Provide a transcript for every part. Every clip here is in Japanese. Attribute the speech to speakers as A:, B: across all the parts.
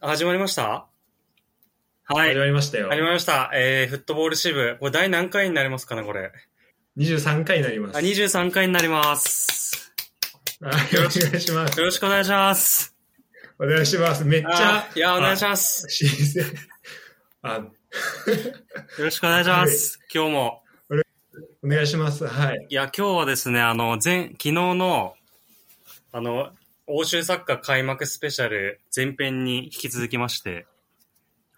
A: あ始まりましたはい。
B: 始まりました
A: 始
B: よ。
A: まりました。えー、フットボール支部。これ第何回になりますかね、これ。
B: 23回になりま
A: あ、
B: す。
A: 23回になります。
B: あよろしくお願いします
A: よ。ろしくお願いします。
B: お願いします。めっちゃ
A: あ、いや、お願いします。
B: 新鮮。あ、
A: よろしくお願いします。今日も。
B: お願いします。はい。
A: いや、今日はですね、あの、前、昨日の、あの、欧州サッカー開幕スペシャル前編に引き続きまして、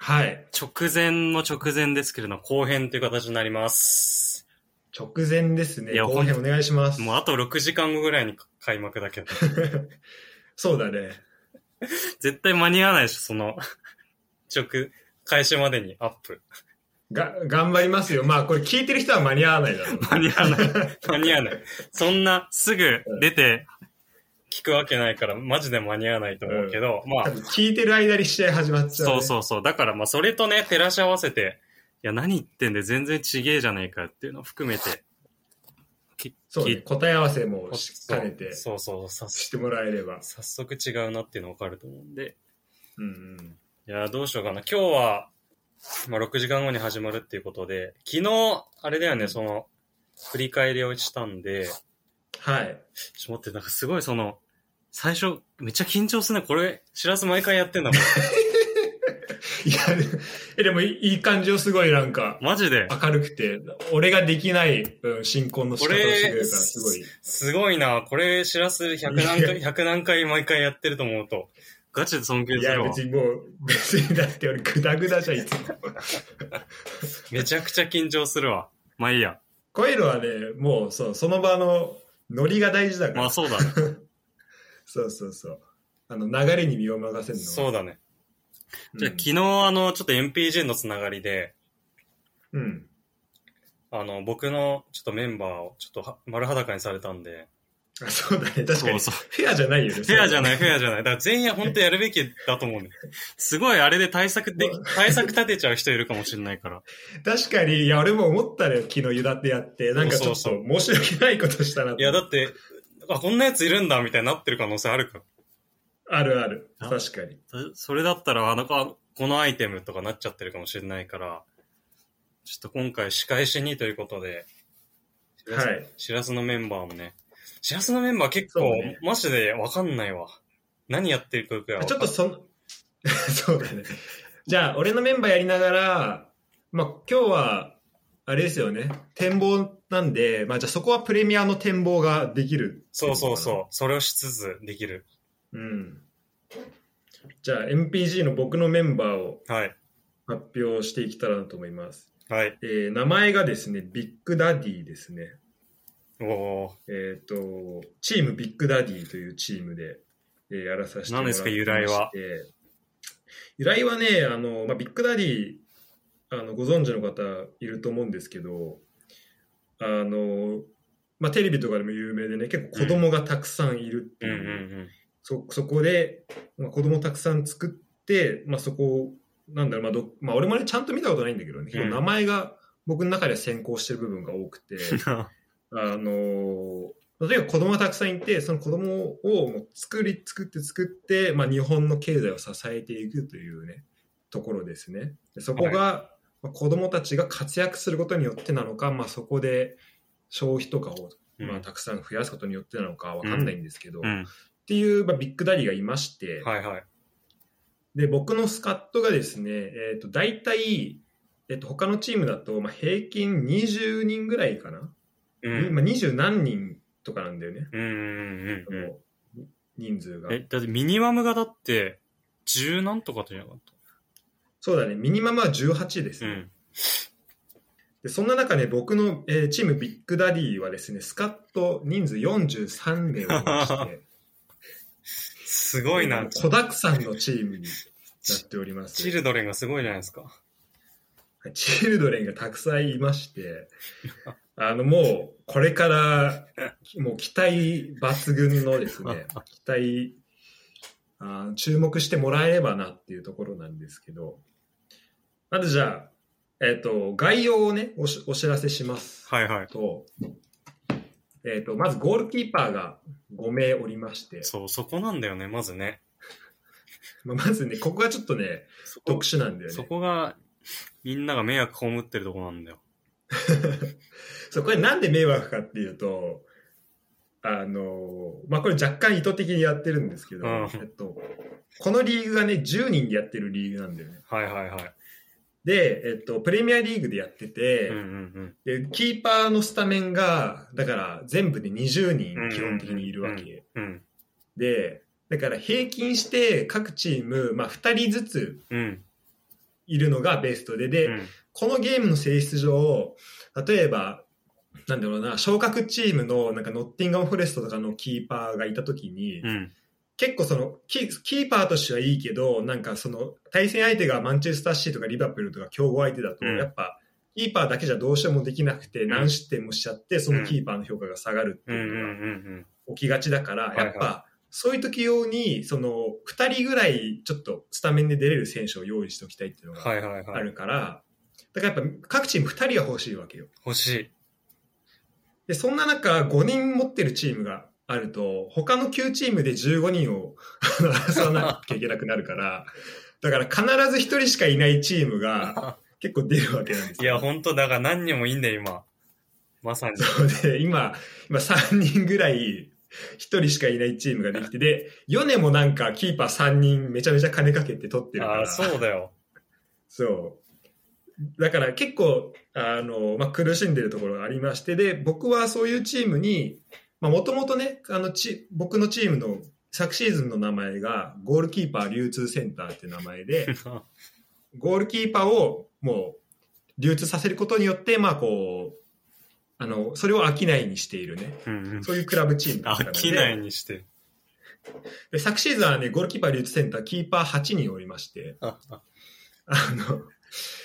B: はい。
A: 直前の直前ですけれども、後編という形になります。
B: 直前ですね。
A: いや
B: 後編お願いします。
A: もうあと6時間後ぐらいに開幕だけど、
B: そうだね。
A: 絶対間に合わないでしょ、その、直、開始までにアップ。
B: が、頑張りますよ。まあ、これ聞いてる人は間に合わな いだろう。
A: 間に合わない。間に合わない。そんな、すぐ出て、聞くわけないから、マジで間に合わないと思うけど、まあ
B: 多、分聞いてる間に試合始まっちゃう、ね。
A: そうそうそう。だからまあそれとね、照らし合わせて、いや何言ってんで全然ちげえじゃねえかっていうのを含めて、き
B: そうね
A: き
B: 答え合わせもしっかりて
A: そうそうそうさ
B: してもらえれば。
A: 早速違うなっていうのわかると思うんで。
B: うんうん。
A: いやー、どうしようかな。今日は、まあ6時間後に始まるっていうことで、昨日、あれだよね、その、振り返りをしたんで、
B: はい。
A: ちょっと待って、なんかすごいその、最初、めっちゃ緊張するね。これ、知らず毎回やってんだもん。
B: いや、でもえでもいいいい感じをすごいなんか。
A: マジで。
B: 明るくて、俺ができない、うん、進行の仕方をしてくれるから、すごい。
A: すごいな。これ、知らす100何回、100何回毎回やってると思うと、ガチで尊敬
B: い
A: す
B: や、
A: るわ
B: 別。にもう、別にだって俺、グダグダじゃんいつも。
A: めちゃくちゃ緊張するわ。まあいいや。
B: こういうのはね、もう、そう、その場のノリが大事だから。
A: まあそうだね。
B: そうそうそう。あの、流れに身を任せるのは。
A: そうだね。
B: うん
A: じゃあ昨日、あの、ちょっと MPG のつながりで、
B: うん。
A: あの、僕のちょっとメンバーをちょっとは丸裸にされたんで、
B: あそうだね。確かに。
A: そうそ
B: フェアじゃないよね。
A: フェアじゃ
B: い。
A: ない、フェアじゃない。だから全員本当やるべきだと思うね。すごいあれで対策でき、 対策立てちゃう人いるかもしれないから。
B: 確かに、いや、俺も思ったのよ。昨日、ゆだってやって。なんかちょっ
A: そう
B: と、申し訳ないことしたなと
A: いや、だって、あ、こんなやついるんだ、みたいになってる可能性あるから。
B: あるある。確かに。
A: そそれだったら、あの、あこのアイテムとかなっちゃってるかもしれないから、ちょっと今回仕返しにということで、しらす
B: はい
A: しらすのメンバーもね。しらすのメンバー結構、
B: そうね
A: マジでわかんないわ。何やってるかが
B: ちょっとその、 そうだね。じゃあ、俺のメンバーやりながら、まあ、今日は、あれですよね、展望なんで、まあ、じゃあそこはプレミアの展望ができる。
A: そうそうそう。それをしつつできる。
B: う。うん。じゃあ、MPG の僕のメンバーを
A: はい。
B: 発表していけたらなと思います。
A: はい。
B: えー名前がですね、ビッグダディですね。
A: おお
B: えっ、と、チームビッグダディというチームで、えーやらさせてもらってまして
A: 何ですか由来は。
B: 由来はね、あの、まあ、ビッグダディ、あの、ご存知の方いると思うんですけど、あの、まあ、テレビとかでも有名でね、結構子供がたくさんいるって
A: ー。うん
B: いうう、
A: んうん。
B: そそこで、まあ、子供たくさん作って、まあ、そこをなんだろう、まあどまあ、俺もねちゃんと見たことないんだけどね、結構名前が僕の中では先行してる部分が多く て。あのー例えば子供がたくさんいて、その子供をもう作り、作って作って、まあ、日本の経済を支えていくというね、ところですね。でそこが、まあ子供たちが活躍することによってなのか、まあ、そこで消費とかを、まあ、たくさん増やすことによってなのかわかんないんですけど、
A: う
B: っ
A: ん。
B: ていう、まあ、ビッグダディがいまして、
A: はいはい。
B: で僕のスカットがですね、えー、と大体、えっと他のチームだと、まあ、平均20人ぐらいかな、
A: うん。
B: まあ、20何人とかなんだよね。
A: うんうんうんうん。
B: 人数が。
A: え、だってミニマムがだって、十何とかじゃなかっ
B: そうだね、ミニマムは18です
A: た。う
B: ね。
A: ん。
B: でそんな中ね、僕の、えーチームビッグダディはですね、スカッと人数43名をい まして、
A: すごいな。
B: 子だくさんのチームになっております。
A: チルドレンがすごいじゃないですか。
B: はいチルドレンがたくさんいまして、 あの、もう、これから、もう期待抜群のですね、期待、あー注目してもらえればなっていうところなんですけど、まずじゃあ、えっ、と、概要をね、おしお知らせします
A: はいはい。
B: と、えっ、と、まずゴールキーパーが5名おりまして、
A: そう、そこなんだよね、まずね。
B: まあまずね、ここがちょっとね、
A: そこ
B: 特殊なんだよね。
A: そこが、みんなが迷惑被ってるとこなんだよ。
B: そう、これなんで迷惑かっていうと、あの、まあ、これ若干意図的にやってるんですけど、
A: うん
B: えっと、このリーグがね、10人でやってるリーグなんだよね。
A: はいはいはい。
B: で、えっと、プレミアリーグでやってて、
A: うんうん
B: で、キーパーのスタメンが、だから全部で20
A: うん
B: 人基本的にいるわけ。
A: うん。うん。
B: で、だから平均して各チーム、まあ、2人ずつ
A: うん。
B: いるのがベストで、で、
A: うん
B: このゲームの性質上、例えば、なんだろうな、昇格チームの、なんかノッティンガム・フォレストとかのキーパーがいたときに、
A: うん。
B: 結構そのキ、キーパーとしてはいいけど、なんかその、対戦相手がマンチェスターシティとかリバプールとか競合相手だと、
A: うん
B: やっぱ、キーパーだけじゃどうしようもできなくて、何失点もしちゃって、そのキーパーの評価が下がるって
A: うんうん
B: いうの
A: う
B: が
A: ん
B: 起きがちだから、
A: いはい
B: やっぱ、そういう時用に、その、二人ぐらい、ちょっと、スタメンで出れる選手を用意しておきたいっていうの
A: うん。
B: が
A: はいはい
B: あ
A: はい。
B: るから、だからやっぱ各チーム2人は欲しいわけよ。
A: 欲しい。
B: で、そんな中、5人持ってるチームがあると、他の9チームで15人をあの争わなきゃいけなくなるから、 だから必ず1人しかいないチームが 結構出るわけなんです
A: いや、
B: よ。
A: ほんと、だから何人もいいんだよ、今。まさに。
B: そうで、今、今3人ぐらい、1人しかいないチームができて、で、ヨネもなんかキーパー3人めちゃめちゃ金かけて取ってるか
A: あ
B: ら。
A: あ、そうだよ。
B: そう。だから結構、あの、まあ、苦しんでるところがありまして、で、僕はそういうチームに、まあ、もともとね、あの、ち、僕のチームの昨シーズンの名前が、ゴールキーパー流通センターって名 前で、ゴールキーパーをもう流通させることによって、まあ、こう、あの、それを商いにしているね。
A: うんうん。
B: そういうクラブチームだったの
A: 飽
B: で。
A: きないにして。
B: で、昨シーズンはね、ゴールキーパー流通センター、キーパー8人おりまして、あの、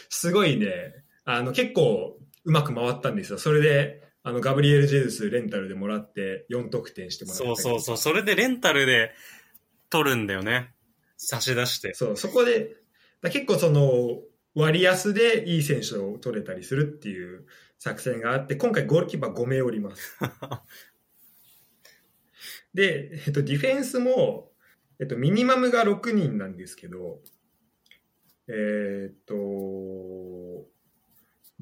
B: すごいね、あの、結構うまく回ったんですよ。それで、あの、ガブリエル・ジェズスレンタルでもらって4得点してもらった
A: そ
B: り
A: うそうそう。それでレンタルで取るんだよね。差し出して。
B: そう、そこで、だ結構その、割安でいい選手を取れたりするっていう作戦があって、今回ゴールキーパー5名おります。で、えっと、ディフェンスも、えっと、ミニマムが6人なんですけど、えーっと、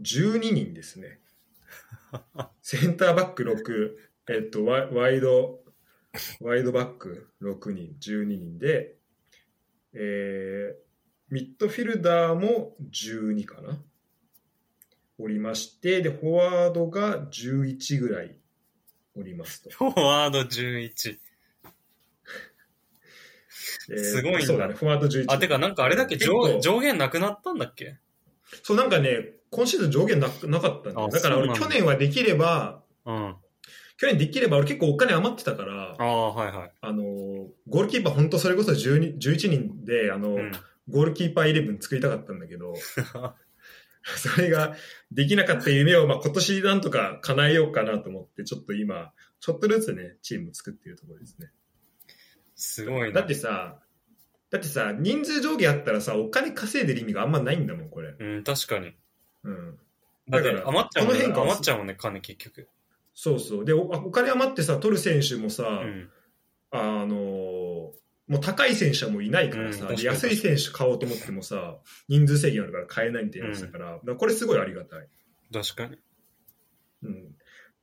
B: 12人ですね。センターバック6、えっと、ワイワイド、ワイドバック6人、12人で、えーミッドフィルダーも12かな。おりまして、で、フォワードが11ぐらいおりますと。
A: フォワード11。
B: えー
A: すごいんだ
B: そうだね、フォワード11。
A: あ、てかなんかあれだっけ
B: 結構
A: 上上限なくなったんだっけ
B: そう、なんかね、今シーズン上限ななかったんだよ
A: あ
B: だから
A: そう
B: 俺、
A: なんだ
B: 去年はできれば、
A: うん。
B: 去年できれば俺結構お金余ってたから、
A: あ
B: あ
A: あ、はいはい。
B: のー、ゴールキーパー本当それこそ12 11人で、あの
A: う
B: ー、
A: ん。
B: ゴールキーパーイレブン作りたかったんだけど、 それができなかった夢を、まあ、今年なんとか叶えようかなと思って、ちょっと今、ちょっとずつね、チームを作っているところですね。
A: すごいな。
B: だってさ、だってさ、人数上下あったらさ、お金稼いでる意味があんまないんだもん、これ。
A: うん、確かに。
B: うん。
A: だ
B: だ
A: か
B: から
A: ら余っちゃうもんね。
B: この変化は
A: 余っちゃうもんね、金結局。
B: そうそう。で、おお金余ってさ、取る選手もさ、
A: うん。
B: あのーもう高い選手はもういないから
A: うん
B: さ、
A: 確かに
B: で安い選手買おうと思ってもさ、人数制限あるから買えないみたいなやつだから、だからこれすごいありがたい。
A: 確かに。
B: うん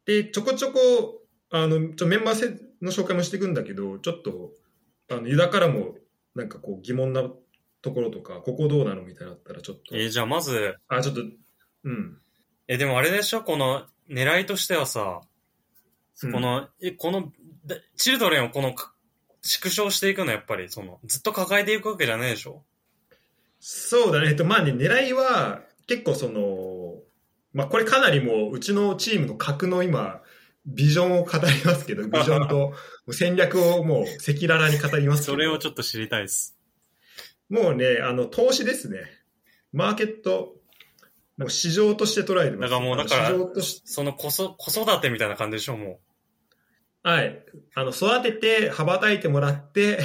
B: で、ちょこちょこ、あの、ちょメンバーせの紹介もしていくんだけど、ちょっと、あの、ユダからも、なんかこう、疑問なところとか、ここどうなのみたいなのあったら、ちょっと、
A: えーじゃあまず、
B: あ、ちょっと、うん。
A: え、でもあれでしょこの狙いとしてはさ、
B: うん
A: この、え、この、だチルドレンをこの、か縮小していくの、やっぱり、その、ずっと抱えていくわけじゃないでしょ
B: そうだね、えっと、まあね、狙いは、結構その、まあこれかなりもう、うちのチームの格の今、ビジョンを語りますけど、ビジョンと もう戦略をもう赤裸々に語りますけど。
A: それをちょっと知りたいです。
B: もうね、あの、投資ですね。マーケット、もう市場として捉えてま
A: だ
B: す。
A: からもうだから
B: 市場とし
A: その子そ、子育てみたいな感じでしょも
B: はい。あの、育てて、羽ばたいてもらって、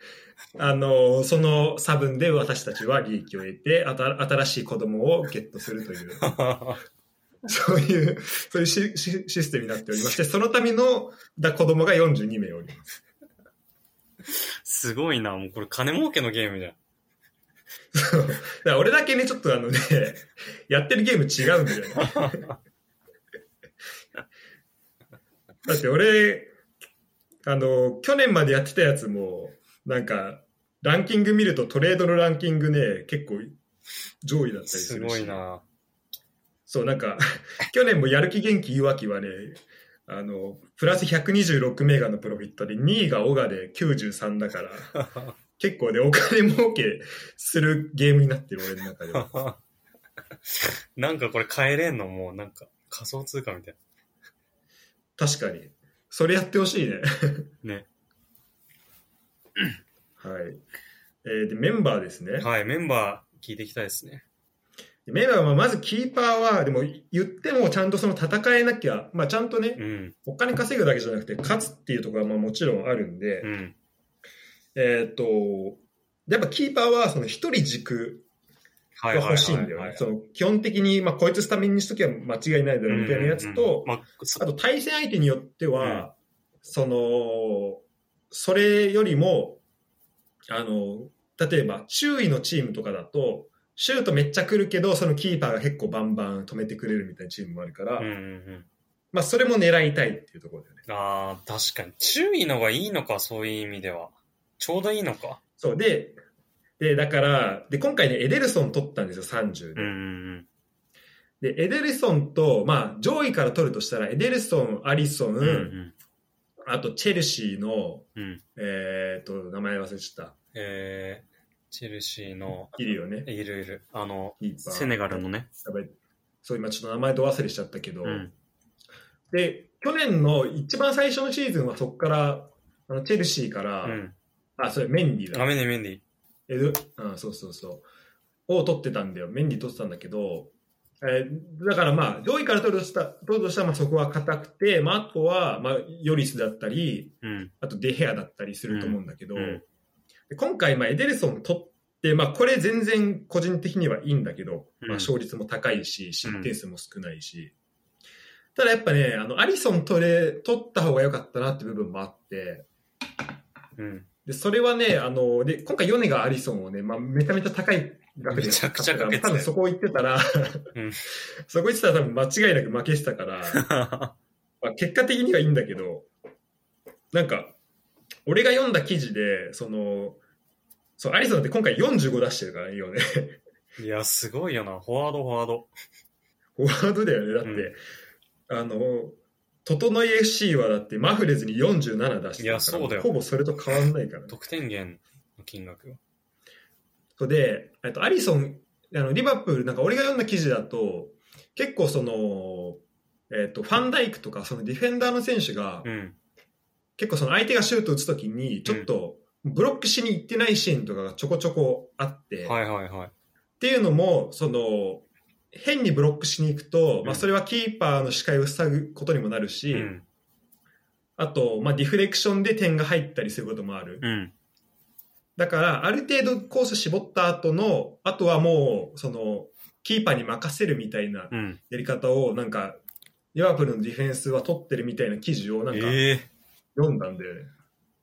B: あの、その差分で私たちは利益を得て、あた新しい子供をゲットするという、
A: う。
B: そういう、そういうシシシステムになっておりまして、そのためのだ子供が42名おります。
A: すごいな。もうこれ金儲けのゲームじゃん。
B: そうだから俺だけね、ちょっとあのね、やってるゲーム違うんだよね。だって俺、あの、去年までやってたやつも、なんか、ランキング見るとトレードのランキングね、結構上位だったりす
A: す
B: るし。
A: ごいな。
B: そう、なんか、 去年もやる気元気弱きはね、あの、プラス126メガのプロフィットで、2位がオガで93 だから、結構ね、お金儲けするゲームになってる、俺の中では。
A: なんかこれ変えれんのもうなんか仮想通貨みたい
B: 確かに。それやってほしいね。
A: な。 ね。
B: はい。えーで、メンバーですね。
A: はい、メンバー聞いていきたいですね。
B: メンバーはまずキーパーは、でも言ってもちゃんとその戦えなきゃ、まあちゃんとね、
A: うん、
B: お金稼ぐだけじゃなくて、勝つっていうところはまあもちろんあるんで、
A: うん、
B: えーっと、やっぱキーパーはその一人軸
A: は
B: が欲しいんだよね。その基本的に、まあこいつスタメンにしときゃ間違いないだろうみたいなやつと、
A: うんうんうんまあ、そ
B: あと対戦相手によっては、
A: う
B: その、それよりも、あの、例えば、周囲のチームとかだと、シュートめっちゃ来るけど、そのキーパーが結構バンバン止めてくれるみたいなチームもあるから、
A: うんうんうん、
B: まあ、それも狙いたいっていうところだよね。
A: ああ、確かに。注意のがいいのか、そういう意味では。ちょうどいいのか。
B: そう、で、で、だから、で、今回ね、エデルソン取ったんですよ、30で。
A: うんうん
B: で、エデルソンと、まあ、上位から取るとしたら、エデルソン、アリソン、
A: うん。うん
B: あと、チェルシーの、
A: うん。うん。
B: えーっと、名前忘れちゃっ
A: えー、チェルシーの、
B: た。いるよね。
A: いるいる。あの、
B: キーパー
A: セネガルのね。
B: やばいそう今ちょっと名前ど忘れしちゃったけど、
A: うん。
B: で去年の一番最初のシーズンはそこからあのチェルシーから、
A: うん。
B: あそれメンディ
A: あ、
B: だ
A: メンディ、メンディ。
B: エドうん、そうそうそうを取ってたんだよメンディ取ってたんだけど、えーだからまあ上位から取るとした取るとしたらまあそこは硬くて、まあ、あとは、まあ、ヨリスだったり
A: うん。
B: あとデヘアだったりすると思うんだけど、
A: うんうん
B: で今回まあエデルソン取って、まあ、これ全然個人的にはいいんだけど、
A: うん
B: まあ、勝率も高いし失点数も少ないし、ただやっぱねあのアリソン取れ取った方が良かったなって部分もあって
A: うん。
B: でそれはねあので今回ヨネがアリソンをね、まあ、めちゃめちゃ高い額で
A: めちゃくちゃかけてた
B: 多分そこ行ってたら、
A: ん
B: そこ行ってたら多分間違いなく負けしたから。まあ、結果的にはいいんだけどなんか俺が読んだ記事でそのそうアリソンって今回45出してるからね今ね
A: いや、すごいよな。フォワード、フォワード。
B: フォワードだよねだって、あの整い FC はだってマフレズに47出して
A: いやそうだよ
B: ほぼそれと変わんないから、ね、
A: 得点源の金額が。
B: そうでえっとアリソンあのリバプールなんか俺が読んだ記事だと結構その、えっとファンダイクとかそのディフェンダーの選手が、
A: うん。
B: 結構その相手がシュート打つときにちょっとブロックしに行ってないシーンとかがちょこちょこあって、っ
A: はいはいはい。
B: ていうのもその変にブロックしに行くと、
A: うん
B: まあ、それはキーパーの視界を塞ぐことにもなるし、
A: うん。
B: あと、まあ、ディフレクションで点が入ったりすることもある、
A: うん。
B: だからある程度コース絞った後のあとはもうそのキーパーに任せるみたいな
A: うん。
B: やり方をなんかリバプールのディフェンスは取ってるみたいな記事をなんか
A: ええ
B: 読んだんだよね。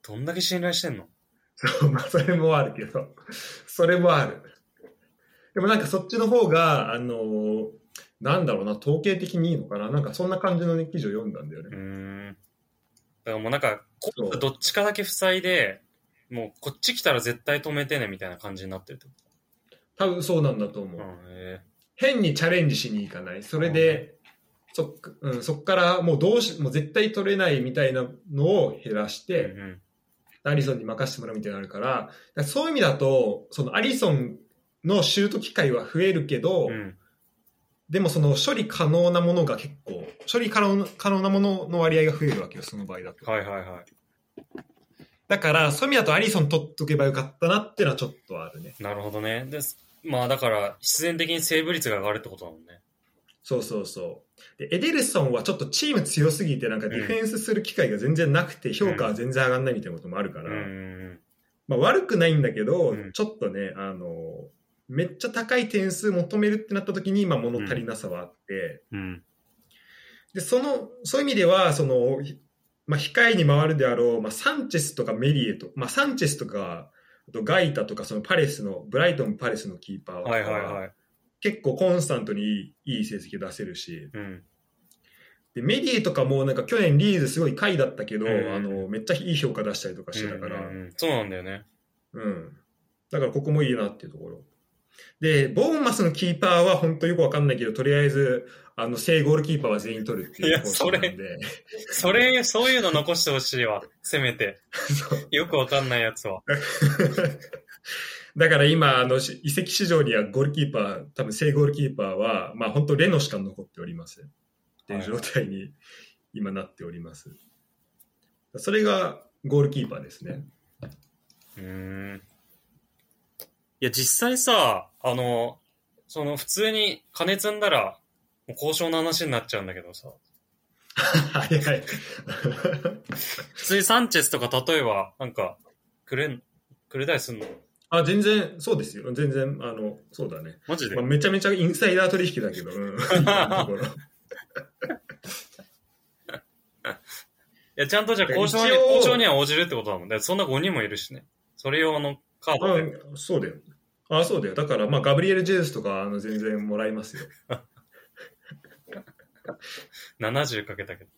A: どんだけ信頼してんの
B: そう まあ、それもあるけど、それもある。でもなんかそっちの方が、あのーなんだろうな、統計的にいいのかな、なんかそんな感じの、ね、記事を読んだんだよ
A: う
B: ね。
A: ん。だからもうなんか、こ
B: そう
A: どっちかだけ塞いで、もうこっち来たら絶対止めてねみたいな感じになってるってこ
B: 多分そうなんだと思
A: と。
B: う。
A: うん、え
B: 変にチャレンジしに行かない。それで、そっかうん、そっからもうどうし、もう絶対取れないみたいなのを減らし
A: え
B: て、
A: うん
B: アリソンに任せてもらうみたいなのあるから、だからそういう意味だと、そのアリソンのシュート機会は増えるけど、
A: うん。うん。
B: でもその処理可能なものが結構、処理可能な可能なものの割合が増えるわけよ、その場合だと。
A: はいはいは
B: だから、そういう意味だとアリソン取っとけばよかったなっていうのはちょっとあるね。
A: い。なるほどね。です。まあだから、必然的にセーブ率が上がるってことだもんね。
B: そうそうそう。で、エデルソンはちょっとチーム強すぎて、なんかディフェンスする機会が全然なくて、評価は全然上がんないみたいなこともあるから、
A: うん。
B: まあ悪くないんだけど、
A: うん
B: ちょっとね、あの、めっちゃ高い点数求めるってなった時に、まあ物足りなさはあって、
A: うん。
B: で、その、そういう意味では、その、まあ、控えに回るであろう、まあ、サンチェスとかメリエと、まあ、サンチェスとか、あとガイタとか、そのパレスの、ブライトンパレスのキーパーとか
A: はいはいはい。
B: 結構コンスタントにいいいい成績を出せるし、
A: うん。
B: でメリエとかもなんか去年リーズすごい下位だったけど、
A: うん
B: あの、めっちゃいい評価出したりとかしてたから、
A: うんうんうんそうなんだよね。
B: うん。だからここもいいなっていうところ。で、ボーンマスのキーパーは本当よくわかんないけど、とりあえず、あの、正ゴールキーパーは全員取るって
A: い
B: いう
A: や
B: 方針なんで。
A: それ、そういうの残してほしいわ。せめて。
B: そう
A: よくわかんないやつは。
B: だから今、あの、し移籍市場にはゴールキーパー、多分正ゴールキーパーは、まあ本当レノしか残っておりません。っていう状態に今なっております。それがゴールキーパーです ね。
A: うーん。いや、実際さ、あの、その普通に金積んだら、もう交渉の話になっちゃうんだけどさ。
B: はいはい。
A: 普通にサンチェスとか例えば、なんか、くれん、くれたりすんの
B: あ、全然、そうですよ。全然、あの、そうだね。
A: マジで
B: まあ、めちゃめちゃインサイダー取引だけど、 うん今のところ
A: いや、ちゃんとじゃあ交渉に、
B: 一応
A: 交渉には応じるってことだもんね。そんな5人もいるしね。それ用のカードで。
B: あそうだよ。あそうだよ。だから、まあ、ガブリエル・ジェズスとか、あの、全然もらいますよ。
A: 70かけたけど。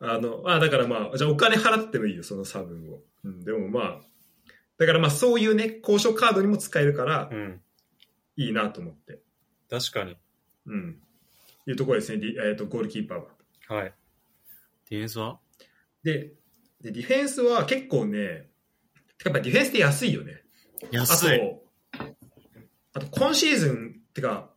B: あの、あだからまあ、じゃあお金払ってもいいよ、その差分を。うん、でもまあ、だからまあ、そういうね、交渉カードにも使えるから
A: う、ん。
B: いいなと思って。
A: 確かに。
B: うん。いうところですね、ディえっ、と、ゴールキーパーは。
A: はい。ディフェンスは
B: で、でディフェンスは結構ね、やっぱディフェンスって安いよね。あと。、あと今シーズン、ってか、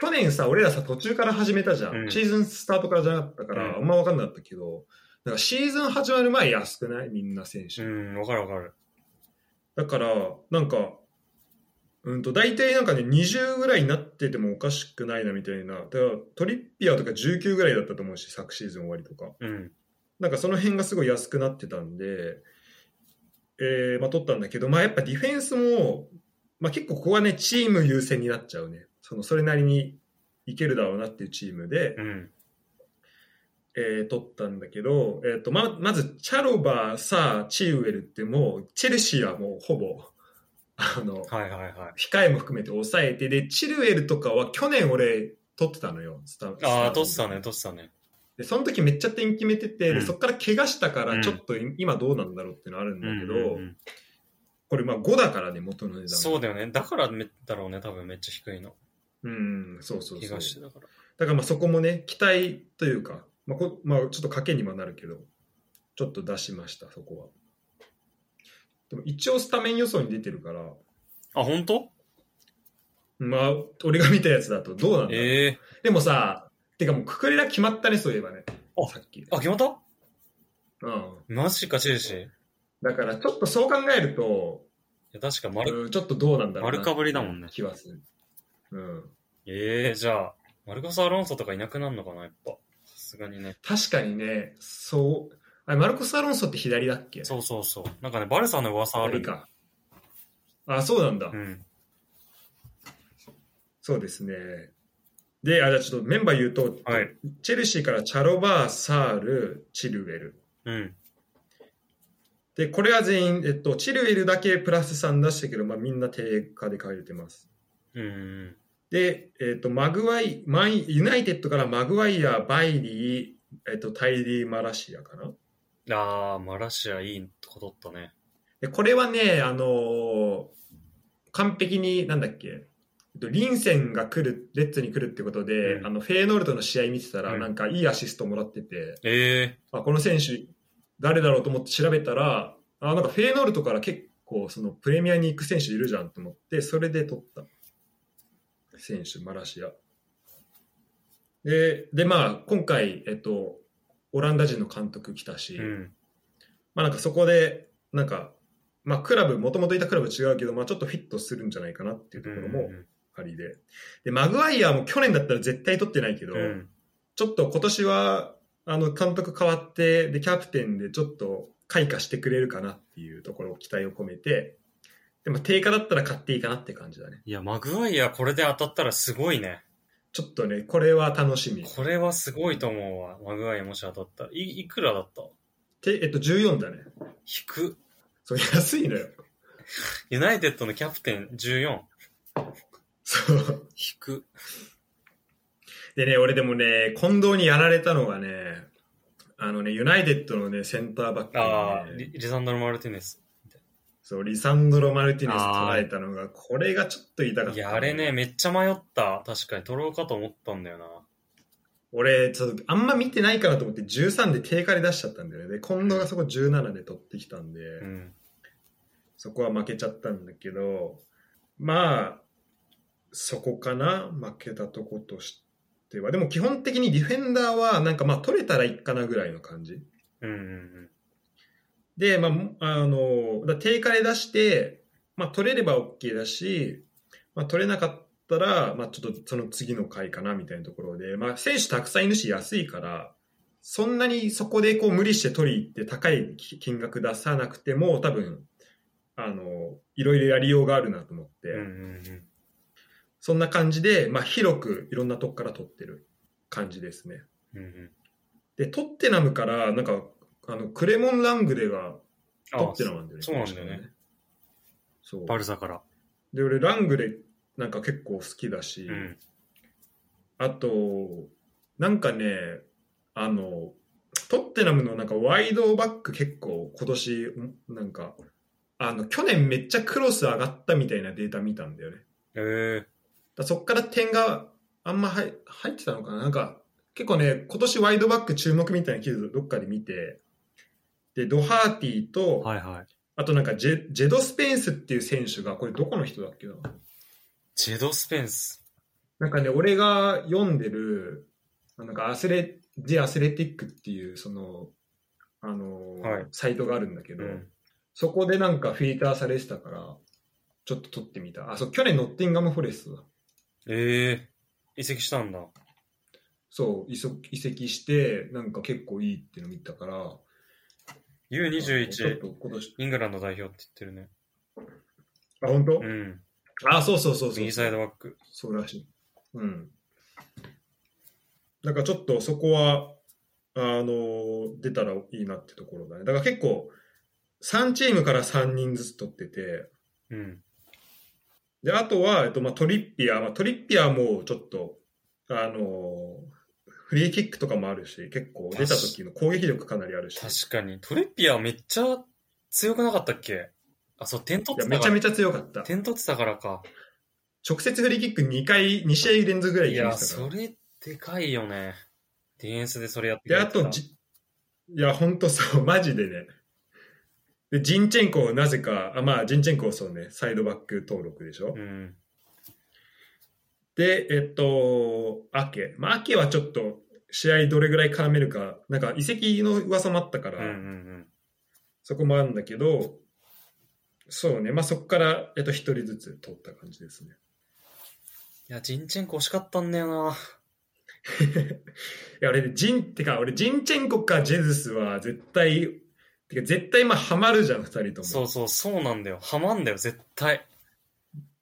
B: 去年さ、俺らさ、途中から始めたじゃん。
A: うん
B: シーズンスタートからじゃなかったから、
A: うん
B: あんま分かんなかったけど、なんかシーズン始まる前安くないみんな選手。
A: うん、わかるわかる。
B: だから、なんか、うんと、大体なんかね、20ぐらいになっててもおかしくないなみたいな。だから、トリッピアーとか19ぐらいだったと思うし、昨シーズン終わりとか。
A: うん。
B: なんかその辺がすごい安くなってたんで、えーまあ、取ったんだけど、まあ、やっぱディフェンスも、まあ、結構ここはね、チーム優先になっちゃうね。そのそれなりにいけるだろうなっていうチームで、
A: うん。
B: えー取ったんだけど、えー、とままず、チャロバー、サー、チーウェルってもう、チェルシーはもうほぼ、あの、
A: はいはいはい。
B: 控えも含めて抑えて、で、チルエルとかは去年俺、取ってたのよ、スタ
A: ああ、取ってたね、取ってたね。
B: でその時めっちゃ点決めてて、
A: う
B: で
A: ん
B: そこから怪我したか
A: うん
B: らちょっと今どうなんだろうっていうのあるんだけど、
A: うんうんうん
B: これまあ5だからね元の値段
A: そうだよね。だからめだろうね、多分めっちゃ低いの。
B: うんそうそう
A: 気
B: そう
A: がしてだから。
B: だからまあそこもね期待というか、まあこまあ、ちょっと賭けにはなるけどちょっと出しましたそこはでも一応スタメン予想に出てるから
A: あ、本当？
B: まあ俺が見たやつだとどうなんだろう、
A: ええ
B: でもさてかもうくくりら決まったねそういえばね
A: あ
B: さっき
A: あ、決まった
B: うん、
A: マジか、チェルシー。い
B: だからちょっとそう考えると
A: や、確か丸、
B: うんちょっとどうなんだろうな
A: 丸かぶりだもんね
B: 気はする。うん。
A: ええじゃあ、マルコス・アロンソとかいなくなるのかな、やっぱ。さすがにね。
B: 確かにね、そう。あれ、マルコス・アロンソって左だっけ
A: そうそうそう。なんかね、バルサの噂ある
B: 左。か。あ、そうなんだ。
A: うん。
B: そうですね。で、あ、じゃあちょっとメンバー言うと、
A: はい
B: チェルシーからチャロバー、サール、チルウェル。
A: うん。
B: で、これは全員、えっと、チルウェルだけプラス3出したけど、まあみんな定価で買えてます。
A: うんうん。
B: で、えっと、マグワイ、マイ、ユナイテッドからマグワイア、バイリー、えっと、タイリー・マラシアかな
A: ああ、マラシアいいとこ取ったね。
B: でこれはね、あのー完璧に、なんだっけ、えっとリンセンが来る、レッツに来るってことで、
A: うん
B: あのフェーノルトの試合見てたら、
A: うん
B: なんかいいアシストもらってて、
A: え
B: あこの選手、誰だろうと思って調べたら、あなんかフェーノルトから結構、そのプレミアに行く選手いるじゃんと思って、それで取った選手、マラシア。で、でまあ、今回、えっと、オランダ人の監督来た
A: え
B: し、
A: うん。
B: まあなんかそこで、なんか、まあクラブ、もともといたクラブ違うけど、まあちょっとフィットするんじゃないかなっていうところも
A: うん
B: ありで。で、マグワイアも去年だったら絶対取ってないけど、
A: うん。
B: ちょっと今年は、あの、監督変わって、で、キャプテンでちょっと開花してくれるかなっていうところを期待を込めて、でも定価だったら買っていいかなって感じだね。
A: いや、マグワイアこれで当たったらすごいね。
B: ちょっとね、これは楽しみ。
A: これはすごいと思うわ。マグワイアもし当たったら。い、いくらだった
B: てえっと、14だね。
A: 引く。
B: そう、安いのよ。
A: ユナイテッドのキャプテン14。引
B: そう。
A: く。
B: でね、俺でもね、近藤にやられたのがね、あのね、ユナイテッドのね、センターバック
A: ああ、
B: のね、
A: リリザンドロ・マルティネス。
B: そう、リサンドロ・マルティネス捉えたのが、これがちょっと痛かった。
A: いや、あれね、。めっちゃ迷った。確かに、取ろうかと思ったんだよな。
B: 俺、ちょっと、あんま見てないかなと思って、13で定価で出しちゃったんだよね。で、近藤がそこ17で取ってきたんで、
A: うん。
B: そこは負けちゃったんだけど、まあ、そこかな、負けたとことしては。でも基本的にディフェンダーは、なんかまあ、取れたらいっかなぐらいの感じ。
A: うんうん
B: で、まあも、あの、だ定価で出して、まあ、取れれば OK だし、まあ、取れなかったら、まあ、ちょっとその次の回かなみたいなところで、まあ、選手たくさんいるし安いから、そんなにそこでこう無理して取り行って高い金額出さなくても、多分、あの、いろいろやりようがあるなと思って、
A: うん。うんうんうん。
B: そんな感じで、まあ、広くいろんなとこから取ってる感じですね。
A: うんうん、
B: で、トッテナムから、なんか、あの、クレモン・ラングレが
A: あ
B: トッテナムなんだよね。
A: そうなんだよね。
B: そう。
A: バルサから。
B: で、俺、ラングレなんか結構好きだし、
A: うん。
B: あと、なんかね、あの、トッテナムのなんかワイドバック結構今年、んなんか、あの、去年めっちゃクロス上がったみたいなデータ見たんだよね。
A: えー、
B: だそっから点があんま入入ってたのかななんか結構ね今年ワイドバック注目みたいな記事どっかで見てでドハーティーと、
A: はいはい。
B: あとなんかジェジェド・スペンスっていう選手がこれどこの人だっけな
A: ジェド・スペンス。
B: なんかね俺が読んでるなんかアスレジアスレティックっていうそのあのー、
A: はい
B: サイトがあるんだけど、
A: うん
B: そこでなんかフィルターされてたからちょっと撮ってみたあそう去年ノッティンガム・フォレストだ
A: ええ移籍したんだ。
B: そう移籍移籍してなんか結構いいっていうの見たからちょっ
A: U21、
B: と今年
A: イングランド代表って言ってるね。
B: あ本当、
A: うん。
B: あそうそうそうそう
A: 右サイドバック。
B: そうらしいうんだからちょっとそこはあの出たらいいなってところだねだから結構3チームから3人ずつ取ってて
A: うん。
B: であとは、えっとまあ、トリッピアー、まあ、トリッピアーもちょっとあのフリーキックとかもあるし結構出た時の攻撃力かなりあるし
A: 確かに。トレッピアめっちゃ強くなかったっけあ、そう、点取
B: い
A: って
B: や
A: た
B: め
A: か
B: ちゃ
A: ら。
B: めちゃ強かった
A: 点取ってたからか。
B: 直接フリーキック2回、2試合連続ぐらい
A: い
B: 行きま
A: や、
B: したか
A: そ
B: ら。
A: れでかいよね。ディフェンスでそれやって
B: で、あとじ、いや、ほんとそう、 マジでね。で、ジンチェンコをなぜか、あまあ、ジンチェンコをそうね、サイドバック登録でしょ。
A: うん。
B: で、えっと、アケ。まあ、アケはちょっと、試合どれぐらい絡めるか、なんか移籍の噂もあったか
A: う
B: ら、
A: んうんうん。
B: そこもあるんだけど、そうね、まあそこから、えっと、一人ずつ取った感じですね。
A: いや、ジンチェンコ惜しかったんだよな。
B: いや、俺ね、ジン、てか、俺、ジンチェンコかジェズスは絶対、てか、絶対、まあ、ハマるじゃん、二人とも。
A: そうそう、そうなんだよ。ハマんだよ、絶対。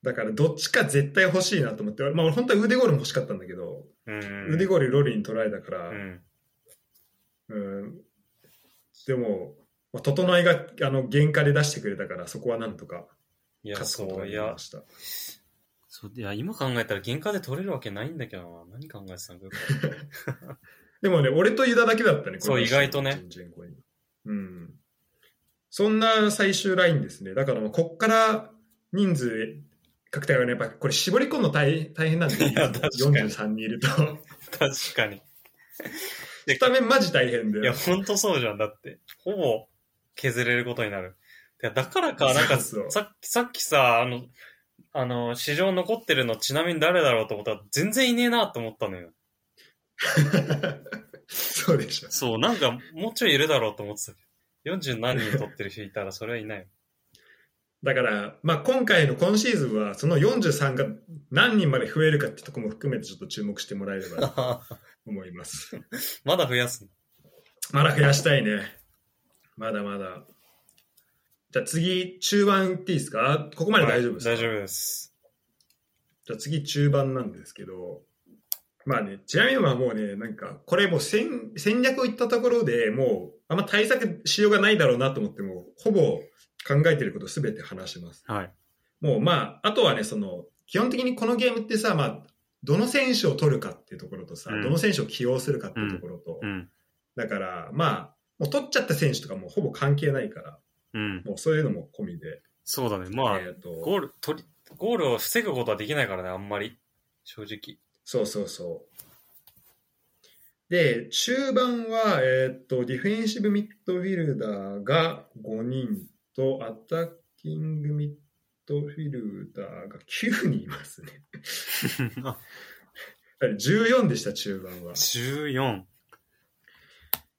B: だから、どっちか絶対欲しいなと思って、まあ、俺、本当は腕ゴールも欲しかったんだけど、
A: うん。
B: 腕ゴールロリに取られたから、
A: う
B: うん、
A: ん。
B: でも、まあ、整いが、あの、原価で出してくれたから、そこはなんとか、
A: いや、
B: 勝つこ
A: そ
B: とが
A: う、い
B: でき
A: や
B: ま、した。
A: そういや今考えたら原価で取れるわけないんだけどな。何考えてたんだよ。
B: でもね、俺とユダだけだったね、
A: そう
B: これ
A: 意外とね
B: ジンチェンコにうん。そんな最終ラインですね。だから、まあこっから人数確定はね、やっぱこれ絞り込むの大大変なんで、
A: いや確かに
B: 43人い ると。
A: 確かに。
B: スタメンマジ大変で。
A: いや、ほんとそうじゃん。だって、ほぼ削れることになる。いやだからか、なんか、
B: そうそう
A: さっき、さっきさ、あの、あの、市場残ってるのちなみに誰だろうと思ったら、全然いねえなと思ったのよ。
B: そうでしょ。
A: そう、なんか、もうちょいいるだろうと思ってたけど、40何人取ってる人いたら、それはい ないよ。
B: だから、まあ、今回の今シーズンは、その43が何人まで増えるかってとこも含めてちょっと注目してもらえればと思います。
A: まだ増やすの。
B: まだ増やしたいね。まだまだ。じゃあ次、中盤いっていいですかここまで大丈夫ですか、
A: はい大丈夫です。
B: じゃあ次、中盤なんですけど、まあね、ちなみにまあもうね、なんか、これもう戦戦略を言ったところでもう、あんま対策しようがないだろうなと思っても、ほぼ考えてることすべて話します。
A: はい。
B: もうまあ、あとはね、その、基本的にこのゲームってさ、まあ、どの選手を取るかっていうところとさ、
A: うん
B: どの選手を起用するかっていうところと、
A: うん。
B: だから、まあ、もう取っちゃった選手とかもうほぼ関係ないから、
A: うん。
B: もうそういうのも込みで、
A: そうだね。まあ、
B: えーと
A: ゴール、取り、ゴールを防ぐことはできないからね、あんまり。正直。
B: そうそうそう。で、中盤は、えーっと、ディフェンシブミッドフィルダーが5人と、アタッキングミッドフィルダーが9人いますね。 あれ14でした、中盤は。
A: 14。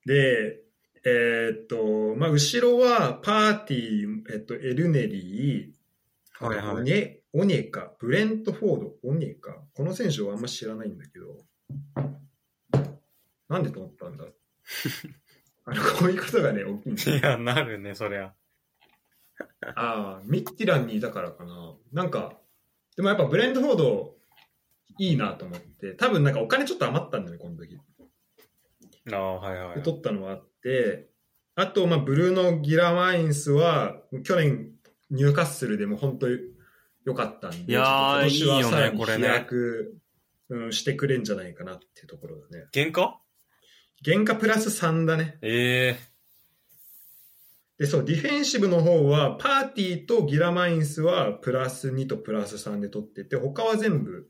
B: で、えーっと、まあ、後ろは、パーティー、えっと、エルネリー、
A: はいはい
B: オネ、オネカ、ブレントフォード、オネカ。この選手はあんま知らないんだけど、なんでと思っ たんだあの、こういうことがね、大きいんだ。
A: いや、なるね、そりゃ。
B: ああ、ミッティランにいたからかな。なんか、でもやっぱブレントフォード、いいなと思って、多分なんかお金ちょっと余ったんだよね、この時。
A: ああ、はいはい
B: で取ったのはあって、あと、まあ、ブルーノ・ギラマインスは、去年、ニューカッスルでも本当に良かったんで、
A: いやー
B: ちょっと今年はさら
A: いいよね
B: に
A: これ
B: 飛
A: ね
B: 躍、うん、してくれんじゃないかなっていうところだね。
A: 原価
B: 原価プラス3だね。
A: え
B: で、そう、ディフェンシブの方は、パーティーとギラマインスはプラス2とプラス3で取ってて、他は全部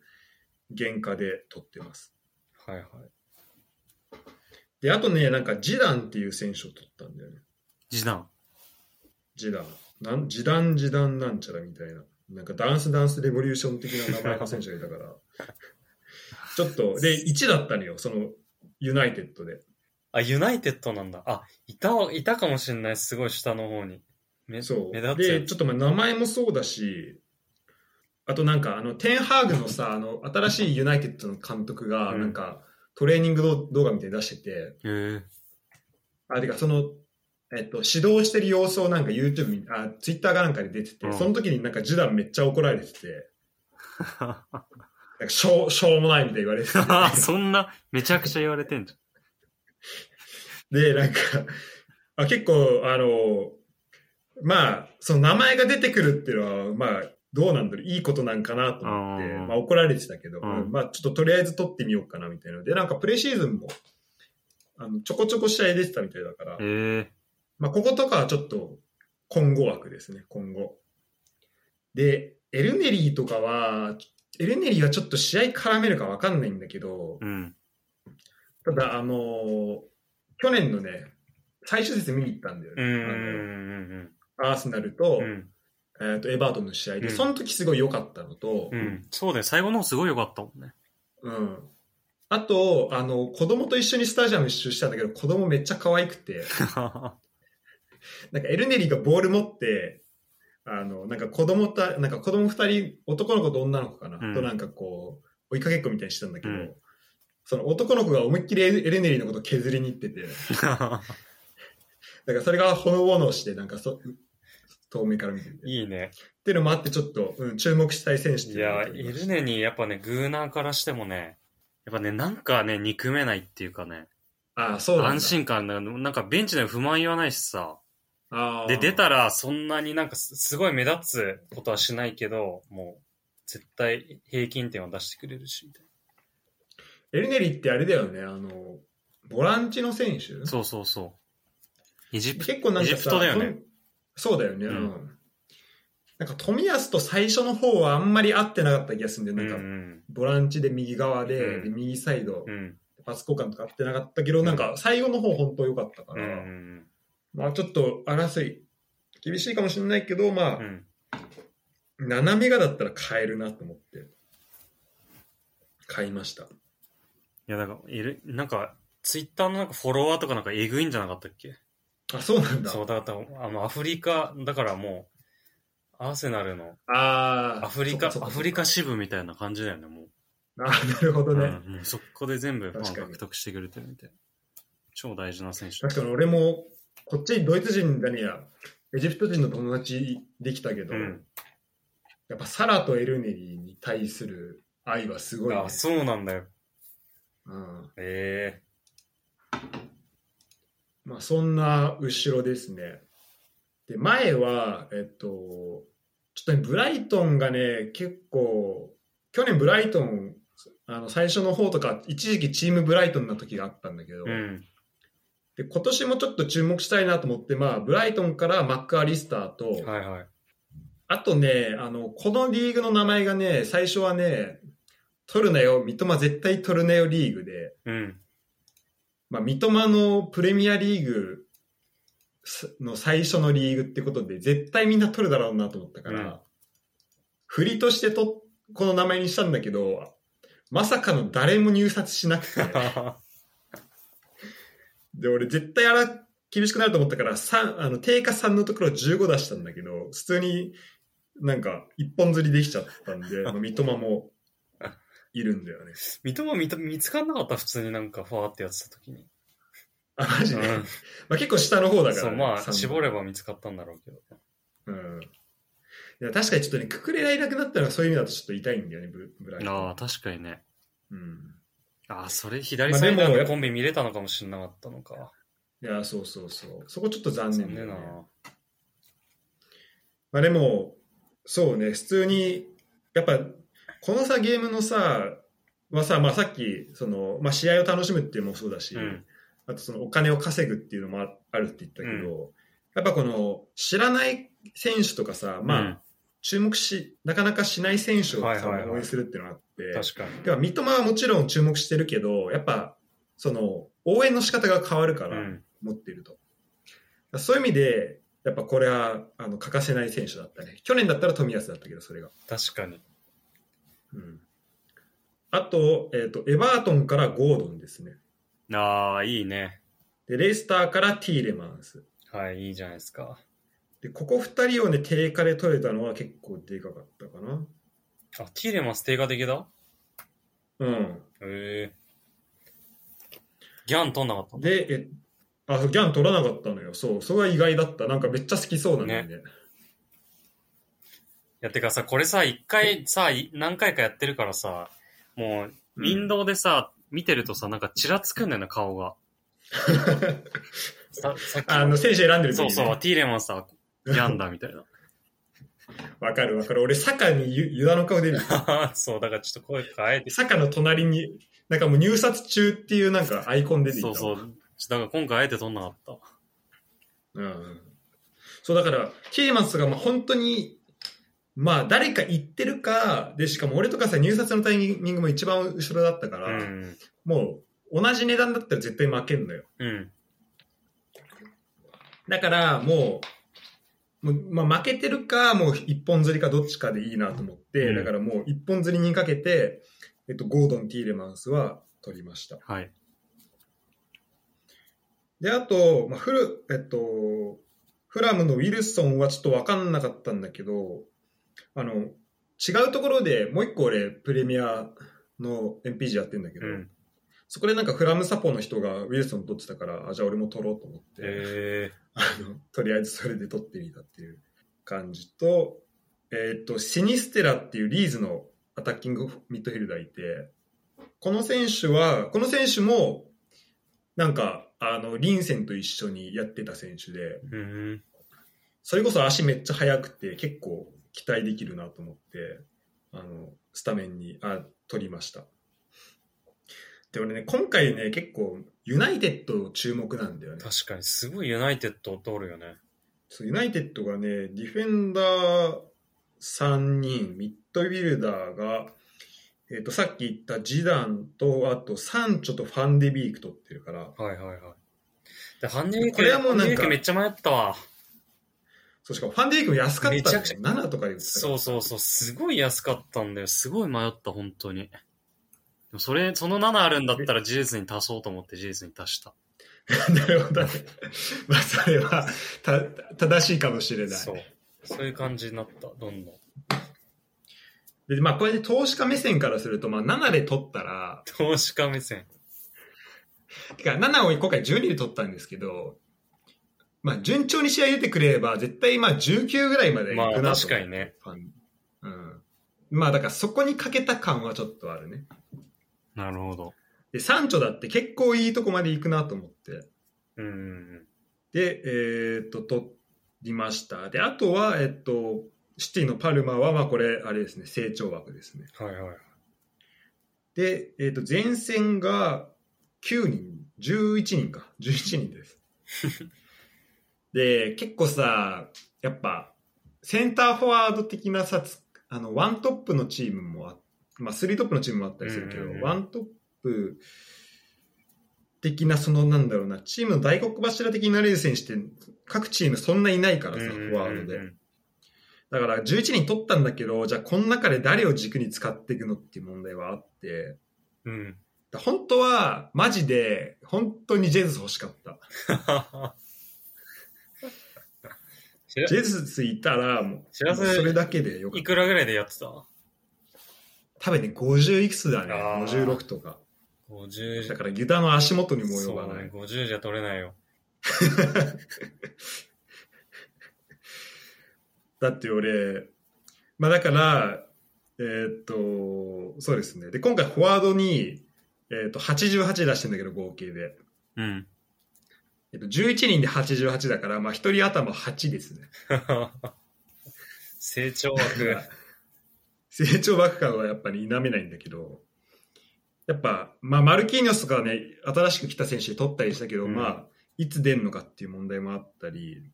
B: 原価で取ってます。
A: えはいはい。
B: で、あとね、なんかジダンっていう選手を取ったんだよね。
A: 時短。
B: ジダン。なん、ジダンジダンなんちゃらみたいな。なんかダンスダンスレボリューション的な名前の選手がいたから。 ちょっと、で、1だったのよ、その、ユナイテッドで。
A: あ、ユナイテッドなんだ。あ、いたわ、いたかもしれない。すごい下の方に。め
B: そう。
A: 目立つ
B: で、ちょっとまあ名前もそうだし、あとなんか、あの、テンハーグのさ、あの、新しいユナイテッドの監督が、
A: うん
B: なんか、トレーニング動動画みたいに出してて、
A: え ー、
B: あ、てか、その、えっと、指導してる様子をなんか YouTube に、あ、Twitter かなんかで出てて、
A: うん
B: その時になんかジダンめっちゃ怒られてて、なんかしょう、しょうもないみたいに言われてて
A: そんな、めちゃくちゃ言われてんじ
B: で、なんか、あ結構、あの、まあ、その名前が出てくるっていうのは、まあ、どうなんだろう、いいことなんかなと思って、
A: うん
B: まあ怒られてたけど、
A: うん
B: まあちょっととりあえず撮ってみようかなみたいなので、なんかプレシーズンも、あのちょこちょこ試合出てたみたいだから
A: ゃん。、ええ
B: まあこことかはちょっと今後枠ですね、今後。で、エルネリーとかは、エルネリーはちょっと試合絡めるかわかんないんだけど、
A: うん。
B: ただ、あのー去年のね、最終節見に行ったんだよ
A: う
B: ね。
A: んう
B: あの
A: ん
B: アーセナルと,、
A: うんうん。うん。
B: えー、とエバートンの試合で、
A: うん
B: その時すごい良かったのと、
A: うん。そうだよ。最後の方すごい良かったもんね。
B: うんあと、あの、子供と一緒にスタジアム一周したんだけど、子供めっちゃ可愛くて、 なんかエルネリーがボール持って、あの、なんか子供た、なんか子供二人、男の子と女の子かな、
A: うん
B: となんかこう、追いかけっこみたいにしてたんだけど、
A: うん
B: その男の子が思いっきりエルエルネリーのことを削りに行ってて、だからそれがほのぼのして、なんかそ、遠目から見てて。っ
A: いいね。
B: ていうのもあって、ちょっと、うん、注目したい選手って
A: いう
B: の
A: や、
B: があり
A: い
B: まし
A: る
B: た
A: ねに、やっぱね、グーナーからしてもね、やっぱね、なんかね、憎めないっていうかね、
B: ああ、そうなんだ。
A: 安心感な、なんかベンチで不満言わないしさ、
B: ああ。
A: で、出たら、そんなになんかすすごい目立つことはしないけど、もう、絶対平均点を出してくれるし、みたい
B: エルネリってあれだよね、あの、ボランチの選手
A: な。そうそうそう。エジプト。
B: 結構なんかさ
A: エジプトだよね
B: とんそうだよね。
A: う
B: うんん。なんか、冨安と最初の方はあんまり合ってなかった気がするん
A: う
B: だ
A: ん
B: よ。
A: う
B: なんか、
A: ん。
B: ボランチで右側で、
A: うん
B: で右サイド
A: う、ん。
B: パス交換とか合ってなかったけど、なんか、最後の方本当良かったか
A: う
B: ら、
A: ん。
B: まあちょっと争い、厳しいかもしれないけど、まあ、
A: うん。
B: 斜めがだったら買えるなと思って買いました
A: いや、なんか、いる、なんか、ツイッターのなんかフォロワーとかなんかえぐいんじゃなかったっけ
B: あそうなんだ
A: そう、だから、あの、アフリカ、だからもう、アーセナルの
B: ああ
A: アフリカ、ア
B: そっかそっか
A: フリカ支部みたいな感じだよね、もう。
B: あーなるほどね、
A: うんもうそこで全部ファン
B: 確かに
A: 獲得してくれてるみたいな。超大事な選手。
B: 確かに俺もこっちにドイツ人だねやエジプト人の友達できたけど、
A: うん
B: やっぱサラとエルネリに対する愛はすごい、ね
A: あ、そうなんだよ。
B: うん
A: え
B: まあ、そんな後ろですね。で、前は、えっと、ちょっとね、ブライトンがね、結構、去年ブライトン、あの最初の方とか、一時期チームブライトンな時があったんだけど、
A: えうん。
B: で今年もちょっと注目したいなと思って、まあ、ブライトンからマックアリスターと、
A: はいはい。
B: あとね、あの、このリーグの名前がね、最初はね、取るなよ、三笘絶対取るなよリーグで、
A: うん。
B: まあ、三笘のプレミアリーグすの最初のリーグってことで、絶対みんな取るだろうなと思ったか
A: う
B: ら、
A: ん
B: 振りとしてとこの名前にしたんだけど、まさかの誰も入札しなく て、で、俺絶対あら、厳しくなると思ったから、三あの、定価3のところ15出したんだけど、普通になんか一本釣りできちゃっ たんで、まあ三笘もいるんだよね。
A: 三笘見た見つかんなかった普通になんかファーってやってた時に。
B: あ、マジで、
A: うん
B: まあ結構下の方だからね、
A: そう、まあ、
B: 三
A: 絞れば見つかったんだろうけど。
B: うん。いや確かにちょっとね、くくれられなくなったのはそういう意味だとちょっと痛いんだよね、ブブライトン。
A: ああ、確かにね。
B: うん。
A: ああ、それ左
B: まあ
A: サイダ
B: でも
A: ー
B: や
A: の
B: っぱ
A: コンビ見れたのかもしれなかったのか。
B: いや、そうそうそう。そこちょっと残
A: 残
B: 念だよ
A: 念
B: ね
A: だ。な。
B: まあでも、そうね、普通に、やっぱ、このさ、ゲームのさ、はさ、まあさっき、その、まあ試合を楽しむっていうのもそうだし、
A: うん。
B: あとそのお金を稼ぐっていうのもああるって言ったけど、やっぱこの、知らない選手とかさ、まあ、
A: うん
B: 注目し、なかなかしない選手をさ、
A: はいはいはい
B: 応援するっていうのがあって、
A: 確かに。
B: では三笘はもちろん注目してるけど、やっぱ、その、応援の仕方が変わるか
A: う
B: ら、
A: ん。
B: 持っていると。そういう意味で、やっぱこれはあの欠かせない選手だったね。去年だったら冨安だったけど、それが。
A: 確かに。
B: うん、あと,、えっと、エバートンからゴードンですね。
A: ああ、いいね。
B: で、レイスターからティーレマンス。
A: はい、いいじゃないですか。
B: で、ここ2人をね、定価で取れたのは結構でかかったかな。
A: あ、ティーレマス定価的だ
B: うん。
A: へえ。ギャン取んなかったの
B: で、えあ、そうギャン取らなかったのよ。そう、それは意外だった。なんかめっちゃ好きそうなんだよね。
A: いや、てかさ、これさ、一回さ、い何回かやってるからさ、もう、ウ
B: うん
A: ィンドウでさ、見てるとさ、なんかちらつくんだよね、顔が。ささっき
B: あの、選手選んでる時、
A: そ
B: ね、
A: うそう、ティーレマンさ、ギャンだ、みたい な。
B: わかるわかる。俺、サッカーにユユダの顔 出る。
A: そう、だからちょっと声変えて。
B: 坂の隣に、なんかもう入札中っていうなんかアイコン出ていた
A: そ
B: わ
A: うそう。だから今回あえて撮んなかった。
B: うんうん。そうだから、キーマンスがまあ本当に、まあ誰か言ってるか、で、しかも俺とかさ、入札のタイミングも一番後ろだったから、
A: うん。
B: もう同じ値段だったら絶対負けんのよ。
A: うん。
B: だからもう、もうまあ、負けてるか、もう一本釣りかどっちかでいいなと思って、
A: うん
B: だからもう一本釣りにかけて、えっと、ゴードン・ティーレマンスは取りました。
A: はい。
B: で、あと、まあ、フル、えっと、フラムのウィルソンはちょっと分かんなかったんだけど、あの、違うところでもう一個俺、プレミアの MPG やってんだけ
A: う
B: ど、
A: ん。
B: そこでなんかフラムサポの人がウィルソン取ってたから、あ、じゃあ俺も取ろうと思って、
A: え
B: あの、とりあえずそれで取ってみたっていう感じと、えっと、シニステラっていうリーズのアタッキングミッドフィルダーいて、この選手は、この選手も、なんか、あの、リンセンと一緒にやってた選手で、
A: ー。うん。
B: それこそ足めっちゃ速くて、結構期待できるなと思って、あの、スタメンに、あ、取りました。で、俺ね、今回ね、結構、ユナイテッド注目なんだよね。
A: 確かに、すごいユナイテッド通るよね。
B: そうユナイテッドがね、ディフェンダー3人、ミッドビルダーが、えっとさっき言ったジダンと、あとサンチョとファンデビーク取ってるから、
A: はいはいはい。で、ハンディーク、
B: これはもうなんか
A: ハンディークめっちゃ迷ったわ。
B: そうしかもファンデビークも安かったんだ
A: めち
B: よ
A: ゃくちゃ
B: 7とかで売ってたから
A: そうそうそう、すごい安かったんだよ。すごい迷った、本当に。でもそれ、その7あるんだったら事実に足そうと思って事実に足した。
B: なるほどね。 まあそれはた正しいかもしれない。
A: そう。そういう感じになった、どんどん。
B: で、まあこれで投資家目線からすると、まあ7で取ったら、
A: 投資家目線。
B: てか7を今回12で取ったんですけど、まあ順調に試合出てくれれば、絶対まあ19ぐらいまでいく
A: ま
B: な
A: あ
B: と思う
A: 確かにね。
B: ファンうん。まあだからそこにかけた感はちょっとあるね。
A: なるほど。
B: で、サンチョだって結構いいとこまで行くなと思って。
A: うん。
B: で、えーっと、取りました。で、あとは、えっと、シティのパルマは、まあこれ、あれですね、成長枠ですね。
A: はいはい。
B: で、えっと、前線が9人、11人か、11人 です。で、結構さ、やっぱ、センターフォワード的なさ、つあの、ワントップのチームもあ、まあ、スリートップのチームもあったりするけど、
A: うんうんうん
B: ワントップ的な、その、なんだろうな、チームの大黒柱的になれる選手って、各チームそんないないからさ、フォワードで。だから11人取ったんだけど、じゃあこの中で誰を軸に使っていくのっていう問題はあって、
A: うんうんうん。
B: だ本当は、マジで、本当にジェズス欲しかった。
A: 知ら
B: ジェズスいたら、も
A: 知
B: う、も
A: ら
B: う
A: ず
B: それだけでよかっ
A: い
B: た。
A: くらぐらいでやってた
B: 多分ね、50いくつだね。
A: あー
B: 56とか。
A: ?50 じ
B: だ
A: ゃ、
B: から、ギュダの足元にも
A: そう
B: 及ばな
A: ね
B: い。、
A: 50じゃ取れないよ。
B: だって俺、まあだから、えーっと、そうですね。で、今回フォワードに、えーっと、88出してんだけど、合計で。
A: うん。
B: えっと、11人で88だから、まあ、1人頭8ですね。
A: 成長枠。
B: 成長ばっかはやっぱり否めないんだけど、やっぱ、まあ、マルキーニョスとかはね、新しく来た選手で取ったりしたけど、
A: うん
B: まあ、いつ出んのかっていう問題もあったり、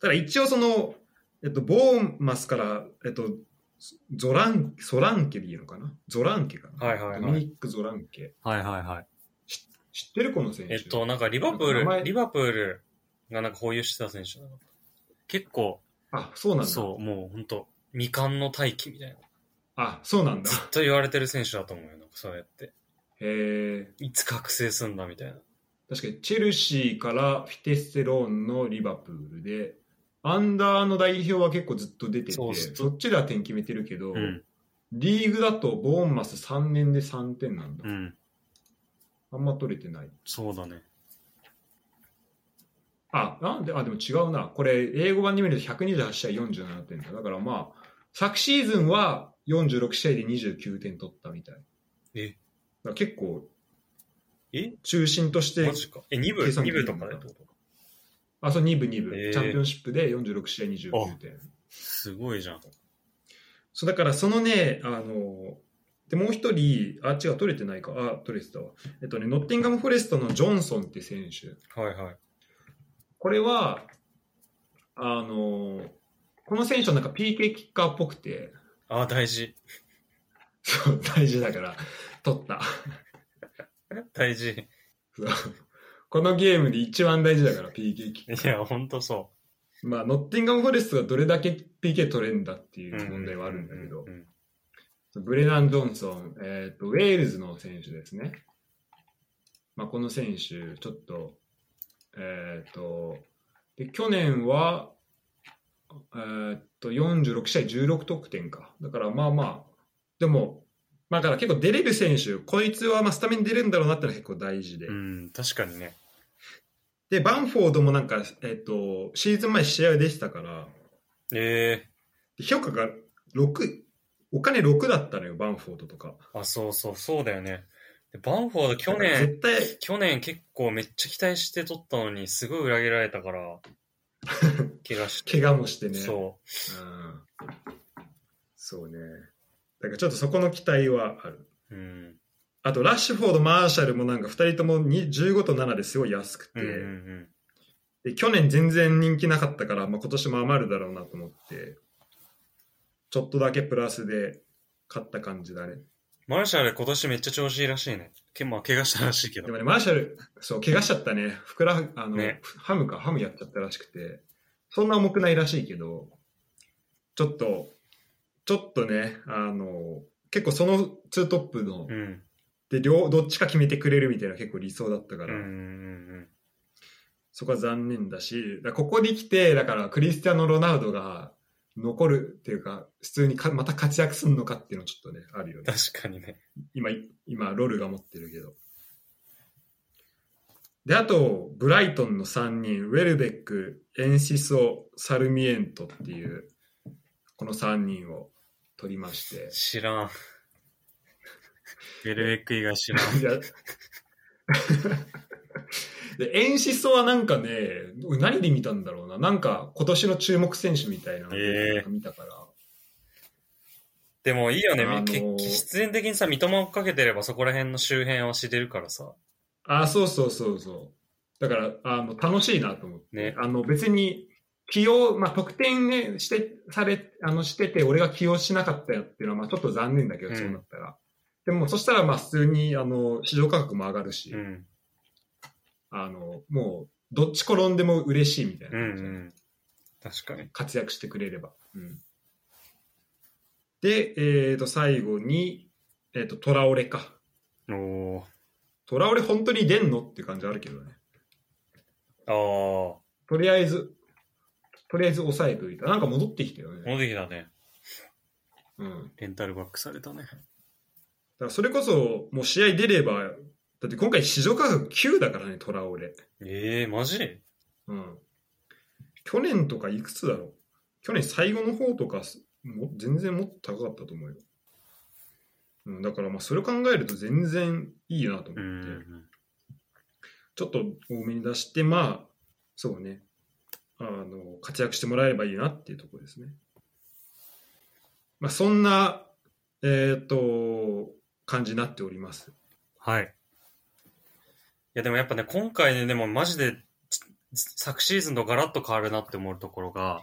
B: ただ一応その、えっと、ボーンマスから、えっと、ゾラン、ソランケでいいのかなゾランケかな
A: はいはいはい
B: ドミニック・ゾランケ。
A: はいはいはい。
B: 知ってるこの選手。
A: えっと、なんかリバプー
B: 名前
A: ル、リバプールがなんか保有してた選手だな結構、
B: あ、そうなんだ。
A: そう、もう本当未完の大器みたいな。
B: あ、そうなんだ
A: ず。っと言われてる選手だと思うよ、なんかそうやって。
B: へえ。
A: いつ覚醒すんだみたいな。
B: 確かにチェルシーからフィテステローンのリバプールでアンダーの代表は結構ずっと出てて
A: そ
B: そう
A: ずっと
B: っちでは点決めてるけど、
A: うん。
B: リーグだとボーンマス3年で3点なんだ、
A: うん。
B: あんま取れてない
A: そうだね。
B: あなんであでも違うなこれ英語版で見ると128試合47点だだからまあ昨シーズンは46試合で29点取ったみたい
A: え
B: だから結構
A: え
B: 中心として
A: マジか。え、2部
B: 計算
A: ?2
B: でき
A: 部
B: る
A: と
B: んだ
A: かでってこと
B: あそう2部2部、
A: えー
B: チャンピオンシップで46試合29点
A: すごいじゃん。
B: そうだからそのね、あのでもう一人、あ違う、取れてないか、あ取れてたわ、えっとね、ノッティンガム・フォレストのジョンソンって選手、
A: はいはい。
B: これは、あのこの選手はなんか PK キッカーっぽくて、
A: あ、大事。
B: そう大事だから、取った、
A: 大事。
B: そうこのゲームで一番大事だから、PK キッカー。
A: いや、ほんとそ
B: まあ、ノッティンガム・フォレストがどれだけ PK 取れるんだって
A: う。
B: いう問題はあるんだけど
A: う、ん
B: ブレナン・ジョンソン、えーと、ウェールズの選手ですね。まあ、この選手、ちょっと、えーと、で去年は、えーと、46試合16得点か。だからまあまあ、でも、まあ、だから結構出れる選手、こいつはまあスタメン出れるんだろうなってのは結構大事で。
A: うん、うん確かにね。
B: で、バンフォードもなんか、えーと、シーズン前試合でしたから、
A: え
B: で評価が6、お金6だったのよ、バンフォードとか。
A: えあ、そうそう、そうだよね。でバンフォード去
B: だから
A: 年、
B: 絶対、
A: 去年結構めっちゃ期待して取ったのに、すごい裏切られた から、怪我して。
B: 怪我もしてね。
A: そ
B: うんそうね。だからちょっとそこの期待はある。
A: う。うん。
B: あと、ラッシュフォード、マーシャルもなんか2人ともに15と7ですごい安くて、
A: うんうんうん。
B: で去年全然人気なかったから、まあ、今年も余るだろうなと思って、ちょっとだけプラスで買った感じだね。
A: マルシャル今年めっちゃ調子いいらしいね。けまあ、怪我したらしいけ
B: で
A: ど
B: も。ね、マーシャル、そう、怪我しちゃったね。ふくらはぎ、あの、
A: ね
B: ハムか、ハムやっちゃったらしくて、そんな重くないらしいけど、ちょっと、ちょっとね、あの、結構そのツートップの、
A: うん。
B: で両どっちか決めてくれるみたいな結構理想だったか
A: うんう
B: ら、
A: んうん
B: そこは残念だしだからここに来てだからクリスティアーノ・ロナウドが残るっていうか普通にかまた活躍するのかっていうのちょっとねあるよ
A: うん。
B: ね
A: 確かにね。
B: 今今ロルが持ってるけどであとブライトンの3人ウェルベックエンシソサルミエントっていうこの3人を取りまして
A: 知らん。ベルベック以外知らん。
B: いやで遠視層はなんかね、何で見たんだろうな、なんか今年の注目選手みたいなの
A: え
B: 見たから、
A: でもいいよね、
B: あのー
A: け必然的にさ、三笘を追っかけてればそこら辺の周辺は知れるからさ。
B: あそうそうそうそう、だからあの楽しいなと思って、
A: ね。
B: あの別に起用、まあ、得点、ね、してされあのしてて、俺が起用しなかったよっていうのは、まあ、ちょっと残念だけど、
A: うん
B: そうなったら。でもそしたらまあ普通にあの市場価格も上がるし、
A: うん。
B: あのもうどっち転んでも嬉しいみたいな
A: うんう
B: 感じ、
A: ん。確かに。
B: 活躍してくれれば。うんで、えー、と最後に、えー、とトラオレか。
A: お
B: トラオレ本当に出んのっていう感じあるけどね。
A: ー。ああ。
B: とりあえず、とりあえず抑えておいた。なんか戻ってきたよね。
A: 戻ってきたね。
B: うん、だ
A: レンタルバックされたね。
B: からそれこそ、もう試合出れば、だって今回市場価格9だからね、トラオレ。
A: ええー、マジ
B: うん。去年とかいくつだろう去年最後の方とかす、も全然もっと高かったと思うよ。うん、だからまあそれを考えると全然いいなと思って。
A: うん。
B: ちょっと多めに出して、まあ、そうね、あの活躍してもらえればいいなっていうところですね。まあ、そんな、えっ、と、感じになっております。
A: はい。いや、でもやっぱね、今回ね、でもマジで、ち昨シーズンとガラッと変わるなって思うところが、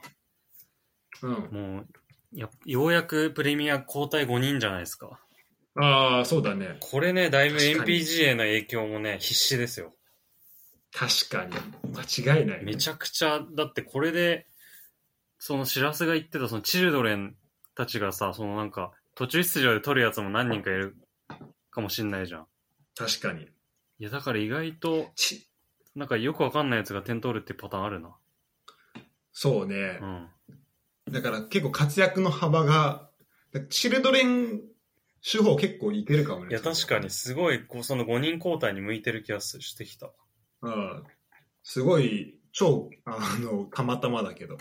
B: うん。
A: もう、やようやくプレミア交代5人じゃないですか。
B: ああ、そうだね。
A: これね、だいぶ
B: 確かに
A: NPGA の影響もね、必死ですよ。
B: 確かに。間違いない。
A: めちゃくちゃ、だってこれで、その知らせが言ってた、そのチルドレンたちがさ、そのなんか、途中出場で取るやつも何人かいるかもしんないじゃん。
B: 確かに。
A: いや、だから意外と、
B: ち
A: なんかよくわかんないやつが点取るってパターンあるな。
B: そうね
A: う。ん。
B: だから結構活躍の幅が、だからチルドレン手法結構いけるかもね。
A: いや、確かにすごい、こう、その5人交代に向いてる気がすして きた。
B: うん。すごい、超、あの、たまたまだけど。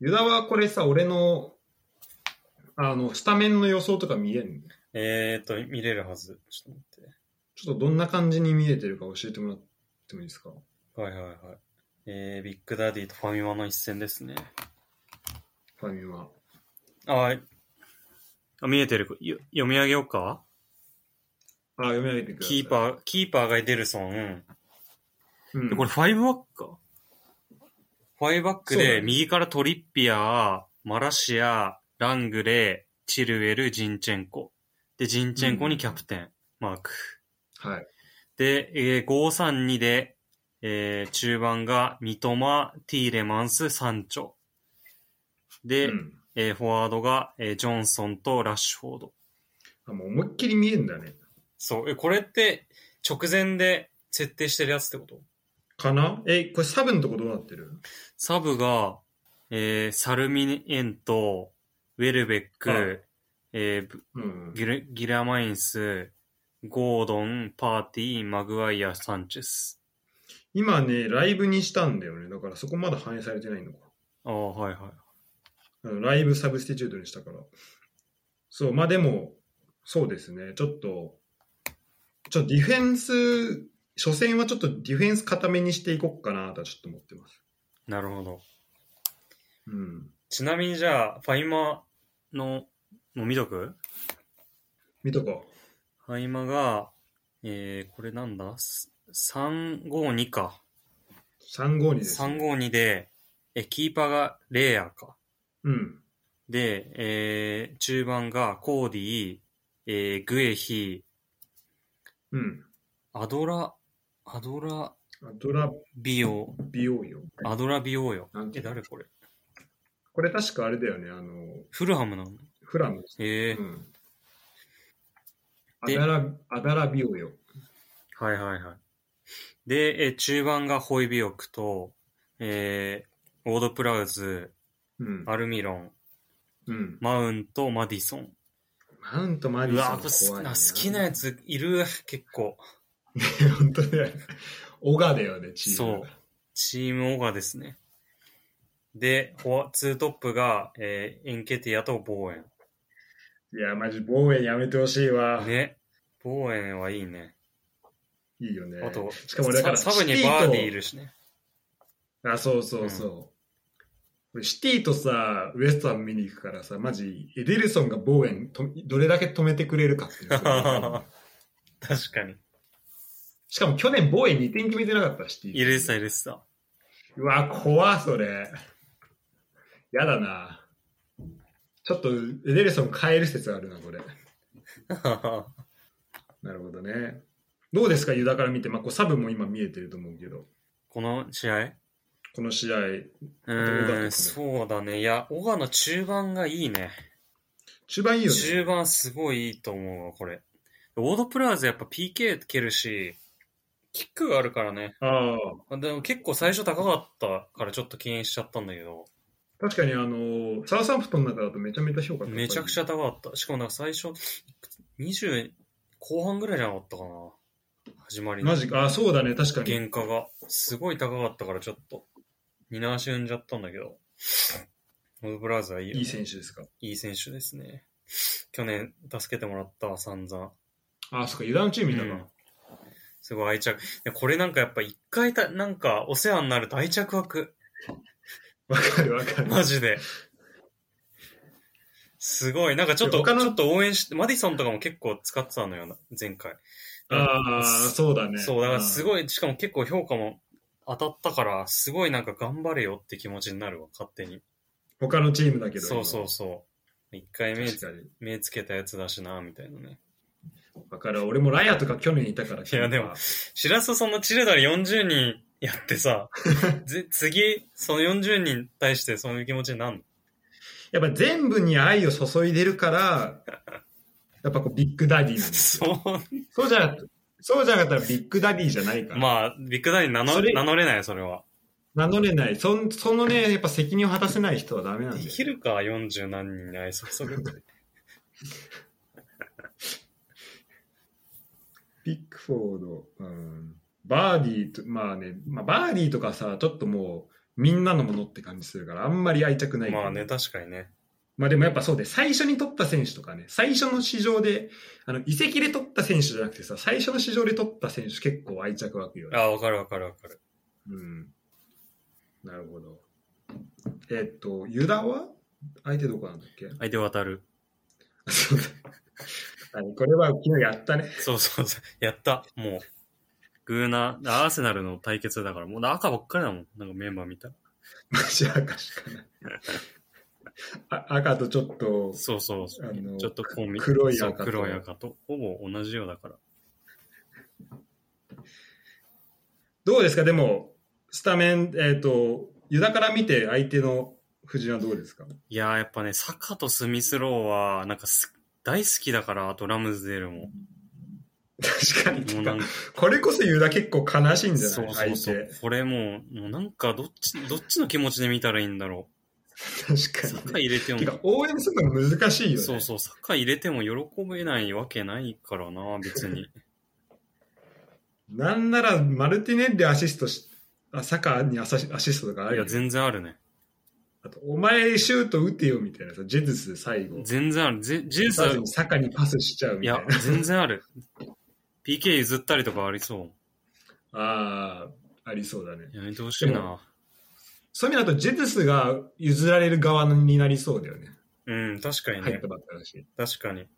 B: ユダはこれさ、俺の、あの、スタメンの予想とか見えん
A: えーと、見れるはず。ちょっと待っ
B: ちょっとどんな感じに見えてるか教えてもらってもいいですか
A: て。はいはいはい。えー、ビッグダディとファミマの一戦ですね。
B: ファミマ。
A: あーあ、見えてる。よ読み上げようか
B: あ、読み上げてください。
A: キーパー、キーパーがデルソン。
B: ー。うん、
A: これ、ファイブバックかファイブバック
B: そうだ
A: で、
B: ね
A: 右からトリッピアー、マラシア、ラングレー、チルウェル、ジンチェンコ。で、ジンチェンコにキャプテン、マーク。
B: はい。
A: で、えー、532で、えー、中盤が三笘、ティーレマンス、サンチョ。で、
B: うん
A: えーフォワードが、えージョンソンとラッシュフォード。
B: あ、もう思いっきり見えんだね。
A: そう、え、これって直前で設定してるやつってこと
B: かなえ、これサブのとこどうなってる
A: サブが、えーサルミエント、ウェルベッ
B: うん
A: ク、えーブ
B: うん。
A: ギルギラマインス、ゴードン、パーティー、マグワイア、サンチェス。
B: 今ね、ライブにしたんだよね。だからそこまだ反映されてないのか。
A: ああ、はいはい。
B: あのライブサブスティチュートにしたから。そう、まあでも、そうですね。ちょっと、ちょっとディフェンス、初戦はちょっとディフェンス固めにしていこうかなとはちょっと思ってます。
A: なるほど。
B: うん。
A: ちなみにじゃあ、ファイマーの、もう見とく
B: 見とこ
A: ファイマーが、えー、これなんだす ?352 か。
B: う。352です、
A: 352で、え、キーパーがレイヤーか。
B: うん。
A: で、えー、中盤がコーディ、えー、グエヒ、
B: うん。
A: アドラ、アドラ
B: アドラ
A: ビオ、
B: ビオよ。
A: アドラビオよ
B: なん。て
A: え、誰これ
B: これ確かあれだよね。あの、
A: フルハムなの
B: フラムです、
A: えー
B: うん。ア
A: で
B: ダラ、アダラビオよ。
A: はいはいはい。で、えー、中盤がホイビオクと、えー、オードプラウズ、
B: うん。
A: アルミロン、
B: うん。
A: マウント、マディソン。
B: マウントマデ
A: う
B: ィ
A: わ、
B: ソン怖い、
A: 好きなや。ついる、結構。
B: 本当だよ。オガだよね、チーム
A: そ
B: が。
A: うチームオガですね。で、フォアツートップが、えーエンケティアとボーエ
B: いや、マジ、ボーエンやめてほしいわ
A: ン。。ね。ボーエンはいいね。
B: いいよね。
A: あと、
B: しかもだから
A: ササブに
B: シティ
A: バ
B: と
A: ーディいるしね。
B: あ、そうそうそう。シティとさ、ウエストハム見に行くからさ、マジ、エデルソンがボーエンと、どれだけ止めてくれるかってい う
A: 確かに。
B: しかも去年、ボーエン2点決めてなかった、シティ。
A: 入れてた入れてた。
B: うわ、怖それ。やだな。ちょっと、エデルソン変える説あるな、これ。なるほどね。どうですか、ユダから見て。まあ、こうサブも今見えてると思うけど、
A: この試合
B: この試合、
A: う
B: 良かった
A: ー
B: で
A: ん、
B: す
A: そうだね。いや、小川の中盤がいいね。
B: 中盤いいよね。
A: 中盤すごいいいと思うわ、これ。オードプラーズやっぱ PK 蹴るし、キックがあるからね。
B: ああ、
A: でも結構最初高かったからちょっと敬遠しちゃったんだけど、
B: 確かにあの、サウサンプトンの中だとめちゃめちゃ評価高い
A: めちゃくちゃ高かった。しかもなんか最初、20後半ぐらいじゃなかったかな。始まりの
B: マジか。あ、そうだね、確かに。
A: 原価が。すごい高かったからちょっと、二なし踏んじゃったんだけど。オードプラーズはいいよね
B: いい選手ですか。
A: いい選手ですね。去年助けてもらったわ散々。
B: あ、そっか、ユダのチームいた
A: うん
B: な。
A: すごい愛着。いやこれなんかやっぱ一回た、なんかお世話になると愛着湧く。
B: わ、かるわかる。
A: マジで。すごい。なんかちょっと、
B: 他の
A: ちょっと応援して、マディソンとかも結構使ってたのよな、前回。
B: ああ、そうだね。
A: そう、だからす
B: い。
A: ごい、しかも結構評価も当たったから、すごいなんか頑張れよって気持ちになるわ、勝手に。
B: 他のチームだけど。
A: そうそうそう。一回目
B: 確かに。
A: 目つけたやつだしな、みたいなね。
B: わかる。俺もライアとか去年いたから。
A: いやでもしらすそのチルドレ40人やって さ、ぜ次、その40人に対してそういう気持ちになんの
B: やっぱ全部に愛を注いでるから、やっぱこうビッグダディなんです。
A: そう。
B: そうじゃなくそうじゃなかったらビッグダディじゃないから。
A: まあ、ビッグダディ名乗
B: それ
A: 名乗れないよ、それは。
B: 名乗れない。そんそのね、やっぱ責任を果たせない人はダメなん
A: で
B: で。
A: きるか、40何人に愛想そぐって。
B: ピックフォード、うん、バーディーと、まあね、まあ、バーディーとかさ、ちょっともう、みんなのものって感じするから、あんまり愛着ないけど
A: まあね、確かにね。
B: まあでもやっぱそうで、最初に取った選手とかね、最初の市場で、あの、移籍で取った選手じゃなくてさ、最初の市場で取った選手結構愛着湧くよね。
A: あ、わかるわかるわかる。
B: うん。なるほど。えっと、ユダは相手どこなんだっけ
A: 相手渡る。
B: そうだはいこれは昨日やったね。
A: そうそうそう。やった、もう。グーナー、アーセナルの対決だから、もう赤ばっかりだもん。なんかメンバー見たら。
B: マジ赤しかない。あ赤とちょっと、
A: そうそうそう
B: あの
A: ちょっとこう見
B: 黒い赤
A: そう
B: と
A: 黒い赤と。ほぼ同じようだから。
B: どうですかでも、スタメン、えっ、と、ユダから見て相手の布陣はどうですか
A: いやーやっぱね、サカとスミスローは、なんかす大好きだから、あとラムズデール も。
B: 確かに
A: もうなんか、
B: これこそユダ結構悲しいんじゃ
A: そう
B: な
A: そ
B: いう
A: そう。これもう、もうなんかどっち、どっちの気持ちで見たらいいんだろ
B: 相手。
A: う。
B: 確
A: サ
B: か
A: ッ
B: に、
A: カー入れても
B: て、か、応援するの難しいよね。
A: そうそう、サッカー入れても喜べないわけないからな、別に。
B: なんなら、マルティネッリアシストし、あサカにアサシアシストと かあ
A: い
B: る
A: や、
B: よ
A: 全然あるね。
B: あと、お前シュート打てよみたいなさ、ジェズス最後。
A: 全然ある。ぜジェイス
B: 打
A: は
B: たずにサカにパスしちゃう
A: い
B: みたい
A: や
B: な。、
A: 全然ある。PK 譲ったりとかありそ
B: ああ、ありそうだね。
A: う。やめてほしい
B: で
A: な
B: も。そういう意味だと、ジェズスが譲られる側になりそうだよね。
A: うん、確かに
B: 入っ
A: ね
B: た。ばっかだし。
A: 確かに。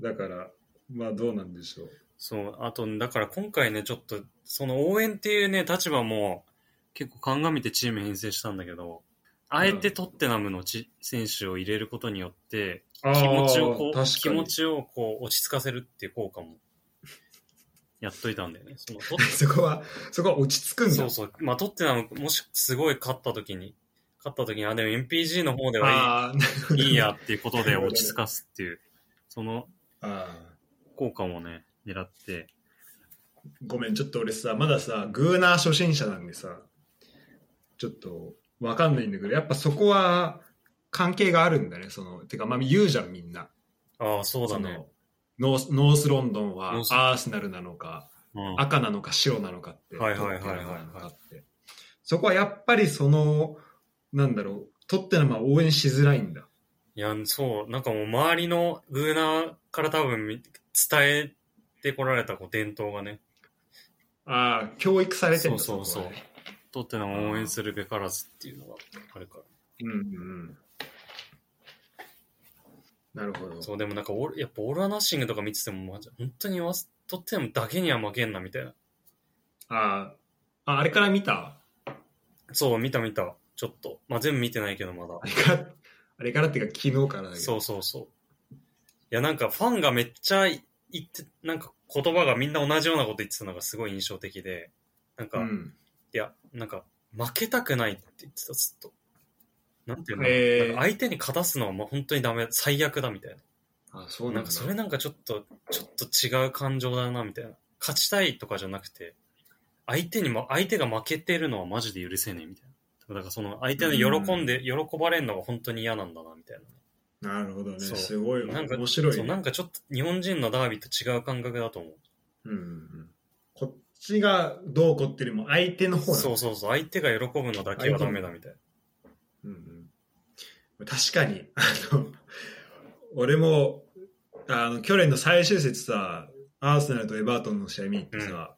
B: だから、まあどうなんでしょう。
A: そう、あと、だから今回ね、ちょっと、その応援っていうね、立場も結構鑑みてチーム編成したんだけど、あえてトッテナムのち選手を入れることによって、
B: あ
A: 気持ちをこ
B: あ
A: う、
B: 確
A: 気
B: か
A: 持
B: に。
A: ちをこう、落ち着かせるっていう効果も、やっといたんだよね。そのト ッ
B: そこは、そこは落ち着くんだ。
A: そうそう、まあトッテナム、もしすごい勝った時に、勝った時に、あ、でも MPG の方では
B: ああ、なるほ
A: い
B: ど
A: いいいやっていうことで落ち着かすっていう、その
B: ああ。
A: 効果もね、狙って、
B: ごめん、ちょっと俺さ、まださ、グーナー初心者なんでさ、ちょっとわかんないんだけど、やっぱそこは関係があるんだね。その、てか、まあ言うじゃん、みんな。
A: ああ、そうだ
B: そ
A: ね。
B: のノースノースロンドンは
A: ノース
B: アーセナルなのか、
A: うん
B: 赤なのか白なのかって、
A: はいはいはいはい
B: どっちなのかってそこはやっぱりその、なんだろう、トッテナムは応援しづらいんだ。
A: いや、そう、なんかもう周りのグーナーから多分み伝えてこられたこう伝統がね、
B: ああ、教育されてるんだ
A: そうそうそう
B: こはね
A: とってのは応援するべからずっていうのがあるから。
B: うんうん。なるほど。
A: そう、でもなんかオール、やっぱオールアナッシングとか見てても、まじ本当にわすとってもだけには負けんなみたいな。
B: ああ、ああれから見た
A: そう、見た見た。ちょっと。まあ、全部見てないけどまだ
B: あ。れから、あれからっていうか昨日からだけど。
A: そうそうそう。いや、なんかファンがめっちゃ言って、なんか言葉がみんな同じようなこと言ってたのがすごい印象的で、なんか、
B: うん。
A: いや、なんか、負けたくないって言ってた、ずっと。なんていうの、
B: へー
A: なんか相手に勝たすのはもう本当にダメ、最悪だみたい
B: あそう
A: な。な
B: な
A: んん
B: だ。
A: かそれなんかちょっと、ちょっと違う感情だな、みたいな。勝ちたいとかじゃなくて、相手にも、相手が負けてるのはマジで許せねえ、みたいな。だからその、相手の喜んで、喜ばれるのが本当に嫌なんだな、みたいな。
B: なるほどね。
A: そう
B: すごい。
A: なんか
B: 面白い、
A: そ
B: ね。
A: うなんかちょっと日本人のダービーと違う感覚だと思う。
B: うんうんうん。こっちがどうこうっていうよりも相手の方なんだ
A: そうそうそう、相手が喜ぶのだけはダメだみたいな。
B: うんうん、確かに、 あの、俺も、あの、去年の最終節さ、アーセナルとエバートンの試合見に行ってさ、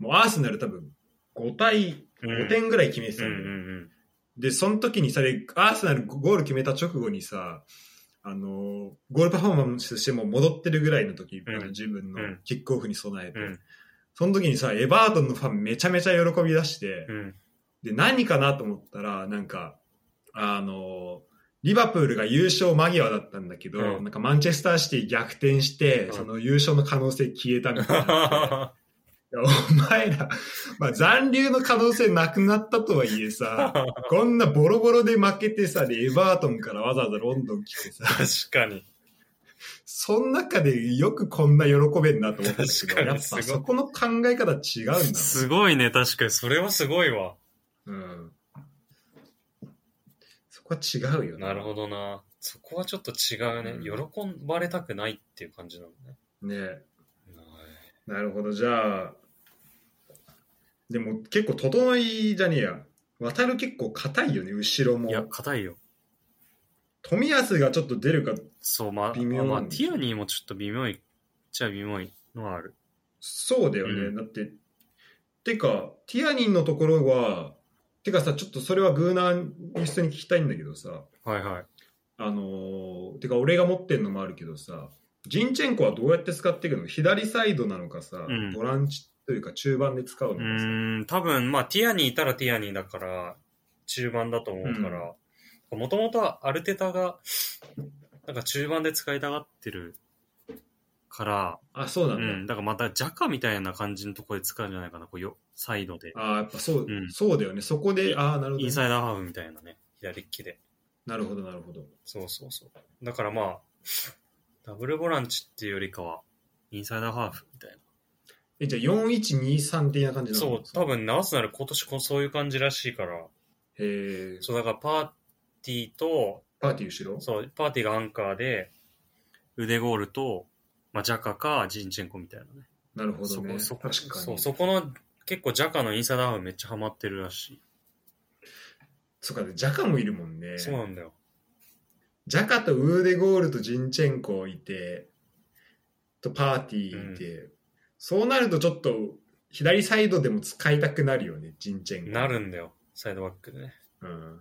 B: もうアーセナル多分5対、
A: う
B: 5
A: ん
B: 点ぐらい決めて
A: う
B: た
A: ん
B: の
A: う
B: よ
A: んうん。
B: で、その時にさ、でアーセナルゴール決めた直後にさ、あの、ゴールパフォーマンスとしても戻ってるぐらいの時、
A: うん
B: あの自分の
A: うん
B: キックオフに備えて、
A: うん
B: その時にさ、エバートンのファンめちゃめちゃ喜び出して、
A: うん。
B: で、何かなと思ったら、なんか、あの、リバプールが優勝間際だったんだけど、
A: うん
B: なんかマンチェスターシティ逆転して、
A: うん
B: その優勝の可能性消えたみた いな。いやお前ら、まあ、残留の可能性なくなったとはいえ さ、こんなボロボロで負けてさ、で、エバートンからわざわざロンドン来てさ、
A: 確かに。
B: その中でよくこんな喜べんなと思ったんだけ
A: 確
B: ど、
A: かに
B: やっ
A: すご
B: ぱ
A: い
B: そこの考え方違うんだな。
A: すごいね、確かに。それはすごいわ。
B: うん。そこは違うよ
A: なるほどな。そこはちょっと違うね。
B: うん
A: 喜ばれたくないっていう感じなのね。
B: ねなるほどじゃあでも結構整いじゃねえや渡る結構硬いよね後ろも
A: いや、硬いよ。
B: 冨安がちょっと出るか
A: そう、まあ、
B: 微妙
A: まあ、ティアニーもちょっと微妙いっちゃ微妙いのはある。
B: そうだよね、
A: うん
B: だっててかティアニンのところはてかさちょっとそれはグーナーに普通に聞きたいんだけどさ
A: はいはい。
B: あのーてか俺が持ってんのもあるけどさジンチェンコはどうやって使っていくの左サイドなのかさ、
A: うん
B: ボランチというか中盤で使うの
A: う
B: かさ、
A: ーん、多分、まあ、ティアニーいたらティアニーだから、中盤だと思うから、もともとはアルテタが、なんか中盤で使いたがってるから、
B: あそうな
A: うん
B: だ、
A: ん、だからまたジャカみたいな感じのところで使うんじゃないかな、こうよ、サイドで。
B: ああ、やっぱそう、
A: うん
B: そうだよね。そこで、ああ、なる
A: イ
B: ほど
A: ン
B: ね、
A: サイダーハーフみたいなね、左利きで。
B: なるほど、なるほど。
A: そうそうそう。だからまあ、ダブルボランチっていうよりかは、インサイダーハーフみたい
B: え、じゃあ、4123的な感じ
A: な。
B: なの
A: そう、多。分ね、アーセナル今年こそういう感じらしいから、
B: へえ、
A: そう、だからパーティーと、
B: パーティー後ろ
A: そう、パーティーがアンカーで、腕ゴールと、まあ、ジャカかジンチェンコみたいなね。
B: なるほど
A: そ
B: ね。
A: こ、そこ、
B: 確かに。
A: そう、そこの、結構ジャカのインサイダーハーフめっちゃハマってるらしい。
B: そうか、ジャカもいるもんね。
A: そうなんだよ。
B: ジャカとウーデゴールとジンチェンコいて、とパーティーいて、そうなるとちょっと、左サイドでも使いたくなるよね、ジンチェンコ。
A: なるんだよ、サイドバックでね。
B: うん。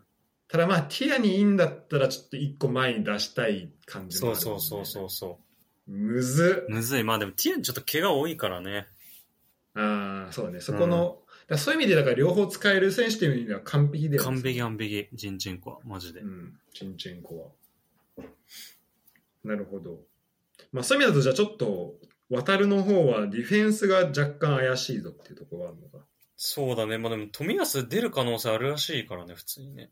B: ただまあ、ティアにいいんだったら、ちょっと一個前に出したい感じも
A: そ
B: あ
A: う
B: る。
A: そうそうそううそ
B: むずっ
A: う。むずい。まあでも、ティアンちょっと怪我多いからね。
B: ああ、そうね。そこの、だからそういう意味で、だから両方使える選手という意味では完璧だよね。
A: 完璧完璧、ジンチェンコは、マジで
B: う。ん、チンチェンコは。なるほど。まあ、そういう意味だと、じゃあちょっと、渡るの方はディフェンスが若干怪しいぞっていうところがあるのか。
A: そうだね。まあでも、冨安出る可能性あるらしいからね、普通にね。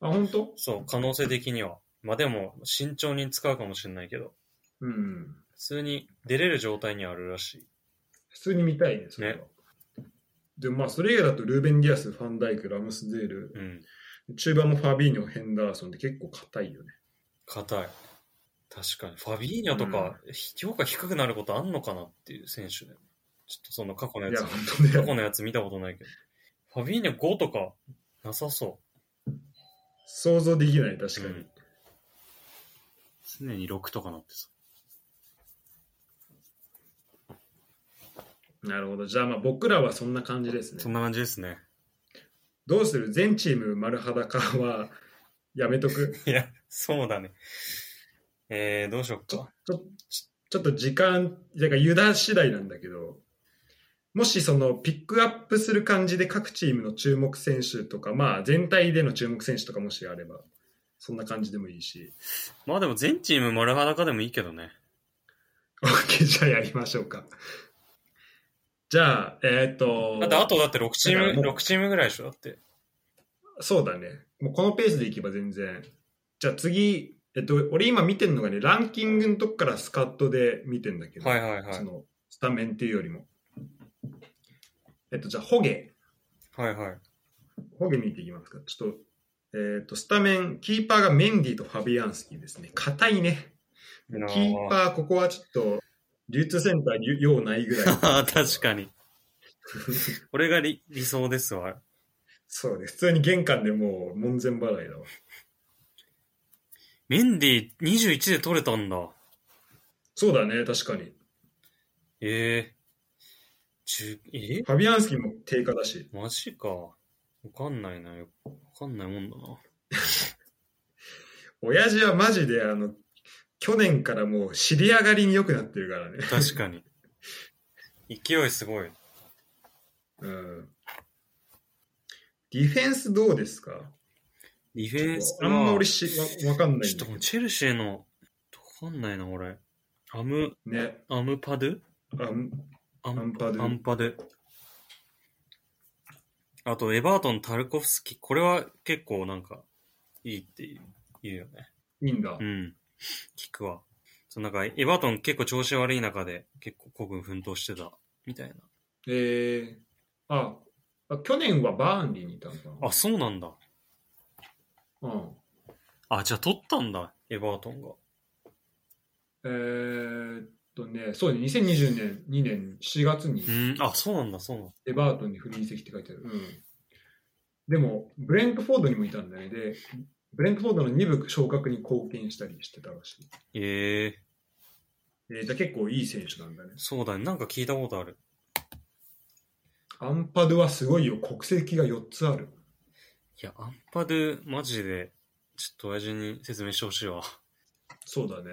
B: あ、本当？
A: そう、可能性的には。まあでも、慎重に使うかもしれないけど、
B: うん。
A: 普通に出れる状態にはあるらしい。
B: 普通に見たいね、それは。で、まあ、それ以外だと、ルーベン・ディアス、ファンダイク、ラムスデール
A: う、ん。
B: 中盤もファビーニョ、ヘンダーソンって結構硬いよね。
A: 硬い。確かに。ファビーニャとか、評価低くなることあんのかなっていう選手で。ちょっとその過去の
B: い
A: や
B: や、
A: つ、
B: 本当
A: 過
B: だ
A: 去
B: よ。
A: のやつ見たことないけど。ファビーニャ5とかなさそ
B: 想像できない、確かに。
A: うんう。常に6とかなってさ。
B: なるほど。じゃあ、まあ僕らはそんな感じですね
A: そ。んな感じですね。
B: どうする全チーム丸裸はやめとく。
A: いや、そうだね。えー、どうしよっか。
B: ちょちょっと時間、だから油断次第なんだけど、もしそのピックアップする感じで各チームの注目選手とか、まあ全体での注目選手とかもしあれば、そんな感じでもいいし。
A: まあでも全チーム丸裸でもいいけどね。
B: OK、じゃあやりましょうか。じゃあ、えっ、と
A: だってあとだって6チ
B: だか
A: ー
B: らも
A: ム、
B: う
A: 六チームぐらいでしょだって。
B: そうだね。もうこのペースでいけば全然。じゃあ次、えっと、俺今見てるのがね、ランキングのとこからスカットで見てんだけど、
A: はいはいはい
B: そ。のスタメンっていうよりも。えっと、じゃあ、ホゲ。
A: はいはい。
B: ホゲ見ていきますか。ちょっと、えっと、スタメン、キーパーがメンディとファビアンスキーですね。硬いね。キ
A: なあ。
B: ーパー、ここはちょっと、流通センターに用ないぐらい
A: 確かに。これが理理想ですわ。
B: そうね。普通に玄関でもう門前払いだわ。
A: メンディー21で取れたんだ。
B: そうだね、確かに。
A: ええー。10え
B: ファビアンスキーも低下だし。
A: マジか。わかんないな。よわかんないもんだな。
B: 親父はマジであの去年からもう知り上がりに良くなってるからね、
A: 確かに。勢いすごい。
B: うん、ディフェンスどうですか
A: ディフェンス
B: あ
A: は
B: んま俺しわわかんない
A: ち
B: ん
A: ょ
B: だ
A: っともうチェルシーの、わかんないな、俺。アム、
B: ね
A: アムパドゥ
B: アン
A: ア
B: アンパド
A: アン
B: ゥ
A: パドゥ。あと、エバートン、タルコフスキ。これは結構なんか、いいっていう言うよね。
B: いいんだ、
A: うん。聞くわ。そのなんか、エバートン結構調子悪い中で、結構孤軍奮闘してた、みたい
B: えー、ああ去年はバーンリーにいたのか
A: な。あ、そうなんだ。
B: なうん
A: あ、じゃあ取ったんだ、エバートンが。
B: えー、っとねそうね2020年2年4月に
A: うん、あ、そうなんだ、そうなんだ。
B: エバートンに不倫籍って書いてある。うん。でも、ブレントフォードにもいたんだよね。で、ブレントフォードの2部昇格に貢献したりしてたらしい。
A: ええ
B: えーじゃあ結構いい選手なんだね。
A: そうだね。なんか聞いたことある。
B: アンパドゥはすごいよ。国籍が4つある。
A: いや、アンパドゥ、マジで、ちょっと親父に説明してほしいわ。
B: そうだね。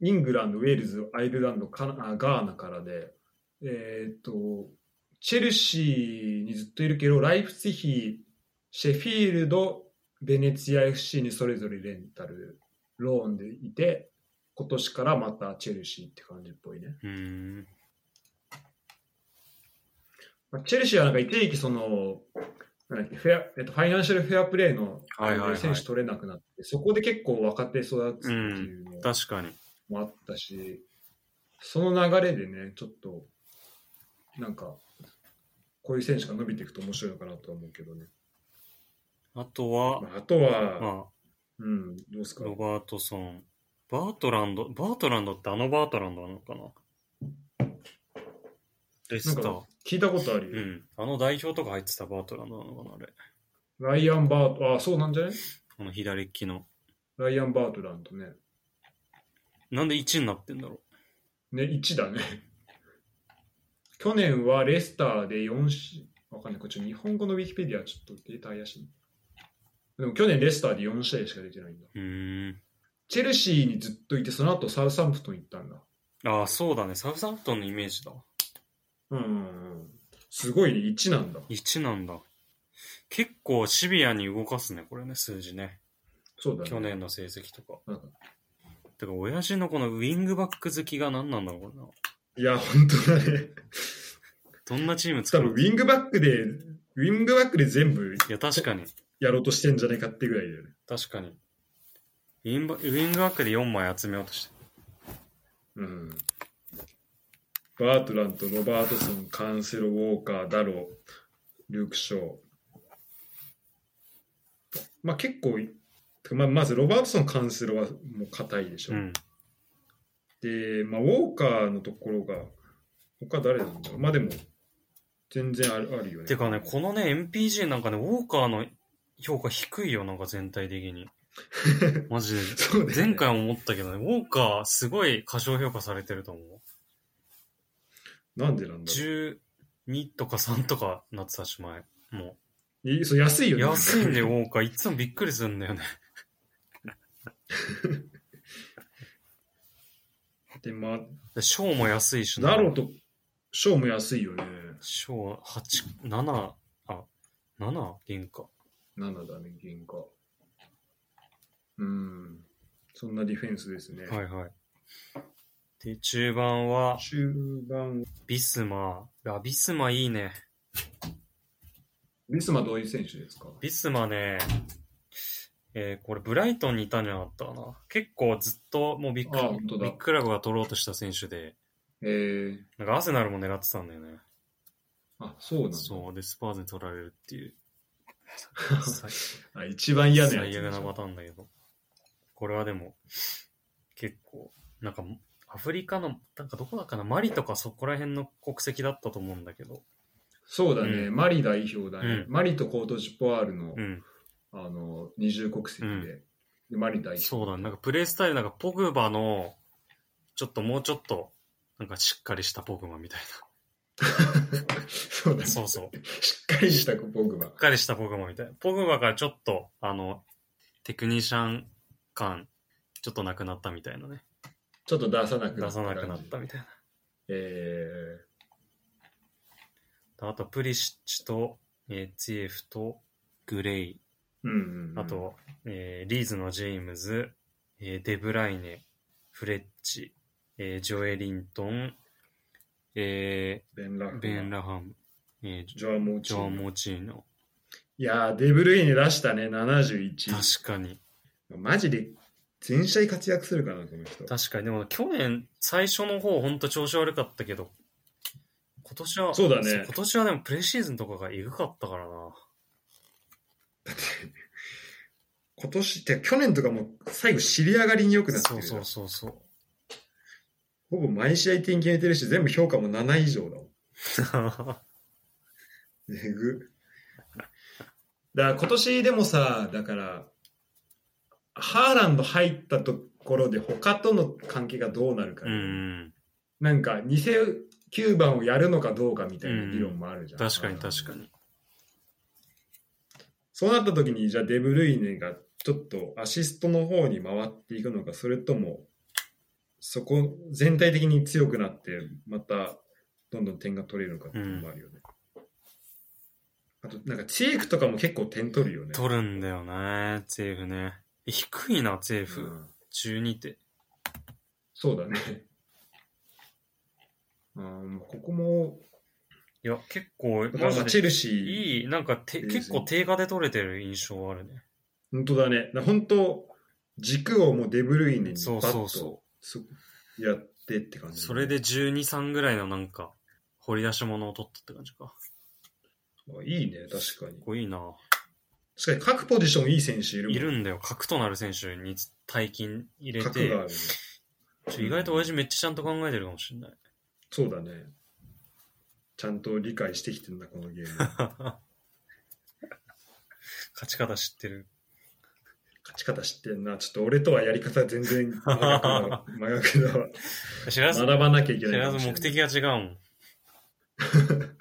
B: イングランド、ウェールズ、アイルランド、カナあガーナからで、えーっと、チェルシーにずっといるけど、ライフツィヒ、シェフィールド、ベネツィア FC にそれぞれレンタル、ローンでいて、今年からまたチェルシーって感じっぽいね。
A: うーん。
B: まあ、チェルシーはなんか一時期その、なんだっけフェアえっと、ファイナンシャルフェアプレーの
A: はいはいはい
B: 選手取れなくなって、そこで結構若手育つっていうのを
A: 確かに。
B: もあったし、その流れでね、ちょっと、なんか、こういう選手が伸びていくと面白いのかなとは思うけどね。
A: あとは、
B: まあ、あとは、
A: ま
B: うん、どうです
A: あ、
B: か
A: ロバートソン。バートランド、バートランドってあのバートランドなのかなレ
B: な
A: ス
B: ん
A: ター
B: か。、聞いたことある
A: う
B: よ。
A: ん。あの代表とか入ってたバートランドなのかなあれ。
B: ライアン・バート、あ、そうなんじゃね
A: この左利きの。
B: ライアン・バートランドね。
A: なんで1になってんだろ
B: ね、1だね。 去年はレスターで4試合、わかんない、こっち日本語のウィキペディアちょっとデータ怪しい。でも去年レスターで4試合しか出てないんだ。
A: ううーん。
B: チェルシーにずっといて、その後サウサンプトン行ったんだ。
A: ああ、そうだね。サウサンプトンのイメージだ。
B: うんうんうんすごいね、1なんだ。
A: 1なんだ。結構シビアに動かすね、これね、数字ね。
B: そうだね。
A: 去年の成績とか。
B: なんか
A: てか、親父のこのウィングバック好きが何なんだろうこれな。
B: いや、本当だ ね。
A: どんなチーム作
B: 多
A: る
B: 分ウィングバックで、ウィングバックで全部
A: いや、確かに。
B: やろうとしてんじゃねえかってぐらいだよね。
A: 確かに。ウィンバウィングバックで4枚集めようとして
B: うん。バートランとロバートソン、カンセロ、ウォーカー、ダロー、リューク・ショー。まあ結構い、てかまあ、まずロバートソン、カンセロはもう硬いでしょ。
A: る。うん。
B: で、まあ、ウォーカーのところが、他誰なんだろう。まあでも、全然あるあるよね。
A: てかね、このね、MPG なんかね、ウォーカーの評価低いよ、なんか全体的 に。マジで。
B: そうだよね
A: 前回も思ったけどね、ウォーカーすごい過小評価されてると思う。
B: なんでなんだろ
A: 12とか3とかなってたし前。も。
B: ういそう。安いうよね。
A: 安いんだよ、ウォーカー。いつもびっくりするんだよね。
B: で、まあ、
A: でショーも安いしな
B: ダロとショーも安いよね。
A: ショー8、7、あ、7原価。
B: 7だね、原価。うん。そんなディフェンスですね。
A: はいはい。で、中盤は、
B: 中盤、
A: ビスマ。あ、ビスマいいね。
B: ビスマどういう選手ですか
A: ビスマね、えーこれブライトンにいたんじゃなかったかな。結構ずっともうビッグ
B: あ本当だ
A: ビッグクラブが取ろうとした選手で、
B: えー、
A: なんかアーセナルも狙ってたんだよね。
B: あ、そうなんだ。
A: そう、で、スパーズに取られるって いう。最
B: あ一番嫌なやつ
A: 最
B: でしょ。
A: 悪なパターンだけど。これはでも、結構、なんか、アフリカの、なんかどこだかな、マリとかそこら辺の国籍だったと思うんだけど。
B: そうだね、
A: う
B: マリ代表だね、
A: うん
B: マリとコートジポワールの,、
A: うん。
B: あの二重国籍で,、
A: うん
B: で、マリ代表。
A: そうだね。なんかプレイスタイル、なんかポグバの、ちょっともうちょっと、なんかしっかりしたポグバみたい
B: そうだ
A: な。
B: ね。
A: そうそう。
B: しっかりしたポグバ
A: しっ。かりしたポグバみたいな。ポグバからちょっと、あの、テクニシャン感、ちょっとなくなったみたいなね。
B: ちょっと出さなくな
A: 出
B: った
A: さ
B: 感
A: な
B: じ。
A: くなったみたいな。
B: え
A: あと、プリシッチと、えーツィエフと、グレイ。
B: ー、うん、うん。
A: あ、と、えーリーズのジェームズ、えーデブライネ、フレッチ、えージョエリントン、え
B: ベンラ
A: ーベン・ラハム、えージ
B: ジョアモー
A: ョジ
B: チ
A: ョア・
B: ー。
A: モチーノ。
B: いやー、デブルイネ出したね、71。
A: 確かに。
B: マジで全試合活躍するかな、この人。
A: 確かに。でも、去年、最初の方、ほんと調子悪かったけど、今年は、
B: そうだね
A: 今年はでも、プレシーズンとかがエグかったからな。
B: 今年って、去年とかもう最後、尻上がりに良くなって
A: そ
B: る
A: う
B: じゃん
A: そうそうそう。
B: ほぼ毎試合点決めてるし、全部評価も7以上だもん。えぐ。だから今年でもさ、だから、ハーランド入ったところで他との関係がどうなるか、
A: うん。
B: なんか偽9番をやるのかどうかみたいな議論もあるじゃん。
A: 確かに確かに。
B: そうなった時に、じゃあデブルイネがちょっとアシストの方に回っていくのか、それとも、そこ全体的に強くなって、またどんどん点が取れるのかっていうのもあるよね。あと、なんか、チークとかも結構点取るよね。
A: 取るんだよね、ツェーフね。え低いな、ツェー
B: う
A: フ。
B: ん
A: 12って。
B: そうだね。うん、ここも、
A: いや、結構、
B: だからまあ
A: マジ
B: チェル
A: で
B: シー、
A: いい、なんかて、
B: いいですね
A: 結構低下で取れてる印象はあるね。
B: 本当だね。だから本当、軸をもうデブルイネに
A: そう
B: バッ
A: そう
B: と
A: そ
B: そやってって感
A: う。
B: じ、
A: それで12、3ぐらいのなんか、掘り出し物を取ったって感じか。
B: あ。いいね、確かに
A: 結。構いいな。
B: 確かに各ポジションいい選手いるもん
A: いるんだよ、核となる選手に大金入れ
B: 角があ
A: て。
B: るね
A: ちょ意外と親父めっちゃちゃんと考えてるかもしれない。
B: そうだねちゃんと理解してきてんだこのゲーム 勝
A: 勝ち方知ってる。
B: ち方知ってんなちょっと俺とはやり方全然真逆だ真逆だわ
A: 知らず、
B: 学ばなきゃいけ
A: 知
B: ないからも
A: ず
B: しれ
A: 目
B: ない
A: 的が違うもん。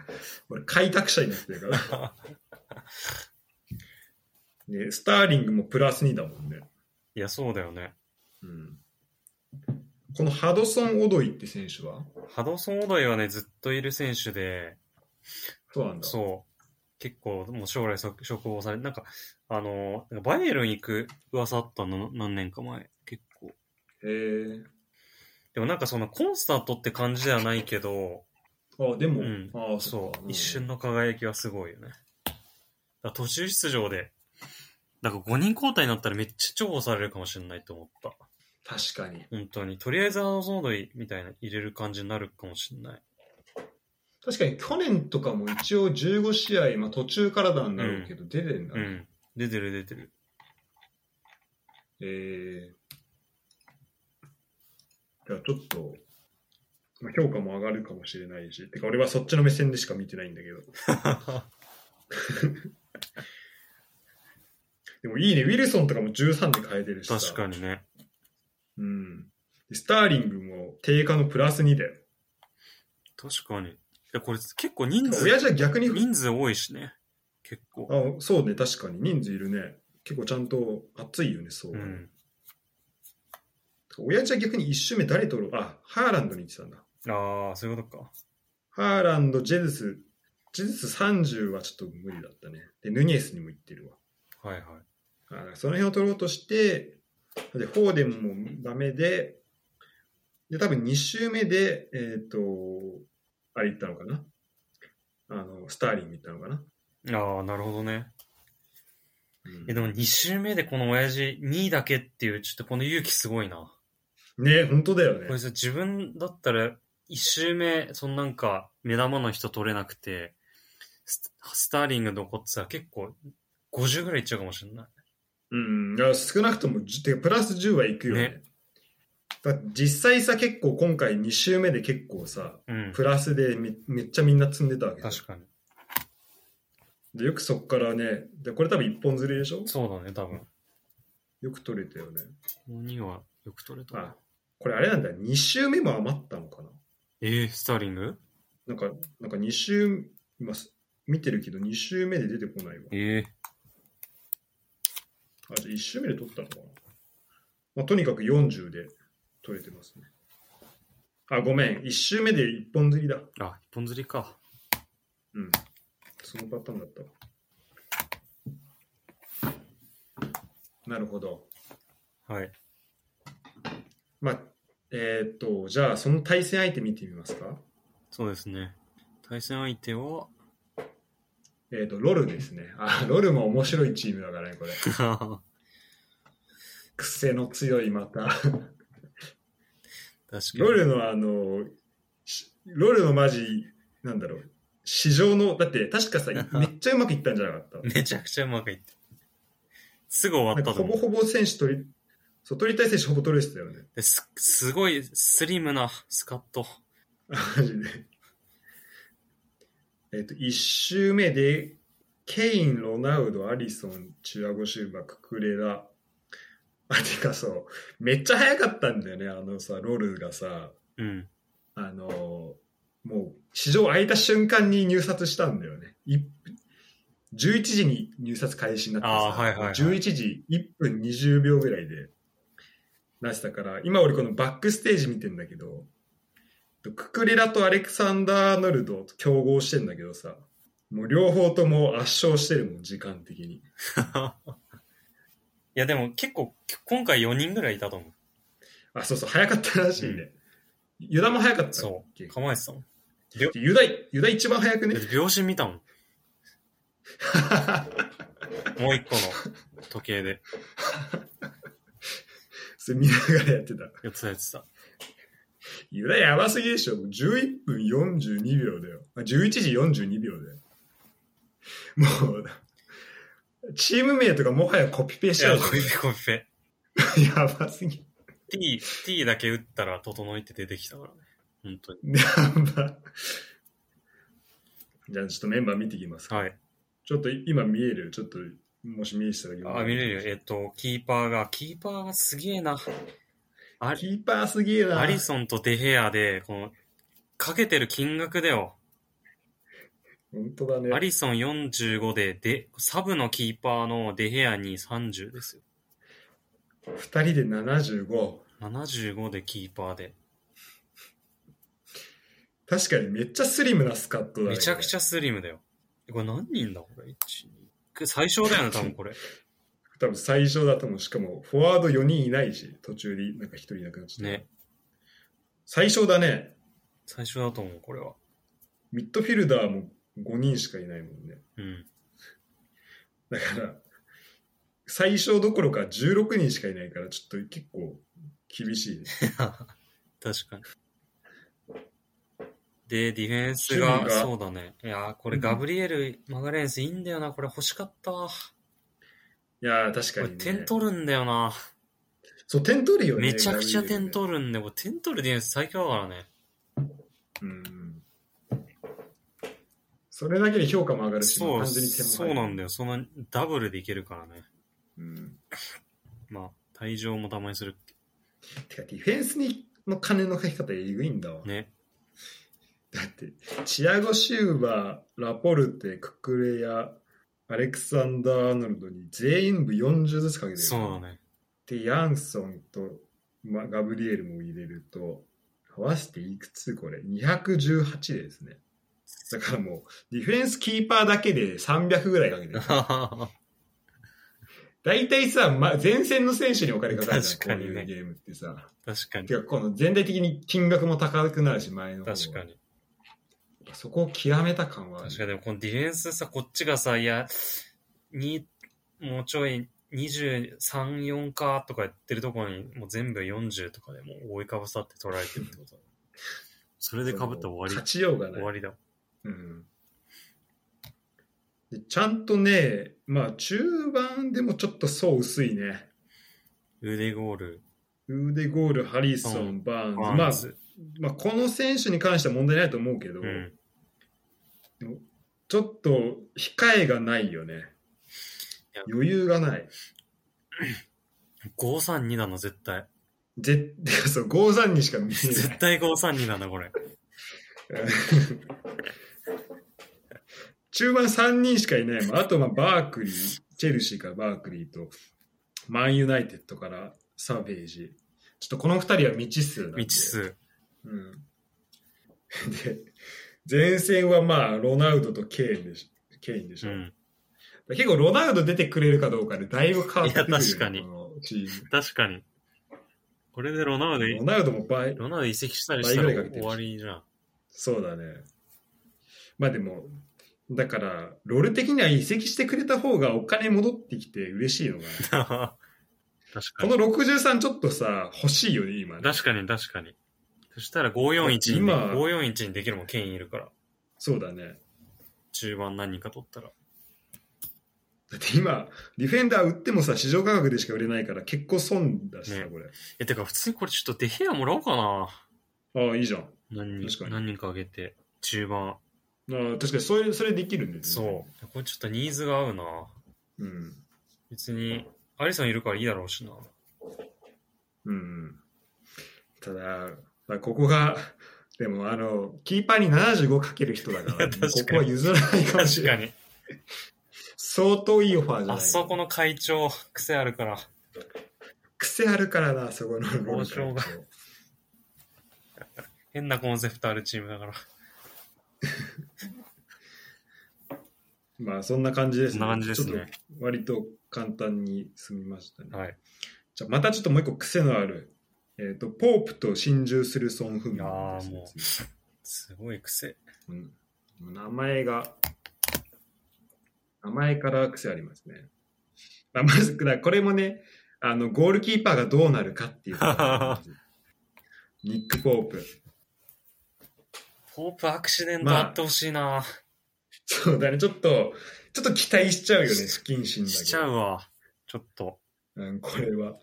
B: 俺開拓者になってるから ねスターリングもプラス2だもんね、
A: いや、そうだよね。
B: うん、このハドソン・オドイって選手は
A: ハドソン・オドイはね、ずっといる選手で、
B: そうなんだ
A: そう。結構、もう将来そ職望され、なんか、あの、なんかバイエルン行く噂あったの、何年か前。結構。
B: へえ
A: でもなんかそのコンスタントって感じではないけど、
B: あでも、
A: うん
B: あっ
A: そ
B: か
A: う、一瞬の輝きはすごいよね。だから途中出場で、なんか5人交代になったらめっちゃ重宝されるかもしれないと思った。
B: 確かに
A: 本当に。とりあえずあのソードイみたいな入れる感じになるかもしれない。
B: 確かに去年とかも一応15試合、まあ、途中からなんだろうけど、出てんだ、
A: う
B: ね
A: ん。出てる出てる。
B: えー、じゃあちょっとまあ、評価も上がるかもしれないし、てか俺はそっちの目線でしか見てないんだけど。でもいいね、ウィルソンとかも13で変えてるしさ。
A: 確かにね。
B: うん。でスターリングも定価のプラス2だよ。
A: 確かに。いや、これ結構人数、
B: 親父は逆に、
A: 人数多いしね。結構。
B: あそうね、確かに人数いるね。結構ちゃんと熱いよね、そう。
A: うん。
B: 親父は逆に1周目誰取ろうあ、ハーランドに行ってたんだ。
A: ああ、そういうことか。
B: ハーランド、ジェズス、ジェズス30はちょっと無理だったね。で、ヌニエスにも行ってるわ。
A: はいはい。
B: あだからその辺を取ろうとして、で、フォーデンもダメで、で、多分2周目で、えっ、と、あれ行ったのかなあの、スターリング行ったのかな、
A: ああ、なるほどね。
B: うん
A: え、でも2周目でこの親父2位だけっていう、ちょっとこの勇気すごいな。
B: ね、本当だよね
A: これ。さ、自分だったら1周目、そのなんか目玉の人取れなくて、ススターリング残ってたら結構50ぐらいいっちゃうかもしれない。
B: うん、いや少なくとも10てかプラス10は行くよね。
A: ね
B: だって実際さ、結構今回2周目で結構さ、
A: うん。
B: プラスでめめっちゃみんな積んでたわけじゃん
A: 確かに。
B: でよくそっからね、でこれ多分一本釣りでしょ
A: そうだね、多分。こ
B: よく取れたよね。
A: の2はよく取れた
B: あ
A: な。、
B: これあれなんだ、2周目も余ったのかな
A: えー、スターリング
B: なんか、なんか2周、今す見てるけど2周目で出てこないわ。
A: え
B: あ、じゃあ1周目で取ったのかな、まあ、とにかく40で取れてますね。あ、ごめん、1周目で一本釣りだ。
A: ー、あ、一本釣りか。
B: うん。そのパターンだったわ。なるほど。
A: はい。
B: まあ、えーっと、じゃあ、その対戦相手見てみますか。
A: そうですね。対戦相手は、
B: えーっと、ロルですね。あ、ロルも面白いチームだからね、これ。
A: 確
B: 癖の強い、ま た。
A: かに。
B: ロルのあの、しロルのマジ、なんだろう。市場の、だって確 かさ、めっちゃうまくいったんじゃなかった
A: めちゃくちゃうまくいって。すぐ終わっ
B: なんか
A: たと思
B: ほぼ
A: う。
B: ほぼ選手取り、そう、取りたい選手ほぼ取れてたよね。
A: ですすごいスリムなスカット。
B: マジで。えっと、1周目で、ケイン、ロナウド、アリソン、チュアゴ・シューバー、ククレラ。あ、てかそう、めっちゃ早かったんだよね、あのさ、ロールがさ、
A: うん。
B: あのーもう、市場開いた瞬間に入札したんだよね。い11時に入札開始になって
A: あーはいはいはい
B: 11時1分20秒ぐらいでなってたから、今俺このバックステージ見てんだけど、ククレラとアレクサンダー・アーノルドと競合してんだけどさ、もう両方とも圧勝してるもん、時間的に。
A: いやでも結構今回4人ぐらいいたと思う。
B: あ、そうそう、早かったらしいね。ユダも早かったっ
A: そ
B: け
A: う。構えてたもん。
B: ユダ、ユダ一番早く ね
A: だっ。て秒針見たもん。もう一個の時計で。
B: それ見ながらやってた。
A: やってたやってた。
B: ユダやばすぎでしょ。11分42秒だよ。あ11時42秒だよ。もう、チーム名とかもはやコピペし
A: い
B: ちゃ
A: や、
B: うじ
A: コピペコピペ。
B: ゃん。やばすぎ。
A: T、T だけ打ったら整いって出てきたからね。本当に。
B: やば。じゃあちょっとメンバー見ていきますか。
A: はい。
B: ちょっと今見えるちょっと、もし見えてたら
A: あ、見れるよ。えっと、キーパーが、キーパーがすげえな。あ
B: キーパーすげえな。
A: アリソンとデヘアで、この、かけてる金額だよ。
B: 本当だね。
A: アリソン45で、で、サブのキーパーのデヘアに30ですよ。
B: 二人で75。
A: 75でキーパーで。
B: 確かにめっちゃスリムなスカットだね。
A: めちゃくち
B: ゃ。
A: ゃスリムだよ。これ何人だこれ。1、2。最小 だよね、多分これ。
B: 多分最初だと思う。しかも、フォワード4人いないし、途中でなんか1人いなくなっちゃった。
A: ね。
B: 最小だね。
A: 最小だと思う、これは。
B: ミッドフィルダーも5人しかいないもんね。
A: うん。
B: だから、最小どころか16人しかいないから、ちょっと結構厳しいね。
A: 確かに。で、ディフェンス
B: 守
A: が、
B: 備が
A: そうだね。いやー、これガブリエル・マガレンスいいんだよな。これ欲しかったわ。
B: いやー、確
A: こ
B: か
A: れ
B: に、ね。
A: 点取るんだよな。
B: そう、点取るよね。
A: めちゃくちゃ点
B: る。
A: 取るんで、これ点取るディフェンス最強だからね。
B: うん。それだけで評価も上がるし、
A: そう、
B: 単純に点も入
A: そう
B: る
A: なんだよ。そのダブルでいけるからね。
B: うん。
A: まあ、退場もたまにする。
B: てか、ディフェンスにの金のかけ方えぐいんだわ。
A: ね。
B: だって、チアゴ・シューバー、ラポルテ、ククレヤ、アレクサンダー・アーノルドに全員部40ずつかけてる。
A: そうだね。
B: で、ヤンソンと、ま、ガブリエルも入れると、合わせていくつこれ ?218 ですね。だからもう、ディフェンスキーパーだけで300ぐらいか けてる。大体さ、ま、前線の選手にお金かかるじ
A: 確か
B: ゃん、こう
A: にね
B: いうゲームってさ。
A: 確かに。
B: てか、この全体的に金額も高くなるし、前の方は。
A: 確かに。
B: そこを極めた感はある。
A: 確かに、でもこのディフェンスさ、こっちがさ、いや、に、もうちょい23、4かとか言ってるところに、もう全部40とかでもう覆いかぶさって取られてるってことだ。それで被ったら終わり。
B: 勝ちようがない
A: 終。わりだ。
B: うんでちゃんとね、まあ中盤でもちょっと層薄いね。
A: 腕ゴール。
B: ウーデゴール、ハリソン、
A: うん
B: バーンズ、
A: バーンズ
B: まあ、まあ、この選手に関しては問題ないと思うけど、
A: うん。
B: ちょっと控えがないよね
A: いや。
B: 余裕がない。
A: 532なの、絶対。
B: ぜ そう5-3にしか見えな
A: 絶
B: い。
A: 対532なんだ、これ。
B: 中盤3人しかいないもん。あと、まあ、バークリー、チェルシーからバークリーと、マンユナイテッドからサーベージ。ちょっとこの2人は未知数なんで。
A: 未知数。
B: うん。 で、前線はまあ、ロナウドとケインでしケインでし
A: う
B: ょ。
A: ん。
B: 結構ロナウド出てくれるかどうかでだいぶ変わってくるよ、
A: いや確かに
B: このチー
A: 確かに。これでロナウド、
B: ム。ロナウドも倍、
A: ロナウド移籍したりしたら
B: 倍ぐらいかけて
A: 終
B: る
A: わりじゃん。
B: そうだね。まあでも、だから、ロール的には移籍してくれた方がお金戻ってきて嬉しいのが、
A: 確 か
B: こ
A: に。
B: の63ちょっとさ、欲しいよね、今ね。
A: 確かに、確かに。そしたら541に、
B: 今
A: 541にできるもん、ケインいるから。
B: そうだね。
A: 中盤何人か取ったら。
B: だって今、ディフェンダー売ってもさ、市場価格でしか売れないから結構損だしさ、
A: ね
B: これ。
A: え、てか普通にこれちょっとデヘアもらおうかな。
B: ああ、いいじゃん。あ
A: 何人
B: 確か
A: か、
B: に
A: 何人かあげて。中盤。
B: あ確かにそれ、それできるんですね。
A: そう。これちょっとニーズが合うな。
B: う。うん。
A: 別に、アリソンいるからいいだろうしな。
B: うん。ただ、まあ、ここが、でも、あの、キーパーに75かける人だから、
A: いや 確かに
B: ここは譲らないかもし
A: 確
B: れな
A: か
B: い。
A: に。
B: 相当いいオファーじゃない。
A: あそこの会長、癖あるから。
B: 癖あるからな、そこのロン
A: 交渉が変なコンセプトあるチームだから。
B: まあ、そんな感じです
A: そんな感じですね
B: ちょっと割と簡単に済みましたね。
A: はい。
B: じゃあまたちょっともう一個癖のある、えっ、と、ポープと心中するソン・フンミンですね
A: いやーもうすごい癖。
B: 次うん名前が、名前から癖ありますね。まあ、まず、だからこれもね、あの、ゴールキーパーがどうなるか っていう。ニック・ポープ。
A: ポープアクシデントあってほしいな、
B: そうだね、ちょっと、ちょっと期待しちゃうよね、不謹慎だけ
A: し
B: ど。
A: ちゃうわ。ちょっと。
B: うん、これは。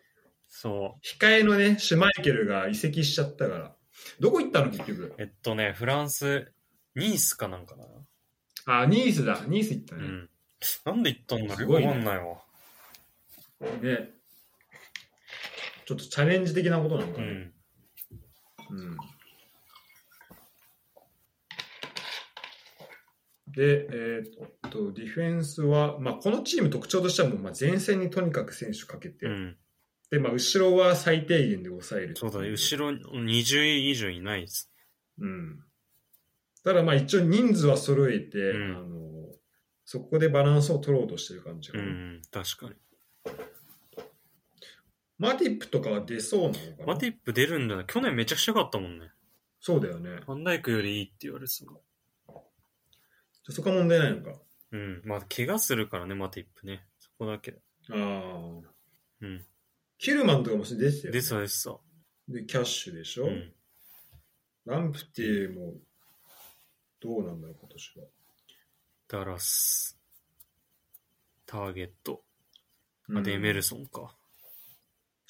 A: そ
B: 控えのね、シュマイケルが移籍しちゃったから。どこ行ったの結局。
A: う。えっとね、フランス、ニースかなんかだな。
B: あ、ニースだ。ニース行った
A: う
B: ね。
A: ん。なんで行ったんだ
B: す
A: ろう
B: ごい
A: わ
B: ね
A: かんないわ。
B: ね。ちょっとチャレンジ的なことなの
A: う
B: かね。
A: ん。
B: うんで、えーっと、ディフェンスは、まあ、このチーム特徴としてはもう、まあ、前線にとにかく選手かけて、
A: うん。
B: で、まあ、後ろは最低限で抑える。
A: そうだね。後ろ20位以上いないです。
B: うん。ただまあ一応人数は揃えて、
A: うん
B: あのそこでバランスを取ろうとしてる感じか
A: う
B: な、
A: ん。確かに。
B: マティップとかは出そうなのかな
A: マティップ出るんだな。去年めちゃくちゃ良かったもんね。
B: そうだよね。
A: ファンダイクよりいいって言われてたもん
B: じゃそこは問題ないのか。
A: うん。まあ、怪我するからね、マティップね。そこだけ。
B: ああ。
A: うん。
B: ヒルマンとかも出てたよ、ね。
A: でさ、でさ。
B: で、キャッシュでしょ、
A: うん。
B: ランプティもどうなんだろう、今年は。
A: ダラス、ターゲット、
B: う
A: あ
B: ん
A: とエメルソンか。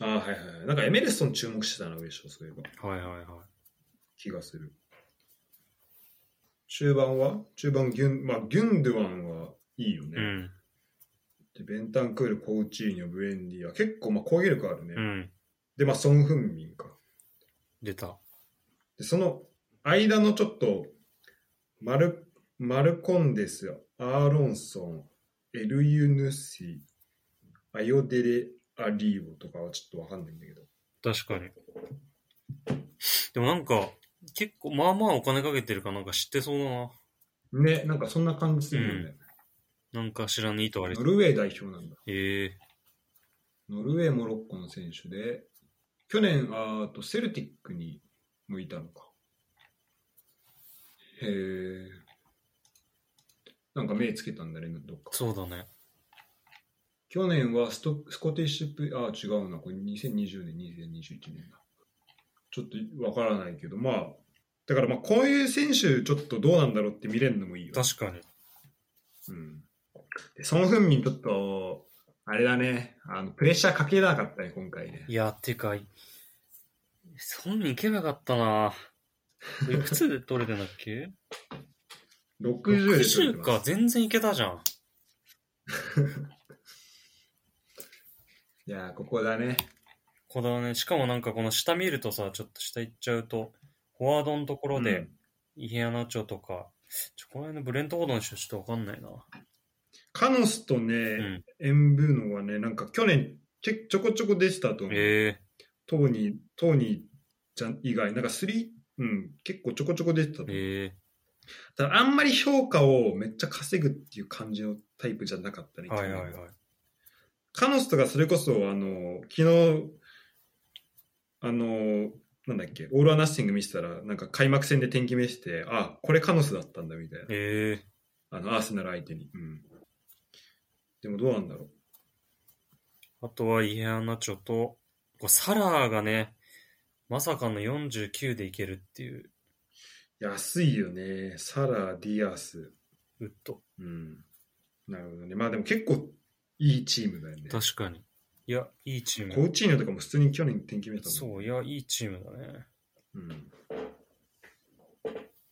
B: ああ、はいはいはい。なんかエメルソン注目してたな、上昇、そういえば。
A: はいはいはい。
B: 気がする。中盤は中盤ギュン、まあ、ギュンドゥワンはいいよね。
A: うん。
B: でベンタンクール、コウチーニョ、ブエンディア、結構まあ攻撃力あるね。
A: うん。
B: で、まあ、ソン・フンミンか。
A: 出た。
B: で、その間のちょっと、マル、マルコンデス、アーロンソン、エルユヌシ、アヨデレ・アリーボとかはちょっとわかんないんだけど。
A: 確かに。でもなんか、結構、まあまあお金かけてるかなんか知ってそうだな。
B: ね、なんかそんな感じするよね。
A: なんか知らぬ意図あり
B: ノ。ルウェー代表なんだ。
A: ええ
B: ノルウェー、モロッコの選手で、去年、あーとセルティックに向いたのか。へえ。なんか目つけたんだね、どっか。
A: そうだね。
B: 去年はストスコティッシュプあ違うな、これ2020年、2021年だ。ちょっとわからないけど、まあ、だからまあこういう選手、ちょっとどうなんだろうって見れるのもいいよ。
A: 確かに。
B: うん、でソン・フンミン、ちょっと、あれだね、あのプレッシャーかけなかったね、今回ね。
A: いや、てか、そんに行けばよかったな。いくつで取れてんだっ け
B: 60で取れて
A: 60
B: ます
A: か、全然いけたじゃん。
B: いやー、ここだね。
A: こだわね、しかもなんかこの下見るとさ、ちょっと下行っちゃうと、フォワードのところで、
B: うん
A: イヘアナチョとか、ちょこの辺のブレントフォードの人ちょっとわかんないな。
B: カノスとね、
A: うん。
B: エンブーノはね、なんか去年、ちょちょこちょこ出てたと思う。
A: え
B: トーニー、トーニーちゃん以外、なんかスリー、うん、結構ちょこちょこ出てたと
A: え
B: 思う。
A: ええ
B: ただあんまり評価をめっちゃ稼ぐっていう感じのタイプじゃなかったね。
A: はいはいはい。
B: カノスとかそれこそ、あの、昨日、あの、なんだっけ、オールアナッシング見せたら、なんか開幕戦で天気目して、あ、これカノスだったんだみたいな。
A: ええ
B: あの、アーセナル相手に。うん。でもどうなんだろう。
A: あとはイヘアナチョと、こうサラーがね、まさかの49でいけるっていう、
B: 安いよね。サラ、ディアス。
A: ウッド。
B: うん。なるほどね。まあでも結構いいチームだよね。
A: 確かに。いや、いいチー
B: コ
A: ム。
B: ーチーニョとかも普通に去年天気見えたもん。
A: そう、いや、いいチームだね。
B: うん。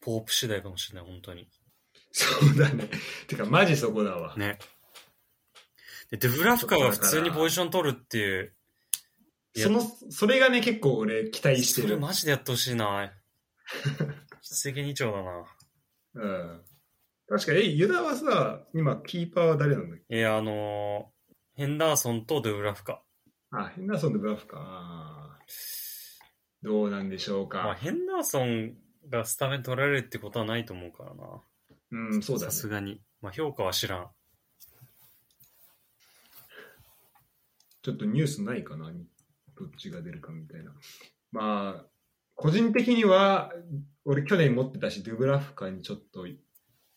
A: ポープ次第かもしれない、本当に。
B: そうだね。てか、マジそこだわ。
A: ね。で、デブラフカが普通にポジション取るっていう、いや
B: その、それがね、結構俺期待して
A: それ
B: る。
A: マジでやってほしい な。出席二丁だな。
B: うん。確か、え、ユダはさ、今、キーパーは誰なんだっけ
A: えー、あのーヘンダーソンとデブラフカ。
B: あ、ヘンダーソンとブラフか。あーどうなんでしょうか。
A: まあ、ヘンダーソンがスタメン取られるってことはないと思うからな。
B: うん、そうだ
A: さ
B: ね。
A: すがに。まあ、評価は知らん。
B: ちょっとニュースないかな、どっちが出るかみたいな。まあ、個人的には、俺去年持ってたし、ドゥブラフカにちょっと、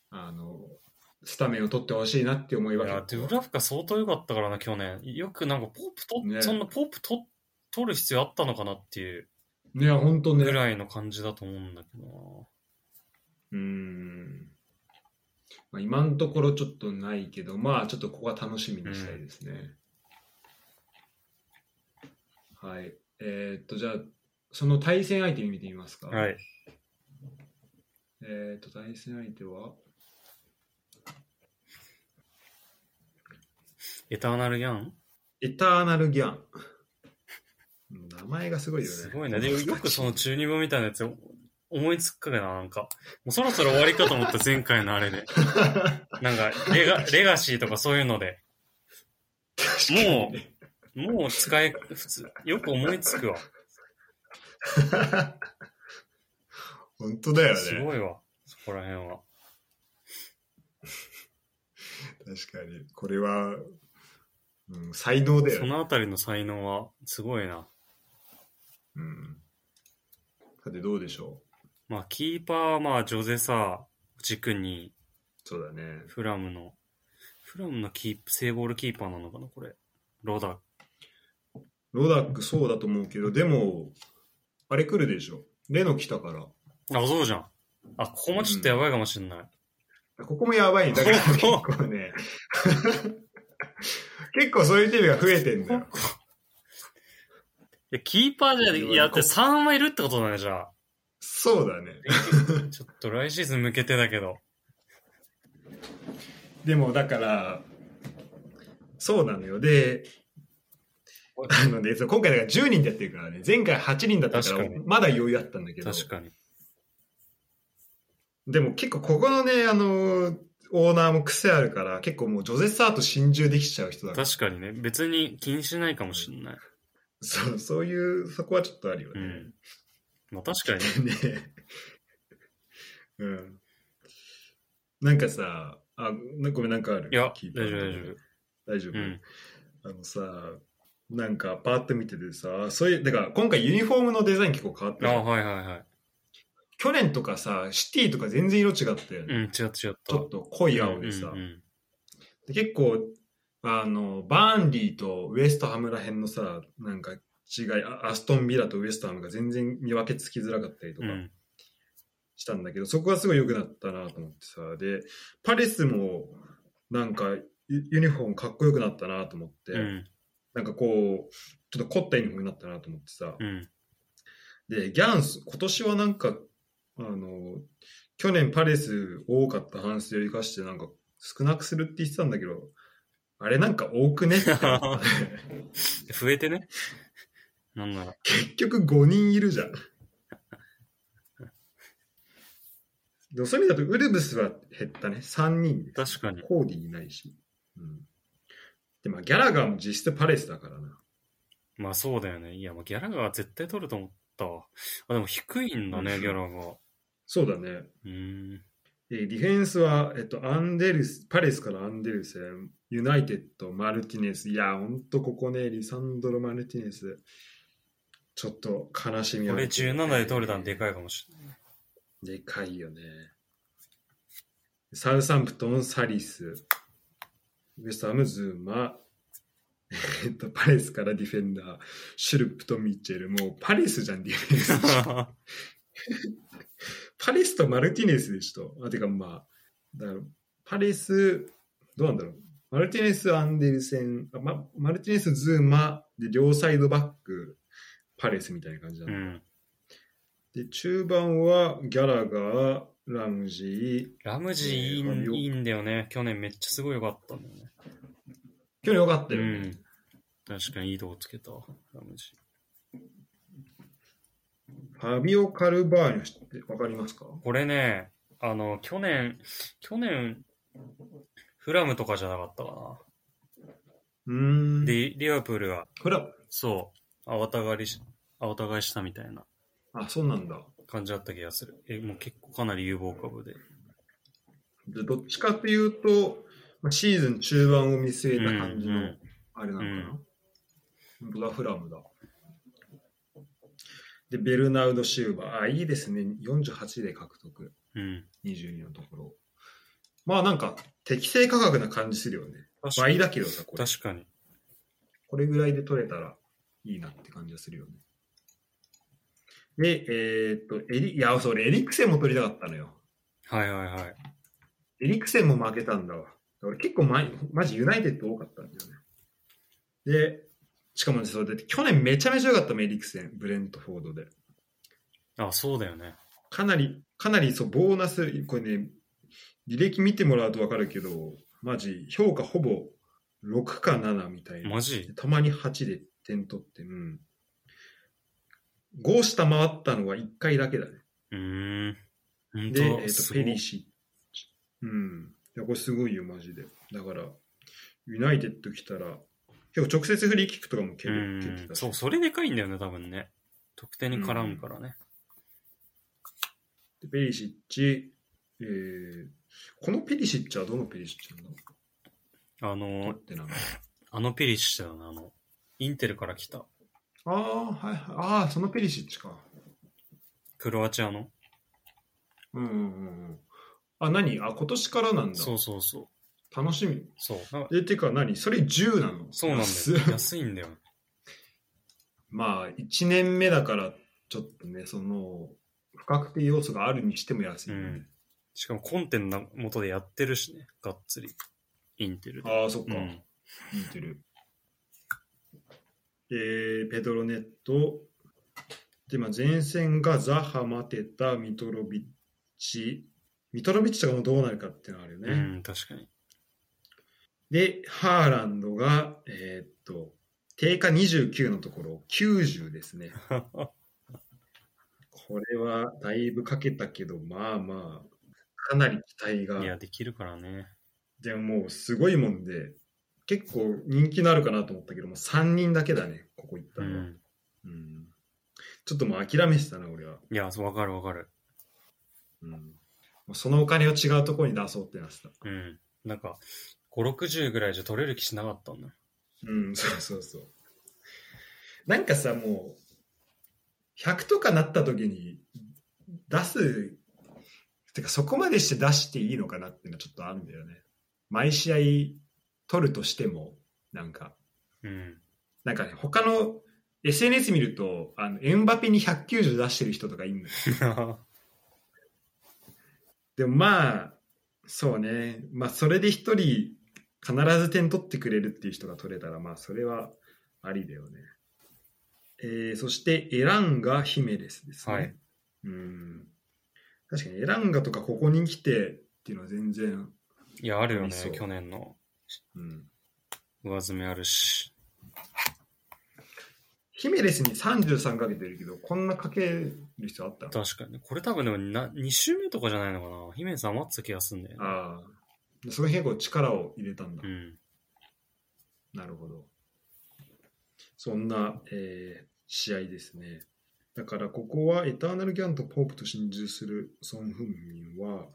B: あの、スタメンを取ってほしいなって思い
A: い
B: は
A: や、デブラフカ相当良かったからな、去年。よくなんかポープと、
B: ね
A: そんなポープと取る必要あったのかなっていう
B: ね、本当ね。
A: ぐらいの感じだと思うんだけどな。
B: うーん。まあ、今のところちょっとないけど、まあちょっとここは楽しみにしたいですね。はい。えーっと、じゃあ、その対戦相手見てみますか。
A: はい。
B: えーっと、対戦相手は、
A: エターナルギャン
B: エターナルギャン。うん名前がすごいよね。
A: すごいね。でもよくその中二病みたいなやつ思いつくかな、なんか。もうそろそろ終わりかと思った、前回のあれ で。なんかレガ、レガシーとかそういうので。もう、もう使え、普通、よく思いつくわ。
B: 本当だよ
A: す
B: ね。
A: ごいわ、そこら辺は。
B: 確かに。これは、うん、才能だよ
A: そ
B: ね。
A: のあたりの才能は、すごいな。
B: うん。さて、どうでしょう。
A: まあ、キーパーは、まあ、ジョゼさ、軸に、
B: そうだね。
A: フラムの、フラムのキープ、セーボールキーパーなのかな、これ。ロダック
B: ロダックそうだと思うけど、でも、あれ来るでしょ。レノ来たから。
A: あ、そうじゃん。あ、ここもちょっとやばいかもしんない。
B: ここもやばいんだから、結
A: こ
B: 構ね。 結構そういうチームが増えてんだよ。
A: いや、キーパーじゃね、
B: いや
A: いや、だって3はいるってことだね、じゃあ。
B: そうだね。
A: ちょっと来シーズン向けてだけど。
B: でもだから、そうなのよ。で、あのね、そう今回だから10人でやってるからね、前回8人だったから
A: 確かに、
B: まだ余裕あったんだけど、
A: 確かに。
B: でも結構ここのね、あの、オーナーも癖あるから、結構もうジョゼスアート心中できちゃう人だから、
A: 確かにね。別に気にしないかもしんない。
B: そうそういう、そこはちょっとあるよ
A: う
B: ね。
A: ん。まあ確かにね。
B: ねうん。なんかさ、あ、なごめん、なんかある
A: いや
B: 聞い、た
A: 大丈夫大丈
B: 大丈夫
A: 夫。うん。
B: あのさ、なんかパーって見ててさ、そういう、だから今回ユニフォームのデザイン結構変わった
A: あ
B: じゃん
A: はいはいはい。
B: 去年とかさ、シティとか全然色違ったよね。
A: うん、違った違った。ち
B: ちょっと濃い青でさ、
A: うんうん
B: で結構、あの、バーンリーとウエストハムらへんのさ、なんか違い、あアストンビラとウエストハムが全然見分けつきづらかったりと
A: う
B: か、
A: ん。うん
B: したんだけど、そこがすごい良くなったなと思ってさ、で、パレスもなんかユユニフォームかっこよくなったなと思って、
A: うん。
B: なんかこう、ちょっと凝ったユニフォームになったなと思ってさ、
A: うん。
B: で、ギャンス、今年はなんか、あの、去年パレス多かった反省を生かしてなんか少なくするって言ってたんだけど、あれなんか多くね ってなったね
A: 増えてね。なんなら。
B: 結局5人いるじゃん。でもそういう意味だとウルブスは減ったね。3人で
A: 確
B: す。
A: かに。
B: コーディいないし。うん。で、まあ、ギャラガーも実質パレスだからな。
A: まあそうだよね。いや、まあギャラが絶対取ると思ったわ。あ、でも低いんだ
B: う
A: ね、
B: ん
A: ギャラが。
B: そうだね。
A: うーん。
B: えーディフェンスは、えっと、アンデルス、パレスからアンデルセン、ユナイテッド、マルティネス。いや、ほんとここね、リサンドロ・マルティネス。ちょっと悲しみ
A: こ
B: あ
A: れ
B: る
A: 17で取れたんでかいかもしれない。
B: でかいよね。サウサンプトン、サリス、ウエストハム、ズーマ、えっと、パレスからディフェンダー、シュルプとミッチェル、もうパレスじゃん、ディフェンス。 パレスとマルティネスでしょ。あてか、まあ、だからパレス、どうなんだろう。マルティネス、アンデルセン、あま、マルティネス、ズーマ、で、両サイドバック、パレスみたいな感じだ
A: う
B: な、
A: ん。
B: で、中盤は、ギャラガー、ラムジー、
A: ラムジーいい,、
B: えー
A: いいんだよね。去年めっちゃすごい良かったんだよね。
B: 去年よかった
A: う
B: よね。
A: ん。確かにいいとこつけたわ。ラムジ
B: ファビオ・カルバーニョ知ってわかりますか
A: ー。これね、あの、去年、去年、フラムとかじゃなかったかな。
B: うん。
A: で、リバプールが、
B: これは、
A: そう、あわたがりし、あわたがいしたみたいな
B: あ、そうなんだ。
A: 感じだった気がする。え、もう結構かなり有望株で。
B: でどっちかというと、まあ、シーズン中盤を見据えた感じ
A: うんう
B: の
A: ん、
B: あれなのか
A: う
B: な。本当だ、フラムだ。で、ベルナウド・シウバー。あ、いいですね。48で獲得。
A: うん。
B: 22のところ。まあなんか、適正価格な感じするよね。
A: 確か
B: 倍
A: に。
B: だけどさ、これ。
A: 確かに。
B: これぐらいで取れたらいいなって感じがするよね。で、えーっと、エリ、いや、それエリクセンも取りたかったのよ。
A: はいはいはい。
B: エリクセンも負けたんだわ。俺結構ま、マジユナイテッド多かったんだよね。で、しかもね、それで、去年めちゃめちゃ良かったもんエリクセン、ブレントフォードで。
A: あ、そうだよね。
B: かなり、かなり、そう、ボーナス、これね、履歴見てもらうとわかるけど、マジ、評価ほぼ6か7みたいな。
A: マジ
B: たまに8で点取って、うん。5下回ったのは1回だけだね。
A: うーん。ほん
B: で、えっ、と、
A: す
B: ペ
A: ごい
B: リシッチ。うん。いや、これすごいよ、マジで。だから、ユナイテッド来たら、結構直接フリーキックとかも蹴
A: う
B: る
A: ん
B: 蹴ってたし
A: そう、それでかいんだよね、多分ね。得点に絡むからね。
B: でペリシッチ、えー、このペリシッチはどのペリシッチなの
A: あの
B: 取っ、てなの
A: あのペリシッチだよね、あの、インテルから来た、
B: ああ、はいはい。ああ、そのペリシッチか。
A: クロアチアの。
B: うんうんうんうん。あ、何あ、今年からなんだ。
A: そうそうそう。
B: 楽しみ。
A: そう。なんか
B: え、てか何それ10なの
A: そうなんだ
B: 安っ
A: よ。安いんだよ。
B: まあ、1年目だから、ちょっとね、その、不確定要素があるにしても安いよね、
A: うんしかもコンテンの元でやってるしね、がっつり。インテルで。
B: ああ、そっ
A: う
B: か。
A: ん。
B: 似てる。えー、ペドロネット、で、まあ、前線がザハ、マテタ、ミトロビッチ、ミトロビッチとかもどうなるかっていうのはあるよね。
A: うん、確かに。
B: で、ハーランドが、えーっと、定価29のところ、90ですね。これはだいぶかけたけど、まあまあ、かなり期待
A: いや、
B: が。
A: できるからね。
B: でももうすごいもんで、結構人気のあるかなと思ったけど、もう3人だけだね、ここ行った
A: う
B: のは。
A: ん。
B: うんちょっともう諦めてたな、俺は。
A: いや、そうわかるわかる。
B: うん、もうそのお金を違うところに出そうってなってた。
A: うん。なんか、5、60ぐらいじゃ取れる気しなかったんだ。
B: うん、そうそうそう。なんかさ、もう、100とかなった時に出す、てかそこまでして出していいのかなっていうのはちょっとあるんだよね。毎試合取るとしても、なんか、
A: うん。
B: なんかね、他の SNS 見ると、あの、エンバペに190出してる人とかいるのよ。でもまあ、そうね。まあ、それで一人、必ず点取ってくれるっていう人が取れたら、まあ、それはありだよね。えー、そして、エランガ・ヒメレスですね。
A: はい
B: うん。確かに、エランガとかここに来てっていうのは全然、
A: いや、あるよね
B: ありそう、
A: 去年の。
B: うん。
A: 上積みあるし。
B: ヒメレスに33かけてるけど、こんなかける必要あったの
A: 確かに。これ多分でもな2周目とかじゃないのかな。姫さん余ってた気がすんだよね。
B: ああ。その辺結構力を入れたんだ
A: う。ん。
B: なるほど。そんな、えー試合ですね。だからここはエターナルギャンとポープと心中するソン・フンミンは、ま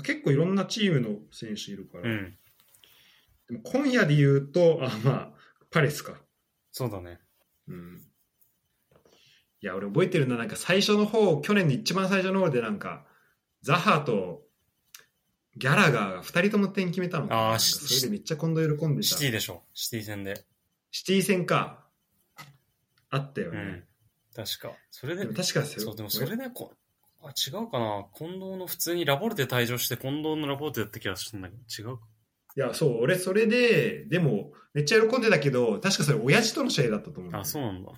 B: あ、結構いろんなチームの選手いるから、
A: うん。
B: でも今夜で言うと、あ、まあ、パレスか。
A: そうだね。
B: うん。いや、俺覚えてるな、なんか最初の方、去年の一番最初の方でなんか、ザハとギャラガーが2人とも点決めたのかな
A: あー
B: なんか
A: し
B: それでめっちゃ今度喜んでた。
A: シティでしょ。シティ戦で。
B: シティ戦か。あったよ
A: う
B: ね。
A: ん。確か。それ
B: で
A: で
B: も、確かですよ。
A: そう、でもそれでこ、あ、違うかな。近藤の普通にラボルテ退場して、近藤のラボルテだった気がしたんだけど、違うか。
B: いや、そう、俺それで、でも、めっちゃ喜んでたけど、確かそれ親父との試合だったと思う。
A: あ、そうなんだ。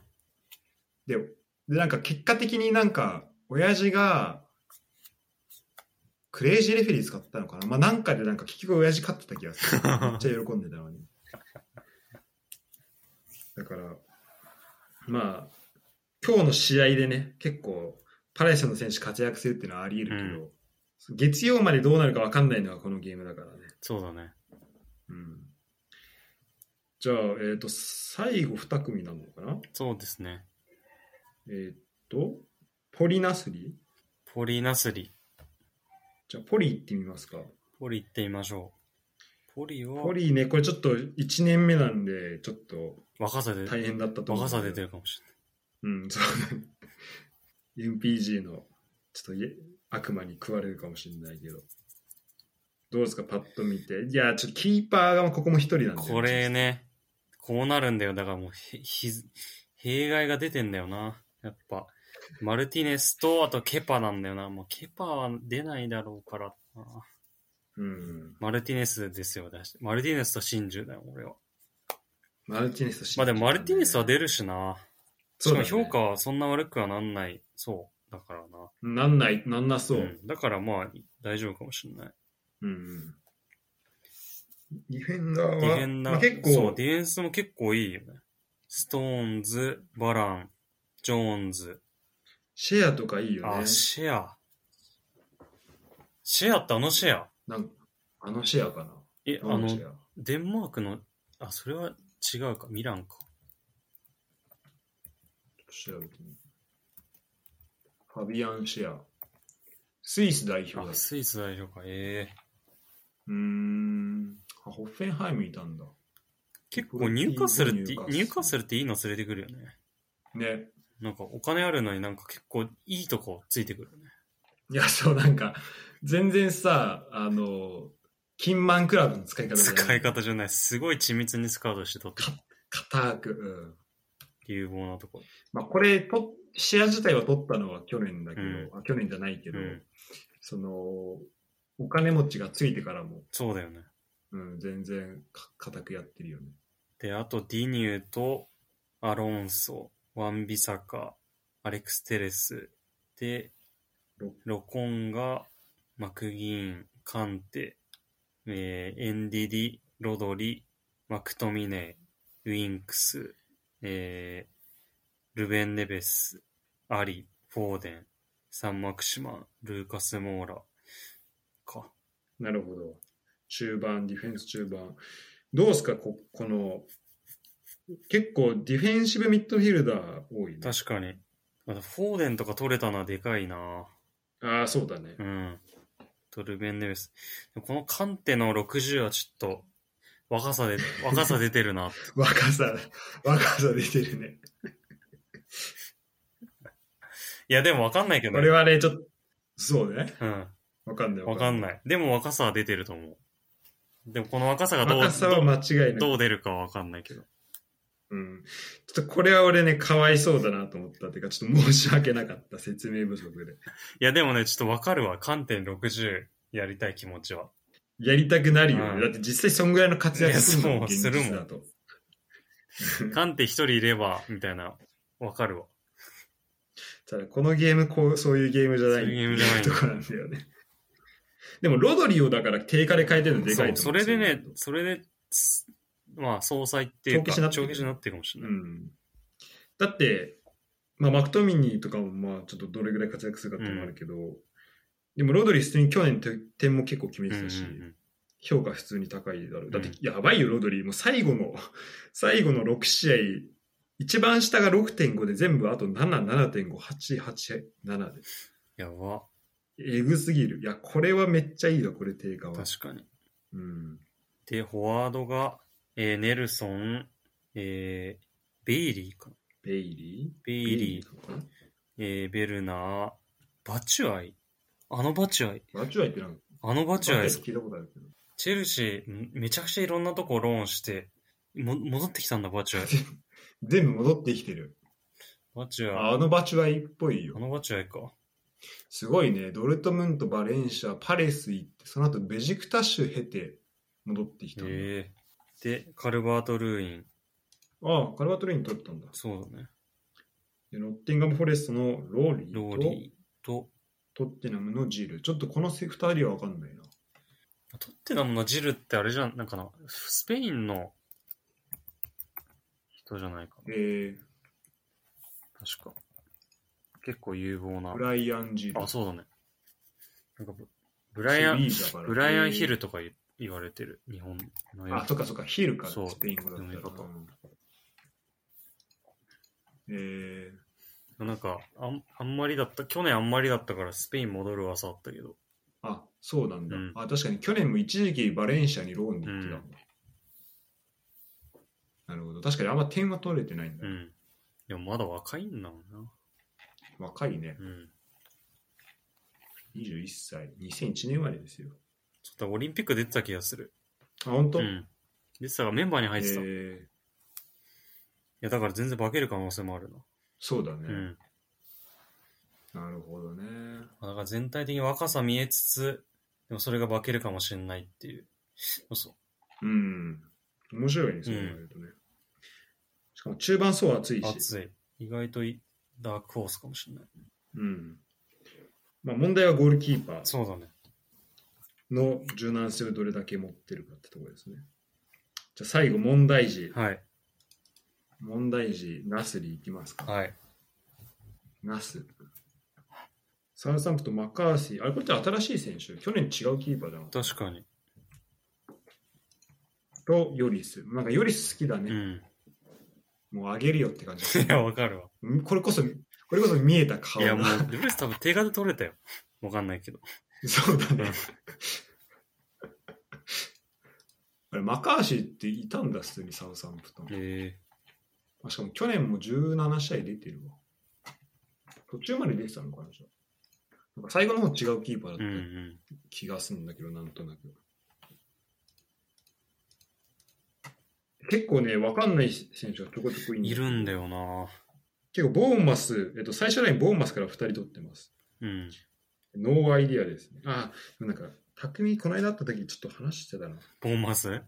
B: で、で、なんか結果的になんか、親父が、クレイジーレフェリー使ったのかなまあなんかでなんか結局親父勝ってた気がする。めっちゃ喜んでたのに。だから、まあ、今日の試合でね、結構、パレスの選手活躍するっていうのはあり得るけど、月曜までどうなるか分かんないのがこのゲームだからね。
A: そうだね。
B: うんじゃあ、えっ、と、最後2組なのかな
A: そうですね。
B: えっ、と、ポリナスリ
A: ポリナスリ。
B: じゃあ、ポリ行ってみますか。
A: ポリ行ってみましょう。ポリは
B: ポ、リね、これちょっと1年目なんで、ちょっと
A: 若さで、
B: 大変だったと思う。
A: 若さ出てるかもし
B: うん、そう。MPG の、ちょっといえ悪魔に食われるかもしれないけど。どうですか、パッと見て。いや、ちょっとキーパーがここも1人な
A: れ
B: ん
A: な
B: で。
A: い。これね、こうなるんだよ。だからもう、ひ、ひ、弊害が出てんだよな。やっぱ。マルティネスと、あとケパなんだよな。もうケパは出ないだろうからな。
B: うん。
A: マルティネスですよ、出して。マルティネスと真珠だよ、俺は。
B: マルティネス
A: まあでもマルティネスは出るしな。し
B: そう
A: か
B: だ
A: も
B: ね
A: 評価はそんな悪くはなんない。そう。だからな。
B: なんない、なんなそう。
A: んだからまあ大丈夫かもしれない。
B: うんディフェンダーは、
A: ディフェンダー、
B: まあ、結
A: そう、
B: 構
A: ディフェンスも結構いいよね。ストーンズ、バラン、ジョーンズ。
B: シェアとかいいよ
A: あ、
B: ね。
A: シェア。シェアってあのシェア
B: なんかあのシェアかな。
A: え、
B: ど
A: あの
B: シ、ェア
A: デンマークの、あ、それは違うか、ミランか。
B: 調べてみるファビアン・シェア。スイス代表だ。
A: あ、
B: う
A: スイス代表か、ええ
B: ーん。あホッフェンハイムいたんだ。
A: 結構入荷するって、
B: ニューカッスル
A: 入荷するっていいの連れてくるよね。
B: ね。
A: なんかお金あるのになんか結構いいとこついてくるよね。
B: いや、そう、なんか、全然さ、あの、金満クラブの使い方じゃない
A: 使い方じゃない。すごい緻密にスカウトして取ってくる
B: 硬く。うん。
A: 有望なところ。
B: まあ、これと、シェア自体は取ったのは去年だけど、
A: うん
B: あ去年じゃないけど、
A: うん
B: その、お金持ちがついてからも、
A: そうだよね。
B: うん、全然か固くやってるよね。
A: で、あとディニューとアロンソ、ワンビサカ、アレックス・テレスで、ロコンがマクギーン、カンテ、えーエンディディ、ロドリ、マクトミネイ、ウィンクス、えールベン・ネベス、アリ、フォーデン、サン・マクシマン、ルーカス・モーラか。
B: なるほど。中盤、ディフェンス中盤。どうですか、ここの、結構ディフェンシブミッドフィルダー多いね。
A: 確かに。あとフォーデンとか取れたのはでかいな
B: ああ、そうだね
A: う。ん。とルベン・ネベス。でもこのカンテの60はちょっと若さ で、若さ出てるなって。
B: 若さ、若さ出てるね。
A: いや、でもわかんないけど
B: これ。はね、ちょっと、そうね。
A: うん。
B: わかんない。。
A: わかんないい。でも若さは出てると思う。でもこの若さがどう
B: 若さは間違いない。
A: どう出るかはわかんないけど。
B: うん。ちょっとこれは俺ね、かわいそうだなと思ったっていうか、ちょっと申し訳なかった、説明不足で。
A: いや、でもね、ちょっとわかるわ。観点60やりたい気持ち は。
B: やりたくなるよね。
A: うん
B: だって実際そんぐらいの活躍する
A: いや
B: もん、
A: そう
B: 現
A: するもん
B: 実だと。
A: 観点一人いれば、みたいな、わかるわ。
B: ただ、このゲームこう、そういうゲームじゃない
A: そういうゲームじゃない
B: っていうところなんだよね。でも、ロドリオだから低下で変えてるので
A: そ、
B: かいうと思
A: そうれでね、それで、つまあ、総裁っていうか、
B: 帳消しになってる
A: 帳消しになってるかもしれ
B: う
A: ない。
B: ん。だって、まあ、マクトミニーとかも、まあ、ちょっとどれぐらい活躍するかっていうのもあるけど、でも、ロドリー普通に去年て点も結構決めてたし、
A: うんうんうん
B: 評価普通に高いだろう。だって
A: うん、
B: やばいよ、ロドリー。もう最後の、 最後の6試合、一番下が6.5で全部あと7、7.5、8、8、7で。
A: やば。
B: えぐすぎる。いや、これはめっちゃいいわ、これ、定価は。
A: 確かに。
B: うん。
A: で、フォワードが、えーネルソン、えーベイリーか。
B: ベイリ
A: ベ
B: ー
A: イリー、えーベルナー、バチュアイ。あのバチュアイ。
B: ー。バチュアイってなんか、
A: あのバチュアイ。
B: 聞いたことあるけど。
A: チェルシー、んめちゃくちゃいろんなとこローンして、も戻ってきたんだ、バチュアイ。
B: 全部戻ってきてる。
A: バチュアイ。
B: あのバチュアイっぽい
A: あ
B: よ。
A: のバチュアイか。
B: すごいね。ドルトムント、バレンシア、パレス行って、その後ベジクタッシュ経て戻ってきたんだ。
A: えーで、カルバート・ルーイン。
B: ああ、カルバトレイン取ったんだ。
A: そうだね。
B: でノッティンガム・フォレストのローリ
A: ロー
B: ー
A: リーと、
B: とトッテナムのジル。ちょっとこの2人は分かんないな。
A: トッテナムのジルってあれじゃん、なんかな、スペインの人じゃないかな。
B: え
A: 確か。結構有望な
B: ー、ブ。ライアン・ジル。
A: あ、そうだね。なんかブ、ブ
B: セ
A: ラ
B: ビ
A: イアン、
B: ージャから
A: ブライアン・ヒ
B: えー
A: ルとか言言われてる、日本の
B: あ、そっかそっか、ヒルか、
A: そう
B: スペイン語だったら
A: 読み方
B: えー、
A: なんかあん、あんまりだった、去年あんまりだったからスペイン戻る噂あったけど、
B: あ、そうなんだ、
A: うん
B: あ、確かに去年も一時期バレンシアにローンで行ってたもん、なるほど。確かにあんま点は取れてないんだ。
A: うん。でもまだ若いんだもんな。
B: 若いね。
A: うん。
B: 21歳。2001年生まれですよ。
A: ちょっとオリンピック出てた気がする。
B: あ、本当、
A: うん。出てたからメンバーに
B: え
A: 入ってた。い
B: ー、
A: や、だから全然化ける可能性もあるな。
B: そうだね、
A: うん。
B: なるほどね。
A: だから全体的に若さ見えつつ、でもそれが化けるかもしれないっていう。そう。
B: うん。面白いね、そう言われるとね。しかも中盤層厚いし。
A: 熱い。意外といダークホースかもしれない。
B: うん。まあ問題はゴールキーパー
A: そうだね。
B: の柔軟性をどれだけ持ってるかってところですね。じゃあ最後、問題児。
A: はい。
B: 問題児、ナスに行きますか。
A: はい。
B: ナス。サウサンプとマカーシー。あれ、これって新しい選手。去年違うキーパーだなかった。
A: 確かに。
B: と、ヨリス。なんかヨリス好きだ
A: う
B: ね。
A: ん。
B: もうあげるよって感じ。
A: いや、わかるわ。
B: うんこれこそ、これこそ見えた
A: い
B: 顔
A: や、
B: だ
A: もう、ルブレス多分定価で取れたよ。 わかんないけど。
B: そうだ
A: うん
B: ね。 あれ、マカーシーっていたんだ、普通にサウサンプトン。
A: え
B: あしかも去年も17試合出てるわ。途中まで出てたのかな、じゃあなんか最後の方違うキーパー
A: え
B: だ
A: うんう
B: っ
A: ん。
B: た気がするんだけど、なんとなく。結構ね、わかんない選手がちょこちょこい
A: いるん
B: で。
A: だよな
B: 結構、ボーンマス、えっと、最初ラインボーンマスから2人取ってます。
A: うん。
B: ノーアイディアですね。あ、でもなんか、匠、この間会った時ちょっと話してたな。
A: ボーマス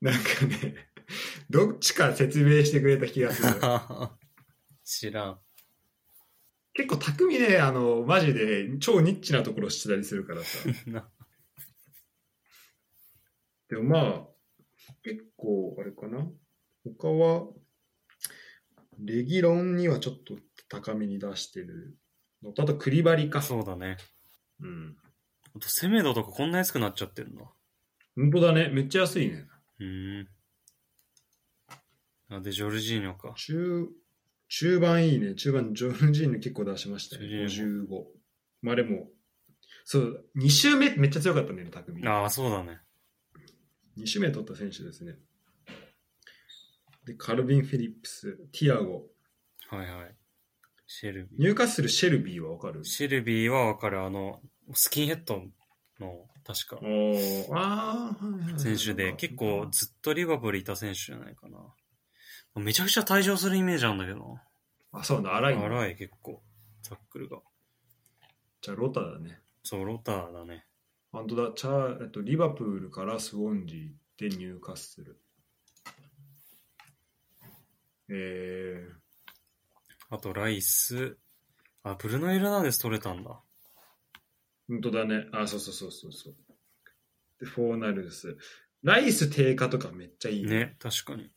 B: なんかね、どっちか説明してくれた気がする。
A: 知らん。
B: 結構匠ね、あの、マジで超ニッチなところしてたりするか らさ。
A: な
B: でもまあ、結構、あれかな。他は、レギロンにはちょっと高めに出してるのと、あとクリバリか。
A: そうだね。
B: うん。
A: あと、セメドとかこんな安くなっちゃってるの。
B: 本当だね。めっちゃ安いね。
A: うーん。あ、で、ジョルジーニョか。
B: 中、中盤いいね。中盤、ジョルジーヌ結構出しましたね。
A: ジョルジ
B: 55。まあでも、そう、2周目めっちゃ強かったね、匠。
A: ああ、そうだね。
B: 2周目取った選手ですね。で、カルビン・フィリップス、ティアゴ、
A: はいはい。シェルビ
B: ニューカッスル・シェルビーはわかる
A: ー。シェルビーはわかる。あの、スキンヘッドの、確か
B: お、ーあーはいはいはい
A: 選手で、結構ずっとリバプールいた選手じゃないかな。めちゃくちゃ退場するイメージなんだけどな。
B: あ、そうなんだ、荒いんだ
A: 荒い、結構。タックルが。
B: じゃあ、ロタだね。
A: そう、ロターだね。
B: 本当だ、チャー、えっと、リバプールからスウォンジーでニューカッスル。え
A: あと、ライス。あ、ブルノ・エルナンデス取れたんだ。
B: ー、本当だね。あ、そうそうそうそうそう。で、フォーナルス。ライス低下とかめっちゃいいね。
A: ね、確かに。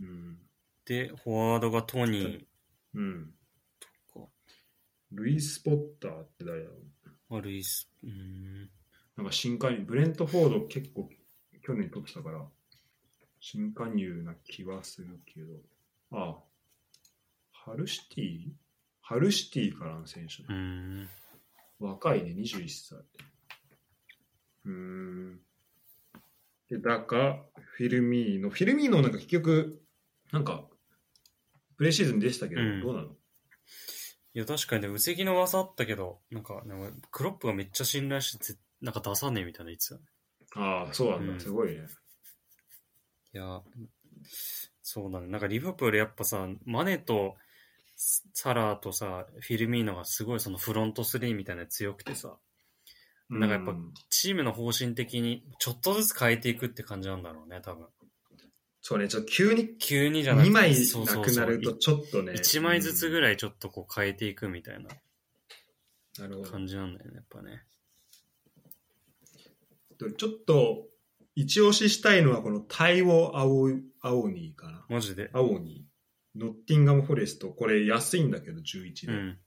B: うん。
A: で、フォワードがトニ
B: うん。
A: ーとか、
B: ルイス・ポッターって誰だろう
A: まあ、ルイス、うーん、
B: なんか新加入、ブレントフォード結構去年取ってたから、新加入な気はするけど、ああ、ハルシティハルシティからの選手
A: うー。ん、
B: 若いね、21歳。うーん。で、だか、フィルミーノ。フィルミーノなんか結局、なんか、プレシーズンでしたけど、
A: うん
B: どうなの
A: いや、確かにね、うせぎの噂あったけど、なんか、なんかクロップがめっちゃ信頼してぜ、なんか出さねえみたいな言ってたね。
B: ああ、そうなんだ、
A: うん
B: すごいね。
A: いや、そうだね。なんかリバプールやっぱさ、マネとササラーとさ、フィルミーノがすごいそのフロントスリーみたいなの強くてさ、なんかやっぱ
B: う
A: チームの方針的にちょっとずつ変えていくって感じなんだろうね、多分。
B: そうね、ちょっと急に
A: 急にじゃなく
B: 2
A: て、
B: 枚
A: そう
B: な
A: そう
B: く
A: そう
B: なるとちょっとね。
A: 1枚ずつぐ
B: らい。
A: らいちょっとこう変えていくみたいな
B: なるほど
A: 感じなんだよね、やっぱね。
B: ちょっと、一押ししたいのはこのタイオ・アオアオニーかな。
A: マジで。
B: アオニー。ノッティンガム・フォレスト。これ安いんだけど、11
A: う
B: で。
A: ん。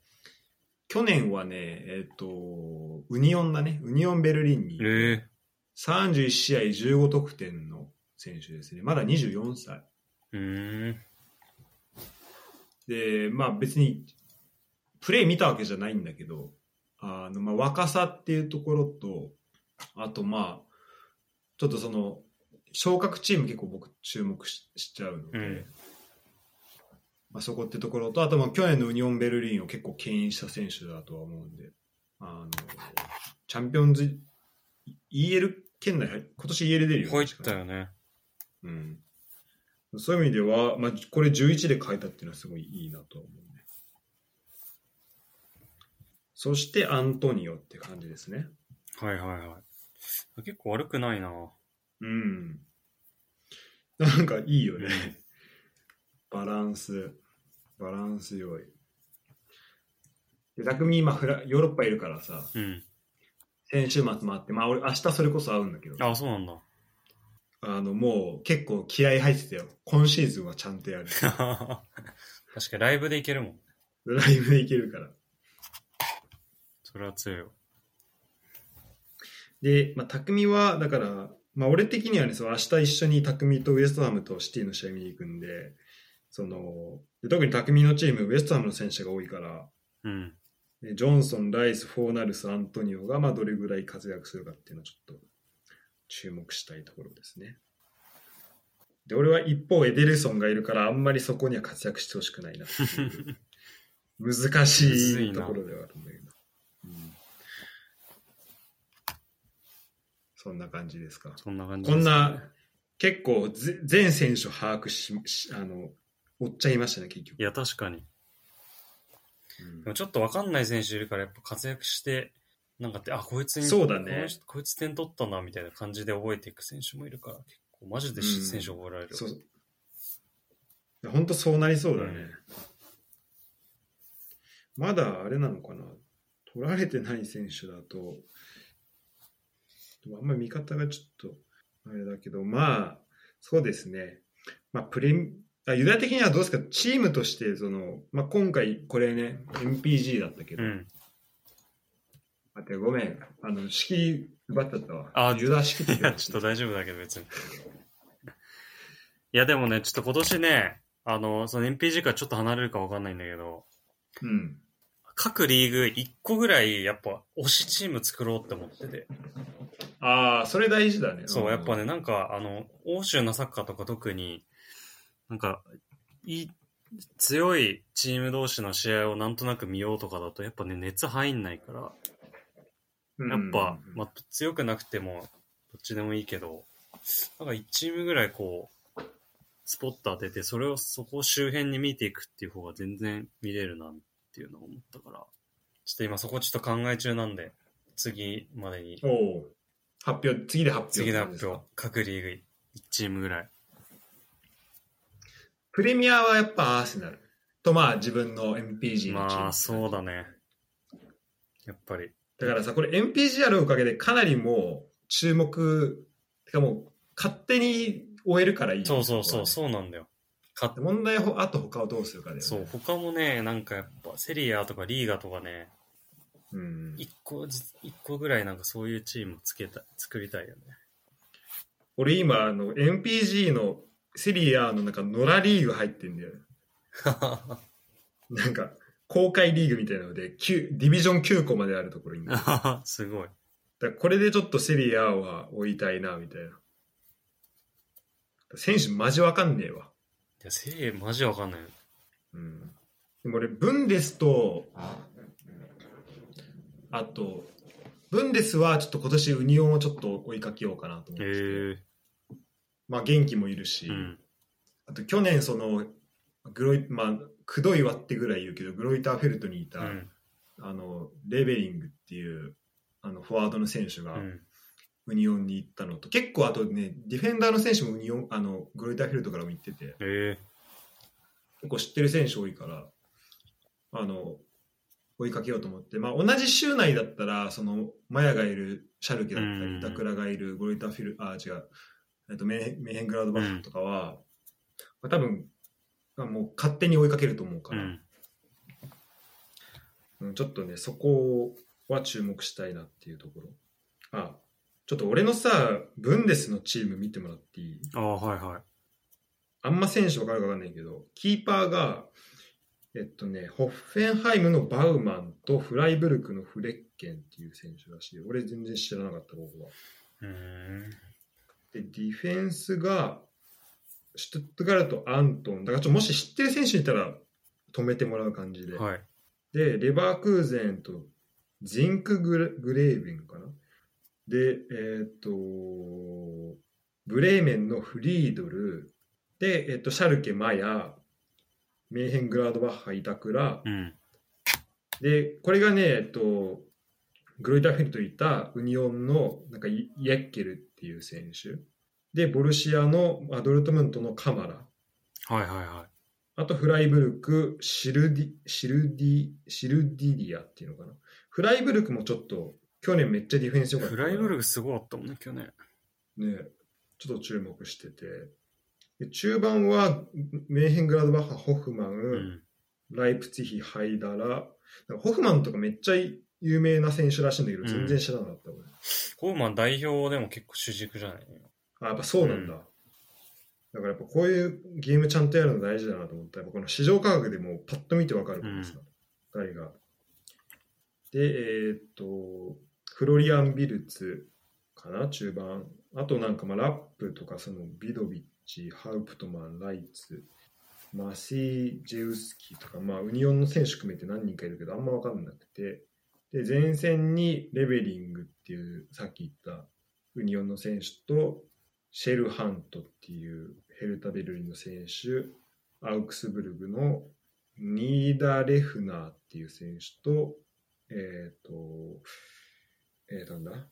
B: 去年はね、えっ、と、ウニオンだね。ウニオン・ベルリンに
A: え。ー、
B: 31試合15得点の選手ですね。まだ24歳。
A: うーん。
B: で、まあ別に、プレー見たわけじゃないんだけど、あの、まあ若さっていうところと、あとまあ、ちょっとその、昇格チーム結構僕注目ししちゃうので、
A: うん
B: まあそこってところと、あとまあ去年のウニオンベルリンを結構牽引した選手だとは思うんで、あの、チャンピオンズ、EL 圏内入っ、今年 EL 出るよね
A: 入ったよね。
B: うん、そういう意味では、まあ、これ11で変えたっていうのはすごいいいなとは思うね。そしてアントニオって感じですね。
A: はいはいはい。結構悪くないな。
B: うん。なんかいいよね
A: う。
B: バランス、バランス良い。で、匠今フラ、ヨーロッパいるからさ、
A: うん。
B: 先週末もあって、まあ俺明日それこそ会うんだけど、
A: あ、そうなんだ。
B: あのもう結構気合入ってたよ。今シーズンはちゃんとやる。
A: 確かにライブでいけるもん。
B: ライブでいけるから。
A: それは強いよ。
B: で、まあ、匠は、だから、まあ、俺的にはね、その明日一緒に匠とウエストハムとシティの試合見に行くんで、その、で特に匠のチーム、ウエストハムの選手が多いから、
A: うん。
B: でジョンソン、ライス、フォーナルス、アントニオが、まあ、どれぐらい活躍するかっていうのはちょっと注目したいところですね。で、俺は一方、エデルソンがいるから、あんまりそこには活躍してほしくないなって いう難しいところではあるんだけど。うんそんな感じですか。
A: そんな感じ
B: こ
A: です
B: んな、結構ぜ、全選手を把握し、しあの、追っちゃいましたね、結局
A: い。や、確かに。
B: うん
A: でもちょっとわかんない選手いるから、やっぱ活躍して、なんかって、あ、こいつに、
B: そうだね
A: この人こいつ点取ったな、みたいな感じで覚えていく選手もいるから、結構、マジで
B: うん
A: 選手覚えられる。
B: そうや本当そうなりそうだね、
A: うん
B: まだあれなのかな取られてない選手だとでもあんまり見方がちょっとあれだけどまあそうですね、まあ、プレミあユダ的にはどうですかチームとしてその、まあ、今回これね MPG だったけど、
A: うん。
B: 待ってごめんあの式奪っちゃったわ
A: あ
B: ユダ式って
A: いや、ちょっと大丈夫だけど別に。いや、でもね、ちょっと今年ね、あの、その NPG からちょっと離れるかわかんないんだけど、
B: うん
A: 各リーグ1個ぐらいやっぱ推しチーム作ろうって思ってて。
B: ああそれ大事だね
A: そう、やっぱね、なんか、あの、欧州のサッカーとか特に、なんか、いい、強いチーム同士の試合をなんとなく見ようとかだと、やっぱね、熱入んないから、
B: うん
A: やっぱ、まあ、強くなくても、どっちでもいいけど、なんか1チームぐらいこう、スポット当てて、それをそこ周辺に見ていくっていう方が全然見れるなっていうのを思ったから、ちょっと今そこちょっと考え中なんで、次までに、
B: おおう発表次で発表
A: 次の
B: で
A: 発
B: すか
A: 表、各リーグ1チームぐらい。
B: プレミアはやっぱアーセナルとまあ自分の MPG のチーム
A: まあ、そうだね。やっぱり。
B: だからさこれ MPG あるおかげでかなりもう注目てかもう勝手に終えるからいい
A: そうそうそう、
B: う
A: そうなんだよ。か
B: 問題はあと他をどうするかだよね
A: そう、他もね、なんかやっぱ、セリアとかリーガとかね、
B: うん、
A: 一個ずつ、一個ぐらいなんかそういうチームつけた、作りた いよね。
B: 俺今あの MPG のセリアの中野良リーグ入ってんだよなんか公開リーグみたいなので9ディビジョン9個まであるところに
A: すごい。
B: だからこれでちょっとセリアは追いたいな、みたいな。選手マジわかんねえわ。
A: いや、セリエマジわかんない。
B: うん。でも俺、ブンデスと、あと、ブンデスはちょっと今年ユニオンをちょっと追いかけようかなと思って
A: へえ
B: て、まあ元気もいるし、
A: うん。
B: あと去年その、グロイ、まあ、くどいわってぐらい言うけど、グロイターフェルトにいた、
A: うん。
B: あの、レベリングっていう、あの、フォワードの選手が、
A: うん。
B: ウニオンに行ったのと結構あとねディフェンダーの選手もウニオンあのグロイターフィールドからも行ってて
A: へえ
B: 結構知ってる選手多いからあの追いかけようと思って、まあ、同じ州内だったらそのマヤがいるシャルケだった
A: うん
B: り板倉がいるグロイターフィルあ違う、えっと、メンメンヘングラードバッフとかは、まあ、多分まあもう勝手に追いかけると思うか
A: う
B: ら、
A: ん。
B: うんちょっとね、そこは注目したいなっていうところ。あ、ちょっと俺のさ、ブンデスのチーム見てもらっていい
A: ああ、はいはい。
B: あんま選手わかるかわかんないけど、キーパーが、えっとね、ホッフェンハイムのバウマンとフライブルクのフレッケンっていう選手らしい。俺全然知らなかった、ここは。
A: うーん。
B: で、ディフェンスが、シュトゥットガルト、アントン。だからちょっともし知ってる選手いたら止めてもらう感じで。
A: はい。
B: で、レバークーゼンとジンクグレグレービンかな。で、えっ、と、ブレーメンのフリードル、で、えっ、と、シャルケ、マヤ、メーヘングラードバッハ、板倉、
A: うん。
B: で、これがね、えっ、と、グロイターフィルトいたウニオンのなんかイヤッケルっていう選手、で、ボルシアのまあドルトムントのカマラ、
A: はいはいは
B: あとフライブルク、シルディ、シルディ、シルディリアっていうのかな。フライブルクもちょっと、去年めっちゃディフェンス
A: い。
B: 良かっ
A: フ
B: たから。
A: ライブルグすごかったもんね、去年。
B: ね、ちょっと注目してて。で中盤は、メーヘングラードバッハ、ホフマン、
A: うん。
B: ライプツィヒ、ハイダラ。なんかホフマンとかめっちゃ有名な選手らしいんだけど、
A: うん
B: 全然知らなかった、俺
A: コーマン代表でも結構主軸じゃない
B: あ、やっぱそうなんだ。
A: う
B: だからやっぱこういうゲームちゃんとやるの大事だなと思った。やっぱこの市場価格でもうパッと見てわかるからさ、誰が。で、えーっと、フロリアン・ビルツかな、中盤。あとなんかまあラップとか、そのビドビッチ、ハウプトマン、ライツ、マシー・ジェウスキーとか、まあウニオンの選手含めて何人かいるけど、あんまわかんなくて。で、前線にレベリングっていう、さっき言ったウニオンの選手と、シェルハントっていうヘルタ・ベルリンの選手、アウクスブルグのニーダ・レフナーっていう選手と、えっ、と、えー、なんだ、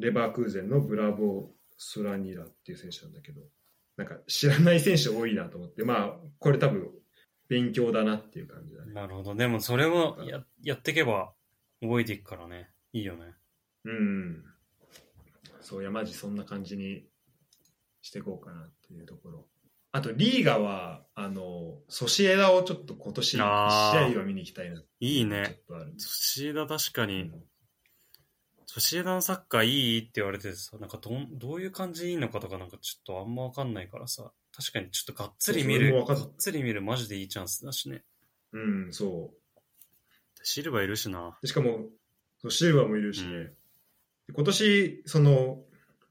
B: レバークーゼンのブラボー・スラニラっていう選手なんだけど、なんか知らない選手多いなと思って、まあ、これ多分、勉強だなっていう感じだね。
A: なるほど。でもそれをややっていけば覚えていくからね。いいよね。
B: うん。そう、山地そんな感じにしていこうかなっていうところ。あと、リーガは、あの、ソシエダをちょっと今年、試合
A: あー
B: は見に行きたいなって
A: いい
B: ちょ
A: ね。
B: っとある。
A: ソシエダ確か
B: う
A: に、
B: ん
A: ソシエダのサッカーいいって言われてさ、なんかどんどういう感じいいのかとかなんかちょっとあんまわかんないからさ、確かにちょっとがっつり見
B: そうそれも
A: る、
B: わか
A: が
B: んない
A: っつり見るマジでいいチャンスだしね。
B: うん、そう。
A: シルバーいるしな。
B: でしかも、そうシルバーもいるしね、
A: うん
B: で今年、その、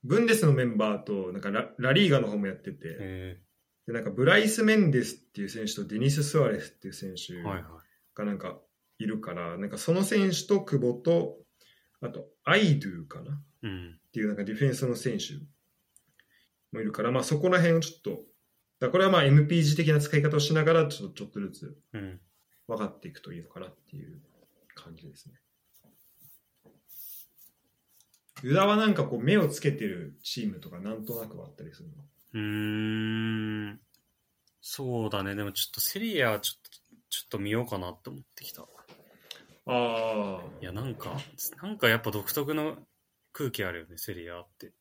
B: ブンデスのメンバーと、なんかララリーガの方もやってて、
A: へ
B: で、なんかブライス・メンデスっていう選手とデニス・スアレスっていう選
A: え
B: 手
A: はいはい。
B: がなんかいるから、なんかその選手と久保と、あと、アイドゥかなっ
A: うん。
B: ていうなんかディフェンスの選手もいるから、まあそこら辺をちょっと、だからこれはまあ MPG 的な使い方をしながら、ちょっとちょっとずつ
A: うん。
B: 分かっていくといいのかなっていう感じですね。宇田はなんかこう目をつけてるチームとかなんとなくはあったりするの
A: うーん。そうだね。でもちょっとセリエはちょっと、ちょっと見ようかなって思ってきた。
B: あ
A: いや、なんか、なんかやっぱ独特の空気あるよね、セリアって。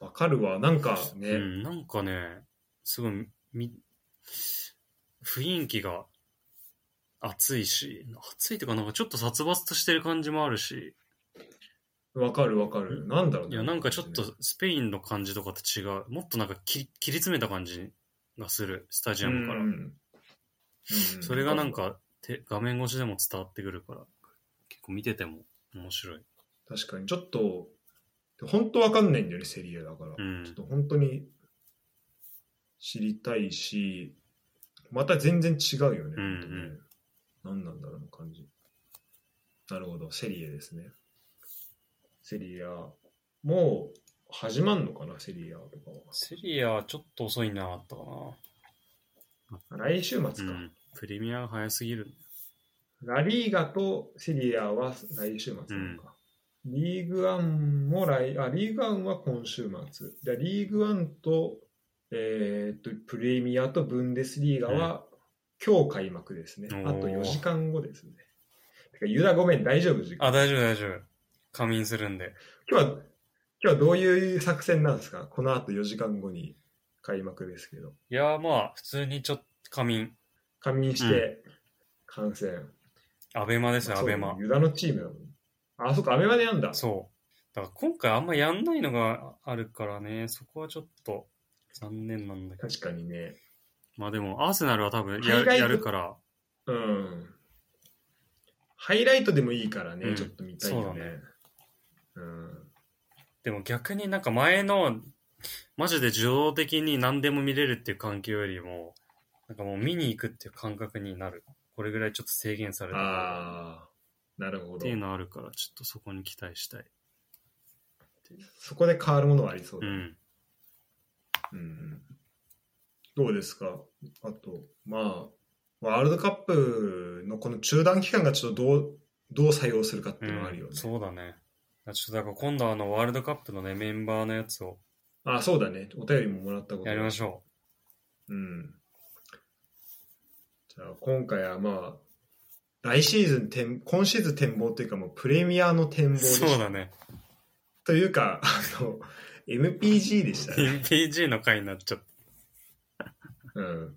B: あ、わかるわ。なんかね、
A: うん、なんかね、すごい、み、雰囲気が熱いし、熱いというか、なんかちょっと殺伐としてる感じもあるし、
B: わかるわかる。なんだろう
A: い
B: ね
A: や、なんかちょっとスペインの感じとかと違う、もっとなんかき切り詰めた感じがする、スタジアムから。
B: うんうんうん
A: それがなんか、て画面越しでも伝わってくるから、結構見てても面白い。
B: 確かにちょっと本当わかんないんだよねセリエだから、
A: うん
B: ちょっと本当に知りたいしまた全然違うよ
A: う
B: ね,、
A: んうん
B: 本当ね何なんだろうな感じなるほどセリエですねセリアもう始まんのかなセリアとか
A: セリアはちょっと遅いなあったか
B: は来週末
A: な。う
B: か、
A: ん。プレミアが早すぎる。
B: ラリーガとセリアは来週末なのか。リーグワンも来、あ、リーグワンは今週末。でリーグワンと、えーっと、プレミアとブンデスリーガは、今日開幕ですね。
A: おー
B: あと4時間後ですね。てか、ユダごめん、大丈夫時間
A: あ、大丈夫大丈夫。仮眠するんで。
B: 今日は、今日はどういう作戦なんですかこの後4時間後に開幕ですけど。
A: いやーまあ、普通にちょっと仮眠。
B: 仮眠して、観戦。
A: アベマですよ、
B: まあ
A: ア
B: そう
A: ベマ。
B: ユダのチームだもん。あ、そっか、アベマでやんだ。
A: そう。だから今回あんまやんないのがあるからね、そこはちょっと残念なんだけど。
B: 確かにね。
A: まあでも、アーセナルは多分や
B: 海外
A: やるから、
B: うんハイライトでもいいからね、
A: うん
B: ちょっと見たいよね。うん
A: でも逆になんか前の、マジで受動的に何でも見れるっていう環境よりも、なんかもう見に行くっていう感覚になる。これぐらいちょっと制限されてるっ
B: ああ、なるほど
A: ていう。のあるから、ちょっとそこに期待したい。
B: そこで変わるものはありそう
A: う
B: だ。
A: ん。
B: うんどうですかあと、まあ、ワールドカップのこの中断期間がちょっとどう、どう採用するかっていうのはあるよね
A: うん。そうだね。ちょっとだから今度はあのワールドカップのね、メンバーのやつを
B: あ、そうだね。お便りももらったこと
A: やりましょ
B: うん。じゃあ今回はまあ、来シーズン展、今シーズン展望というかもうプレミアの展
A: う。
B: 望でし
A: そう
B: た。
A: だね。
B: というか、あの、MPG でしたね。
A: PG の回になっちゃった。
B: うん。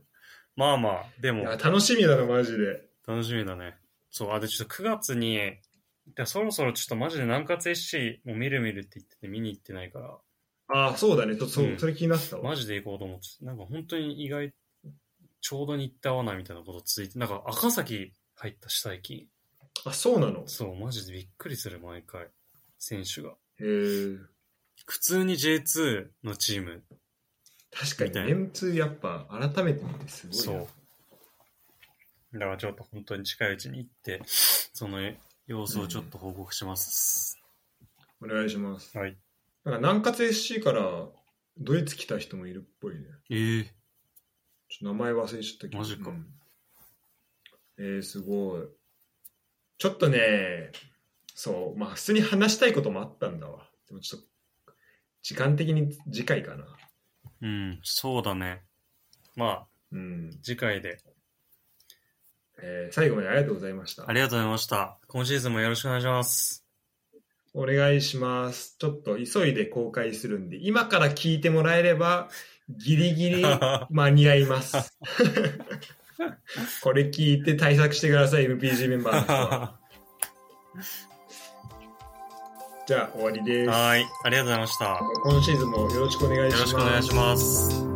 A: まあまあ、で
B: い
A: も
B: や、楽しみだな、マジで。
A: 楽しみだね。そう、あ、でちょっと9月に、でそろそろちょっとマジで南葛 SC もう見る見るって言ってて見に行ってないから、
B: ああ、そうだね。ちょっとそう、
A: うん
B: それ気になってたわ。
A: マジで行こうと思ってて、なんか本当に意外、ちょうどに行ったわなみたいなことついて、なんか赤崎入ったし最近。
B: あ、そうなの。
A: そう、マジでびっくりする毎回、選手が。
B: へえ。
A: 普通に J2 のチーム
B: 確
A: み
B: か
A: たい
B: に、
A: な
B: メンツやっぱ改めて見てすごいな。
A: そう。だからちょっと本当に近いうちに行って、その様子をちょっと報告します。
B: お願いします。
A: はい。
B: なんか、南葛 SC からドイツ来た人もいるっぽいね。
A: ええ
B: ちょっと名前忘れちゃったけど。
A: マジか
B: うんえー、すごい。ちょっとね、そう、まあ普通に話したいこともあったんだわ。でもちょっと、時間的に次回かな。
A: うん、そうだね。まあ、
B: うん
A: 次回で。
B: えー最後までありがとうございました
A: あ。りがとうございました。今シーズンもよろしくお願いし ます。
B: お願いします。ちょっと急いで公開するんで、今から聞いてもらえれば、ギリ ギリ間に合います。これ聞いて対策してください、MPG メンバーの 人は。
A: は
B: じゃあ終わりです。
A: い、ありがとうございました。よ
B: 今シーズンもよろしくお願いし
A: ろ
B: ます。
A: しくお願いします。